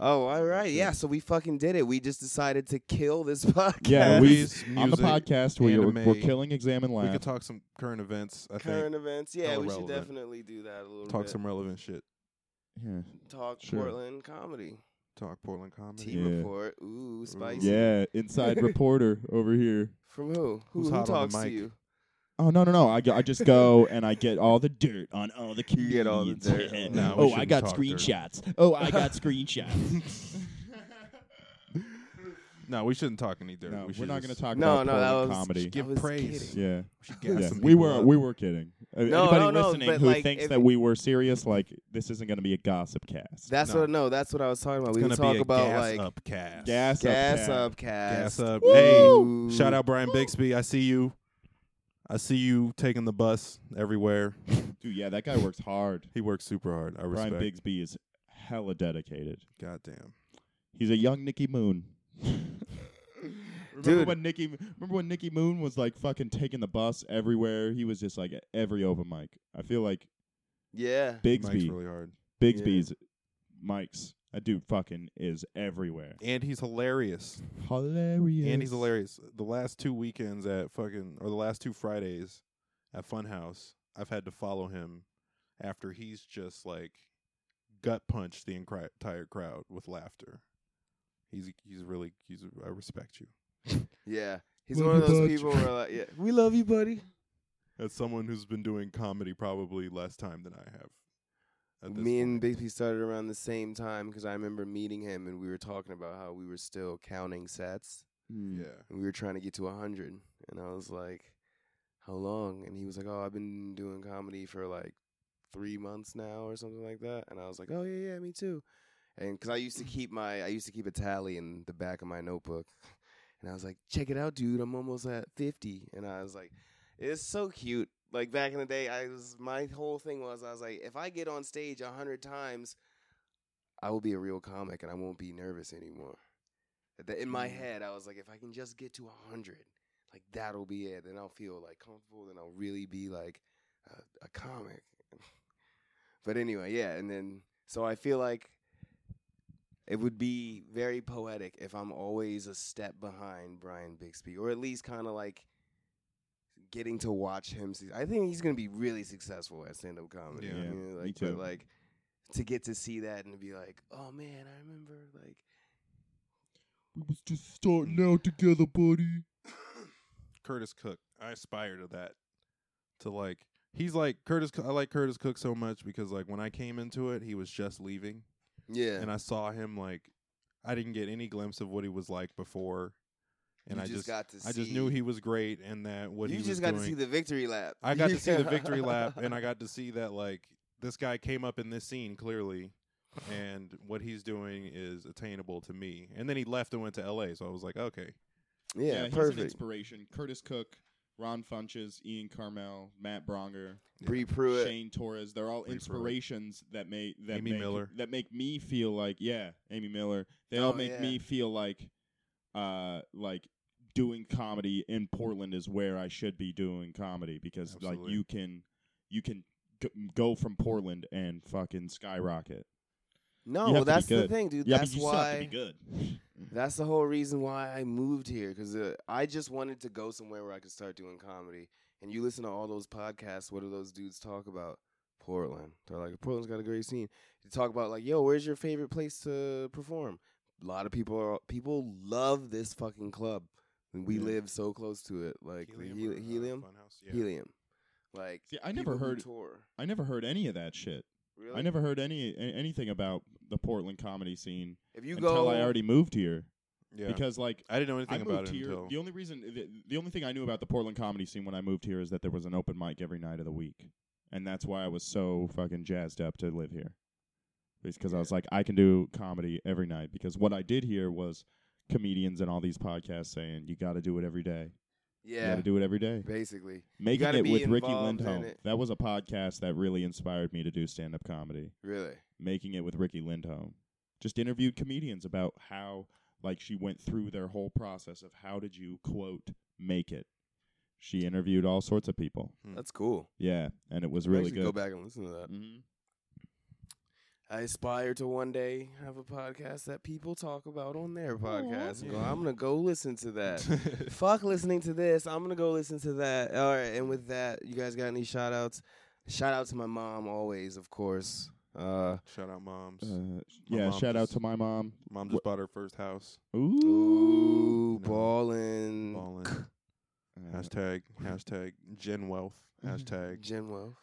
[SPEAKER 1] Oh, all right, yeah. So we fucking did it. We just decided to kill this podcast.
[SPEAKER 2] Yeah, we-
[SPEAKER 3] Movies,
[SPEAKER 2] on the
[SPEAKER 3] music,
[SPEAKER 2] podcast where you're, we're
[SPEAKER 3] anime.
[SPEAKER 2] killing exam and
[SPEAKER 3] We
[SPEAKER 2] laugh.
[SPEAKER 3] could talk some current events. I think
[SPEAKER 1] current events. Yeah,
[SPEAKER 3] Hella
[SPEAKER 1] we should
[SPEAKER 3] relevant.
[SPEAKER 1] definitely do that a little
[SPEAKER 3] talk
[SPEAKER 1] bit.
[SPEAKER 3] some relevant shit.
[SPEAKER 2] yeah.
[SPEAKER 1] talk
[SPEAKER 2] sure.
[SPEAKER 1] Portland comedy.
[SPEAKER 3] Talk Portland comedy.
[SPEAKER 1] T
[SPEAKER 2] Yeah.
[SPEAKER 1] report. Ooh, spicy.
[SPEAKER 2] yeah, inside reporter over here.
[SPEAKER 1] From who? Who,
[SPEAKER 3] Who's
[SPEAKER 1] who
[SPEAKER 3] hot on the
[SPEAKER 1] talks to
[SPEAKER 3] mic?
[SPEAKER 1] you?
[SPEAKER 2] Oh no no no! I, go, I just go and I get all the dirt on all the
[SPEAKER 1] You
[SPEAKER 2] comedians.
[SPEAKER 1] get all the dirt on
[SPEAKER 2] Yeah.
[SPEAKER 1] them.
[SPEAKER 3] No, we
[SPEAKER 2] oh, I
[SPEAKER 3] shouldn't
[SPEAKER 2] got
[SPEAKER 3] talk dirt.
[SPEAKER 2] screenshots. Oh, I got screenshots.
[SPEAKER 3] No, we shouldn't talk any dirt.
[SPEAKER 2] no,
[SPEAKER 3] we
[SPEAKER 2] we are not going to
[SPEAKER 3] to
[SPEAKER 2] talk
[SPEAKER 1] No,
[SPEAKER 2] about
[SPEAKER 1] no, that
[SPEAKER 2] porn
[SPEAKER 1] was-
[SPEAKER 2] comedy.
[SPEAKER 1] I
[SPEAKER 3] Give
[SPEAKER 1] was
[SPEAKER 3] praise.
[SPEAKER 1] kidding.
[SPEAKER 2] Yeah,
[SPEAKER 3] gas
[SPEAKER 2] yeah.
[SPEAKER 3] some
[SPEAKER 2] we
[SPEAKER 3] people
[SPEAKER 2] were
[SPEAKER 3] up.
[SPEAKER 2] we were kidding. Uh,
[SPEAKER 1] No,
[SPEAKER 2] Anybody
[SPEAKER 1] no, no,
[SPEAKER 2] listening
[SPEAKER 1] but,
[SPEAKER 2] who
[SPEAKER 1] like,
[SPEAKER 2] thinks
[SPEAKER 1] if-
[SPEAKER 2] that we were serious, like this isn't going to be a gossip cast.
[SPEAKER 1] That's
[SPEAKER 3] No.
[SPEAKER 1] what no. That's what I was talking about.
[SPEAKER 3] It's
[SPEAKER 1] we
[SPEAKER 3] gonna
[SPEAKER 1] can talk
[SPEAKER 3] be a
[SPEAKER 1] about
[SPEAKER 3] gas
[SPEAKER 1] like
[SPEAKER 3] up cast.
[SPEAKER 2] gas
[SPEAKER 1] gas
[SPEAKER 2] up.
[SPEAKER 1] up cast.
[SPEAKER 3] Gas up.
[SPEAKER 1] Ooh.
[SPEAKER 3] Hey, shout out Brian Bixby. I see you. I see you taking the bus everywhere.
[SPEAKER 2] Dude, yeah, that guy works hard.
[SPEAKER 3] He works super hard. I respect.
[SPEAKER 2] Brian Bigsby is hella dedicated.
[SPEAKER 3] Goddamn.
[SPEAKER 2] He's a young Nicky Moon. remember
[SPEAKER 1] Dude.
[SPEAKER 2] when Nicky? Remember when Nicky Moon was like fucking taking the bus everywhere? He was just like at every open mic. I feel like
[SPEAKER 1] Yeah.
[SPEAKER 3] He Mike's
[SPEAKER 2] Bigsby,
[SPEAKER 3] really hard,
[SPEAKER 2] Bigsby's mics. That dude fucking is everywhere.
[SPEAKER 3] and he's hilarious.
[SPEAKER 2] Hilarious.
[SPEAKER 3] And he's hilarious. The last two weekends at fucking, or the last two Fridays at Funhouse, I've had to follow him after he's just like gut punched the encri- entire crowd with laughter. He's he's really he's I respect you.
[SPEAKER 1] Yeah. He's
[SPEAKER 2] Love
[SPEAKER 1] one of
[SPEAKER 2] you,
[SPEAKER 1] those
[SPEAKER 2] bud.
[SPEAKER 1] people
[SPEAKER 3] Uh,
[SPEAKER 1] where like, yeah, we love you, buddy.
[SPEAKER 3] As someone who's been doing comedy probably less time than I have. at this
[SPEAKER 1] Me and
[SPEAKER 3] point.
[SPEAKER 1] Bixby started around the same time because I remember meeting him and we were talking about how we were still counting sets
[SPEAKER 2] Mm.
[SPEAKER 3] yeah.
[SPEAKER 1] and we were trying to get to a 100. And I was like, how long? And he was like, oh, I've been doing comedy for like three months now or something like that. And I was like, oh, yeah, yeah, me too. And because I used to keep my, I used to keep a tally in the back of my notebook. And I was like, check it out, dude. I'm almost at 50. And I was like, it's so cute. Like back in the day, I was my whole thing was I was like, if I get on stage a hundred times, I will be a real comic and I won't be nervous anymore. That- In my head, I was like, if I can just get to a hundred, like that'll be it. Then I'll feel like comfortable. Then I'll really be like a, a comic. but anyway, yeah. And then so I feel like it would be very poetic if I'm always a step behind Brian Bixby, or at least kind of like getting to watch him. suc- I think he's gonna be really successful at stand up comedy.
[SPEAKER 3] Yeah.
[SPEAKER 1] you
[SPEAKER 2] Yeah,
[SPEAKER 1] know,
[SPEAKER 2] me
[SPEAKER 1] like,
[SPEAKER 2] too.
[SPEAKER 1] But like to get to see that and to be like, oh man, I remember like
[SPEAKER 2] We was just starting out together, buddy.
[SPEAKER 3] Curtis Cook. I aspire to that. To like he's like Curtis Co- I like Curtis Cook so much because like when I came into it, he was just leaving
[SPEAKER 1] yeah.
[SPEAKER 3] and I saw him like I didn't get any glimpse of what he was like before. And
[SPEAKER 1] You
[SPEAKER 3] I
[SPEAKER 1] just
[SPEAKER 3] just,
[SPEAKER 1] got to
[SPEAKER 3] I just
[SPEAKER 1] see-
[SPEAKER 3] knew he was great and that what
[SPEAKER 1] you
[SPEAKER 3] he was
[SPEAKER 1] just got
[SPEAKER 3] doing.
[SPEAKER 1] to see the victory lap.
[SPEAKER 3] I got to see the victory lap and I got to see that like this guy came up in this scene clearly and what he's doing is attainable to me. And then he left and went to LA, so I was like, okay.
[SPEAKER 1] yeah,
[SPEAKER 2] he's an
[SPEAKER 1] perfect.
[SPEAKER 2] inspiration. Curtis Cook, Ron Funches, Ian Carmel, Matt Bronger,
[SPEAKER 1] Bree Pruitt.
[SPEAKER 2] Shane Torres. They're all
[SPEAKER 3] Bree Pruitt.
[SPEAKER 2] inspirations that make that
[SPEAKER 3] Amy
[SPEAKER 2] make,
[SPEAKER 3] Miller.
[SPEAKER 2] that make me feel like yeah, Amy Miller. They
[SPEAKER 1] Oh,
[SPEAKER 2] all make
[SPEAKER 1] yeah.
[SPEAKER 2] me feel like uh like doing comedy in Portland is where I should be doing comedy because like
[SPEAKER 3] Absolutely.
[SPEAKER 2] you can you can g- go from Portland and fucking skyrocket.
[SPEAKER 1] No,
[SPEAKER 2] have to be
[SPEAKER 1] that's the
[SPEAKER 2] good.
[SPEAKER 1] thing, dude.
[SPEAKER 2] Yeah,
[SPEAKER 1] that's
[SPEAKER 2] but you still have to
[SPEAKER 1] why.
[SPEAKER 2] be good.
[SPEAKER 1] That's the whole reason why I moved here because uh, I just wanted to go somewhere where I could start doing comedy. And you listen to all those podcasts. What do those dudes talk about? Portland. They're like, Portland's got a great scene. They talk about like, yo, where's your favorite place to perform? A lot of people are people love this fucking club. And we
[SPEAKER 2] Yeah.
[SPEAKER 1] live so close to it, like the
[SPEAKER 3] or,
[SPEAKER 1] heli-
[SPEAKER 3] uh,
[SPEAKER 1] helium,
[SPEAKER 3] Funhouse? Yeah.
[SPEAKER 1] helium. Like,
[SPEAKER 2] See, I never
[SPEAKER 1] people who
[SPEAKER 2] heard-
[SPEAKER 1] tour.
[SPEAKER 2] I never heard any of that shit.
[SPEAKER 1] Really?
[SPEAKER 2] I never heard any a- anything about the Portland comedy scene
[SPEAKER 1] If you
[SPEAKER 2] until
[SPEAKER 1] go,
[SPEAKER 2] I already moved here
[SPEAKER 3] Yeah.
[SPEAKER 2] because like
[SPEAKER 3] I didn't know anything
[SPEAKER 2] I moved
[SPEAKER 3] about it
[SPEAKER 2] here.
[SPEAKER 3] until
[SPEAKER 2] The only reason, the, the only thing I knew about the Portland comedy scene when I moved here is that there was an open mic every night of the week, and that's why I was so fucking jazzed up to live here. It's because I was like, I can do comedy every night because what I did here was comedians and all these podcasts saying you got to do it every day. You got
[SPEAKER 1] yeah,
[SPEAKER 2] to do it every day.
[SPEAKER 1] basically,
[SPEAKER 2] Making
[SPEAKER 1] gotta
[SPEAKER 2] it
[SPEAKER 1] be
[SPEAKER 2] with Ricky
[SPEAKER 1] involved in
[SPEAKER 2] Lindholm.
[SPEAKER 1] it.
[SPEAKER 2] That was a podcast that really inspired me to do stand up comedy
[SPEAKER 1] really.
[SPEAKER 2] making it with Ricky Lindholm. Just interviewed comedians about how like she went through their whole process of how did you quote make it. She interviewed all sorts of people.
[SPEAKER 1] That's cool.
[SPEAKER 2] Yeah, and it was
[SPEAKER 1] I
[SPEAKER 2] really
[SPEAKER 1] should Go
[SPEAKER 2] good.
[SPEAKER 1] back and listen to that.
[SPEAKER 2] Mhm.
[SPEAKER 1] I aspire to one day have a podcast that people talk about on their podcast. and go, I'm gonna go listen to that. Fuck listening to this. I'm gonna go listen to that. All right, and with that, you guys got any shout outs? Shout out to my mom always, of course. Uh
[SPEAKER 3] Shout out, moms.
[SPEAKER 2] Uh,
[SPEAKER 3] My
[SPEAKER 2] yeah,
[SPEAKER 3] mom
[SPEAKER 2] shout out
[SPEAKER 3] just-
[SPEAKER 2] to my mom.
[SPEAKER 3] Mom just bought her first house.
[SPEAKER 2] Ooh.
[SPEAKER 1] ooh,
[SPEAKER 3] No.
[SPEAKER 1] ballin'.
[SPEAKER 3] Ballin'.
[SPEAKER 2] Uh,
[SPEAKER 3] Hashtag hashtag Gen Wealth. Hashtag.
[SPEAKER 1] Gen Wealth.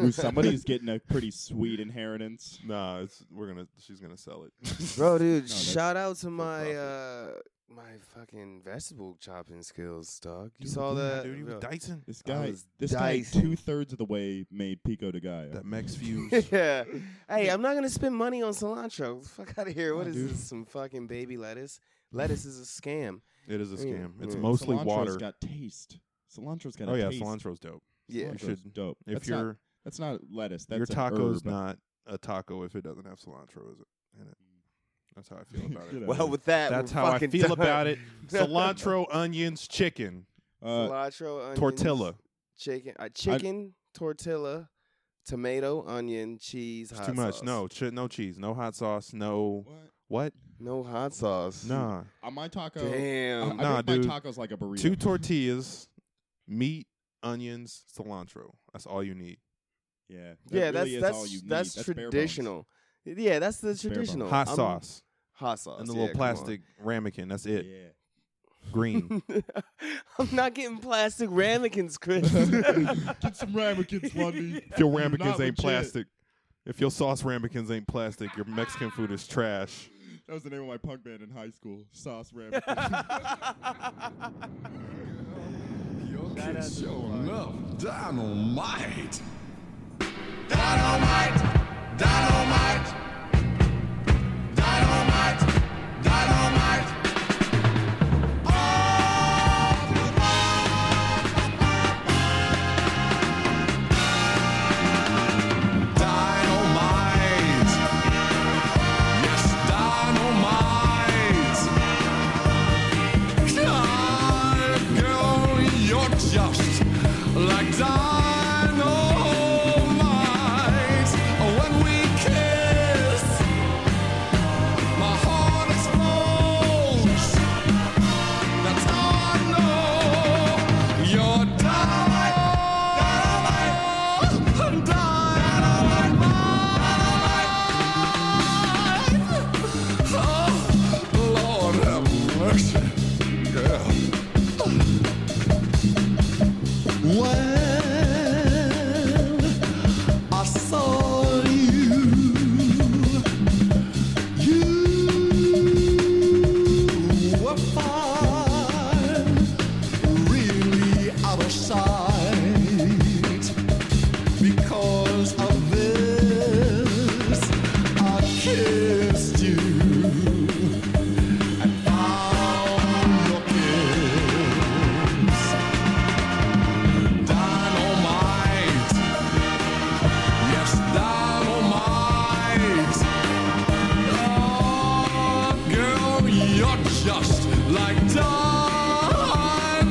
[SPEAKER 2] ooh, somebody's getting a pretty sweet inheritance.
[SPEAKER 3] Nah, it's we're gonna. She's gonna sell it.
[SPEAKER 1] Bro, dude,
[SPEAKER 2] that's
[SPEAKER 1] shout out to my
[SPEAKER 3] profit.
[SPEAKER 1] uh my fucking vegetable chopping skills, dog. You saw that?
[SPEAKER 3] dude. He was
[SPEAKER 1] Yo.
[SPEAKER 3] Dyson.
[SPEAKER 2] This
[SPEAKER 1] I
[SPEAKER 2] guy,
[SPEAKER 1] was
[SPEAKER 2] this guy,
[SPEAKER 1] dicing.
[SPEAKER 2] two thirds of the way made Pico de Gallo.
[SPEAKER 3] That Mex fuse.
[SPEAKER 1] yeah. Hey, I'm not gonna spend money on cilantro. Fuck out of here. What
[SPEAKER 2] Nah,
[SPEAKER 1] is
[SPEAKER 2] dude.
[SPEAKER 1] this? Some fucking baby lettuce? Lettuce is a scam.
[SPEAKER 3] it is a
[SPEAKER 1] Mm,
[SPEAKER 3] scam. It's
[SPEAKER 1] mm.
[SPEAKER 3] mostly
[SPEAKER 2] Cilantro's
[SPEAKER 3] water.
[SPEAKER 2] got taste. Cilantro's got.
[SPEAKER 3] oh
[SPEAKER 2] a
[SPEAKER 3] yeah,
[SPEAKER 2] taste.
[SPEAKER 3] cilantro's dope.
[SPEAKER 1] Yeah.
[SPEAKER 3] Cilantro.
[SPEAKER 2] Cilantro's
[SPEAKER 3] should-
[SPEAKER 2] dope.
[SPEAKER 3] If
[SPEAKER 2] That's not
[SPEAKER 3] your
[SPEAKER 2] That's not lettuce. That's
[SPEAKER 3] your
[SPEAKER 2] an
[SPEAKER 3] taco's
[SPEAKER 2] herb.
[SPEAKER 3] not a taco if it doesn't have cilantro, is it? In it. That's how I feel about
[SPEAKER 2] Get
[SPEAKER 3] it.
[SPEAKER 2] out. Well,
[SPEAKER 1] with that,
[SPEAKER 3] That's how I feel about it. Cilantro, onions, chicken,
[SPEAKER 2] Uh,
[SPEAKER 1] cilantro, onions,
[SPEAKER 3] tortilla.
[SPEAKER 1] chicken, uh, chicken, tortilla, tomato, onion, cheese.
[SPEAKER 3] It's
[SPEAKER 1] hot
[SPEAKER 3] too much.
[SPEAKER 1] sauce.
[SPEAKER 3] No, ch- no cheese, no hot sauce, no what?
[SPEAKER 1] no hot sauce.
[SPEAKER 3] Nah,
[SPEAKER 2] on my taco, I, I
[SPEAKER 1] Damn.
[SPEAKER 3] I'm Nah,
[SPEAKER 2] make
[SPEAKER 3] dude.
[SPEAKER 2] my tacos like a burrito.
[SPEAKER 3] two tortillas, meat, onions, cilantro. That's all you need.
[SPEAKER 2] yeah, that
[SPEAKER 1] yeah, that's
[SPEAKER 2] really is all
[SPEAKER 1] that's
[SPEAKER 2] you need.
[SPEAKER 1] that's,
[SPEAKER 2] bare bones.
[SPEAKER 1] traditional. Yeah, that's the
[SPEAKER 2] bare bones.
[SPEAKER 1] traditional
[SPEAKER 3] hot
[SPEAKER 1] I'm-
[SPEAKER 3] sauce
[SPEAKER 1] Hot sauce
[SPEAKER 3] and the
[SPEAKER 1] yeah,
[SPEAKER 3] little
[SPEAKER 1] come on.
[SPEAKER 3] plastic ramekin. That's
[SPEAKER 2] Yeah,
[SPEAKER 3] it. Green.
[SPEAKER 1] I'm not getting plastic ramekins, Chris.
[SPEAKER 2] get some ramekins, Lundy.
[SPEAKER 3] if your
[SPEAKER 2] You're
[SPEAKER 3] ramekins
[SPEAKER 2] not
[SPEAKER 3] ain't
[SPEAKER 2] legit.
[SPEAKER 3] plastic, if your sauce ramekins ain't plastic, your Mexican food is trash.
[SPEAKER 2] That was the name of my punk band in high school. Sauce ramekins.
[SPEAKER 4] Your kids show enough dynamite.
[SPEAKER 5] Dynamite! Dynamite! Dynamite! Dynamite! Dynamite! Yes, dynamite! Girl, you're just like dynamite. When we kiss, my heart explodes. That's how I know you're dynamite. Dynamite. Oh, Lord have mercy. When I saw you, you were fine, really out of sight. Because of this, I kissed you and found your kiss. Dynamite, yes, dynamite. Oh, girl, you're just like dynamite.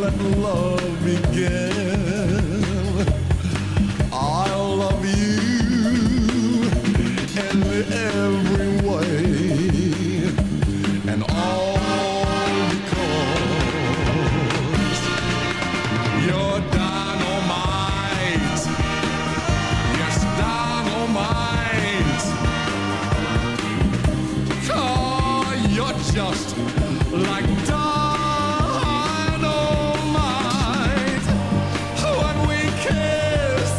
[SPEAKER 5] let love begin. I'll love you in every way, and all because you're dynamite. Yes, dynamite. Oh, you're just like dynamite. When we kiss,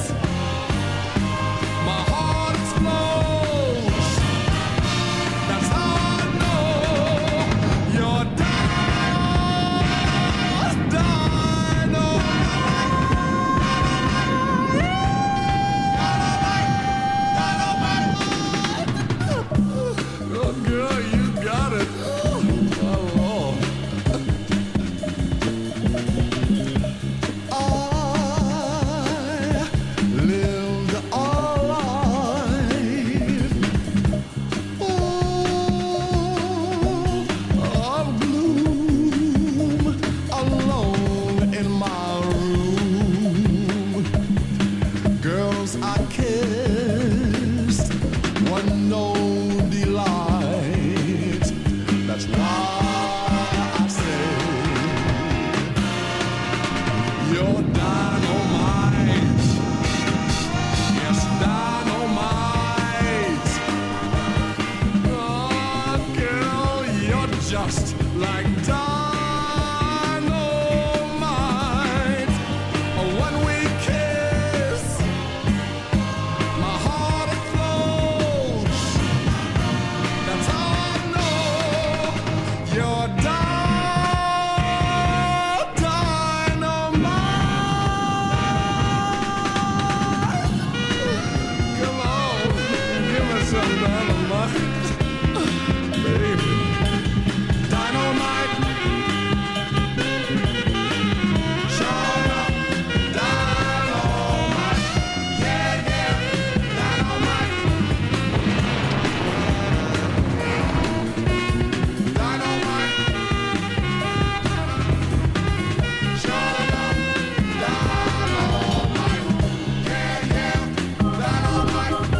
[SPEAKER 5] my heart explodes. That's how I know you're dy- dynamite. Oh, girl, you got it. Oh, my lord. I lived a life full of gloom, alone in my room girls I kissed were no delight. That's why I say you're dynamite. Yes, dynamite. Oh, girl, you're just like dynamite. Oh, when we kiss. My heart explodes. That's how I know you're dy- dynamite. Come on, give me some dynamite, baby. Dynamite, China, dynamite. Yeah, yeah, dynamite. Dynamite. Shut up, dynamite. Yeah,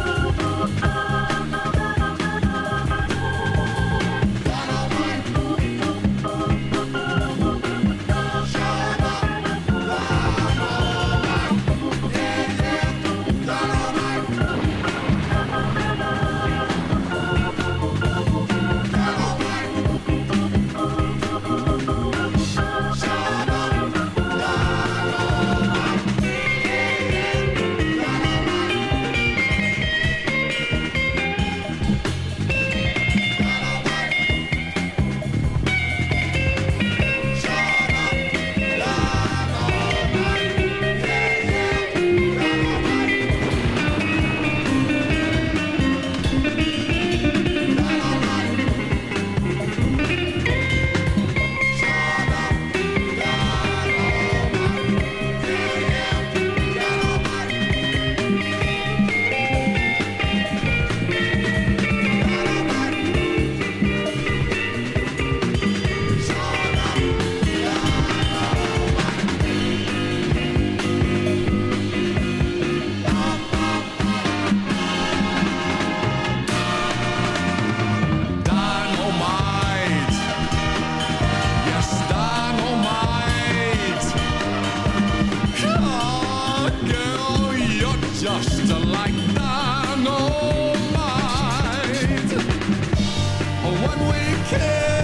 [SPEAKER 5] yeah, dynamite. Dynamite. Shut up, dynamite. Yeah, yeah. Dynamite. Yes, dynamite. Ah, girl, you're just like dynamite. When we kiss,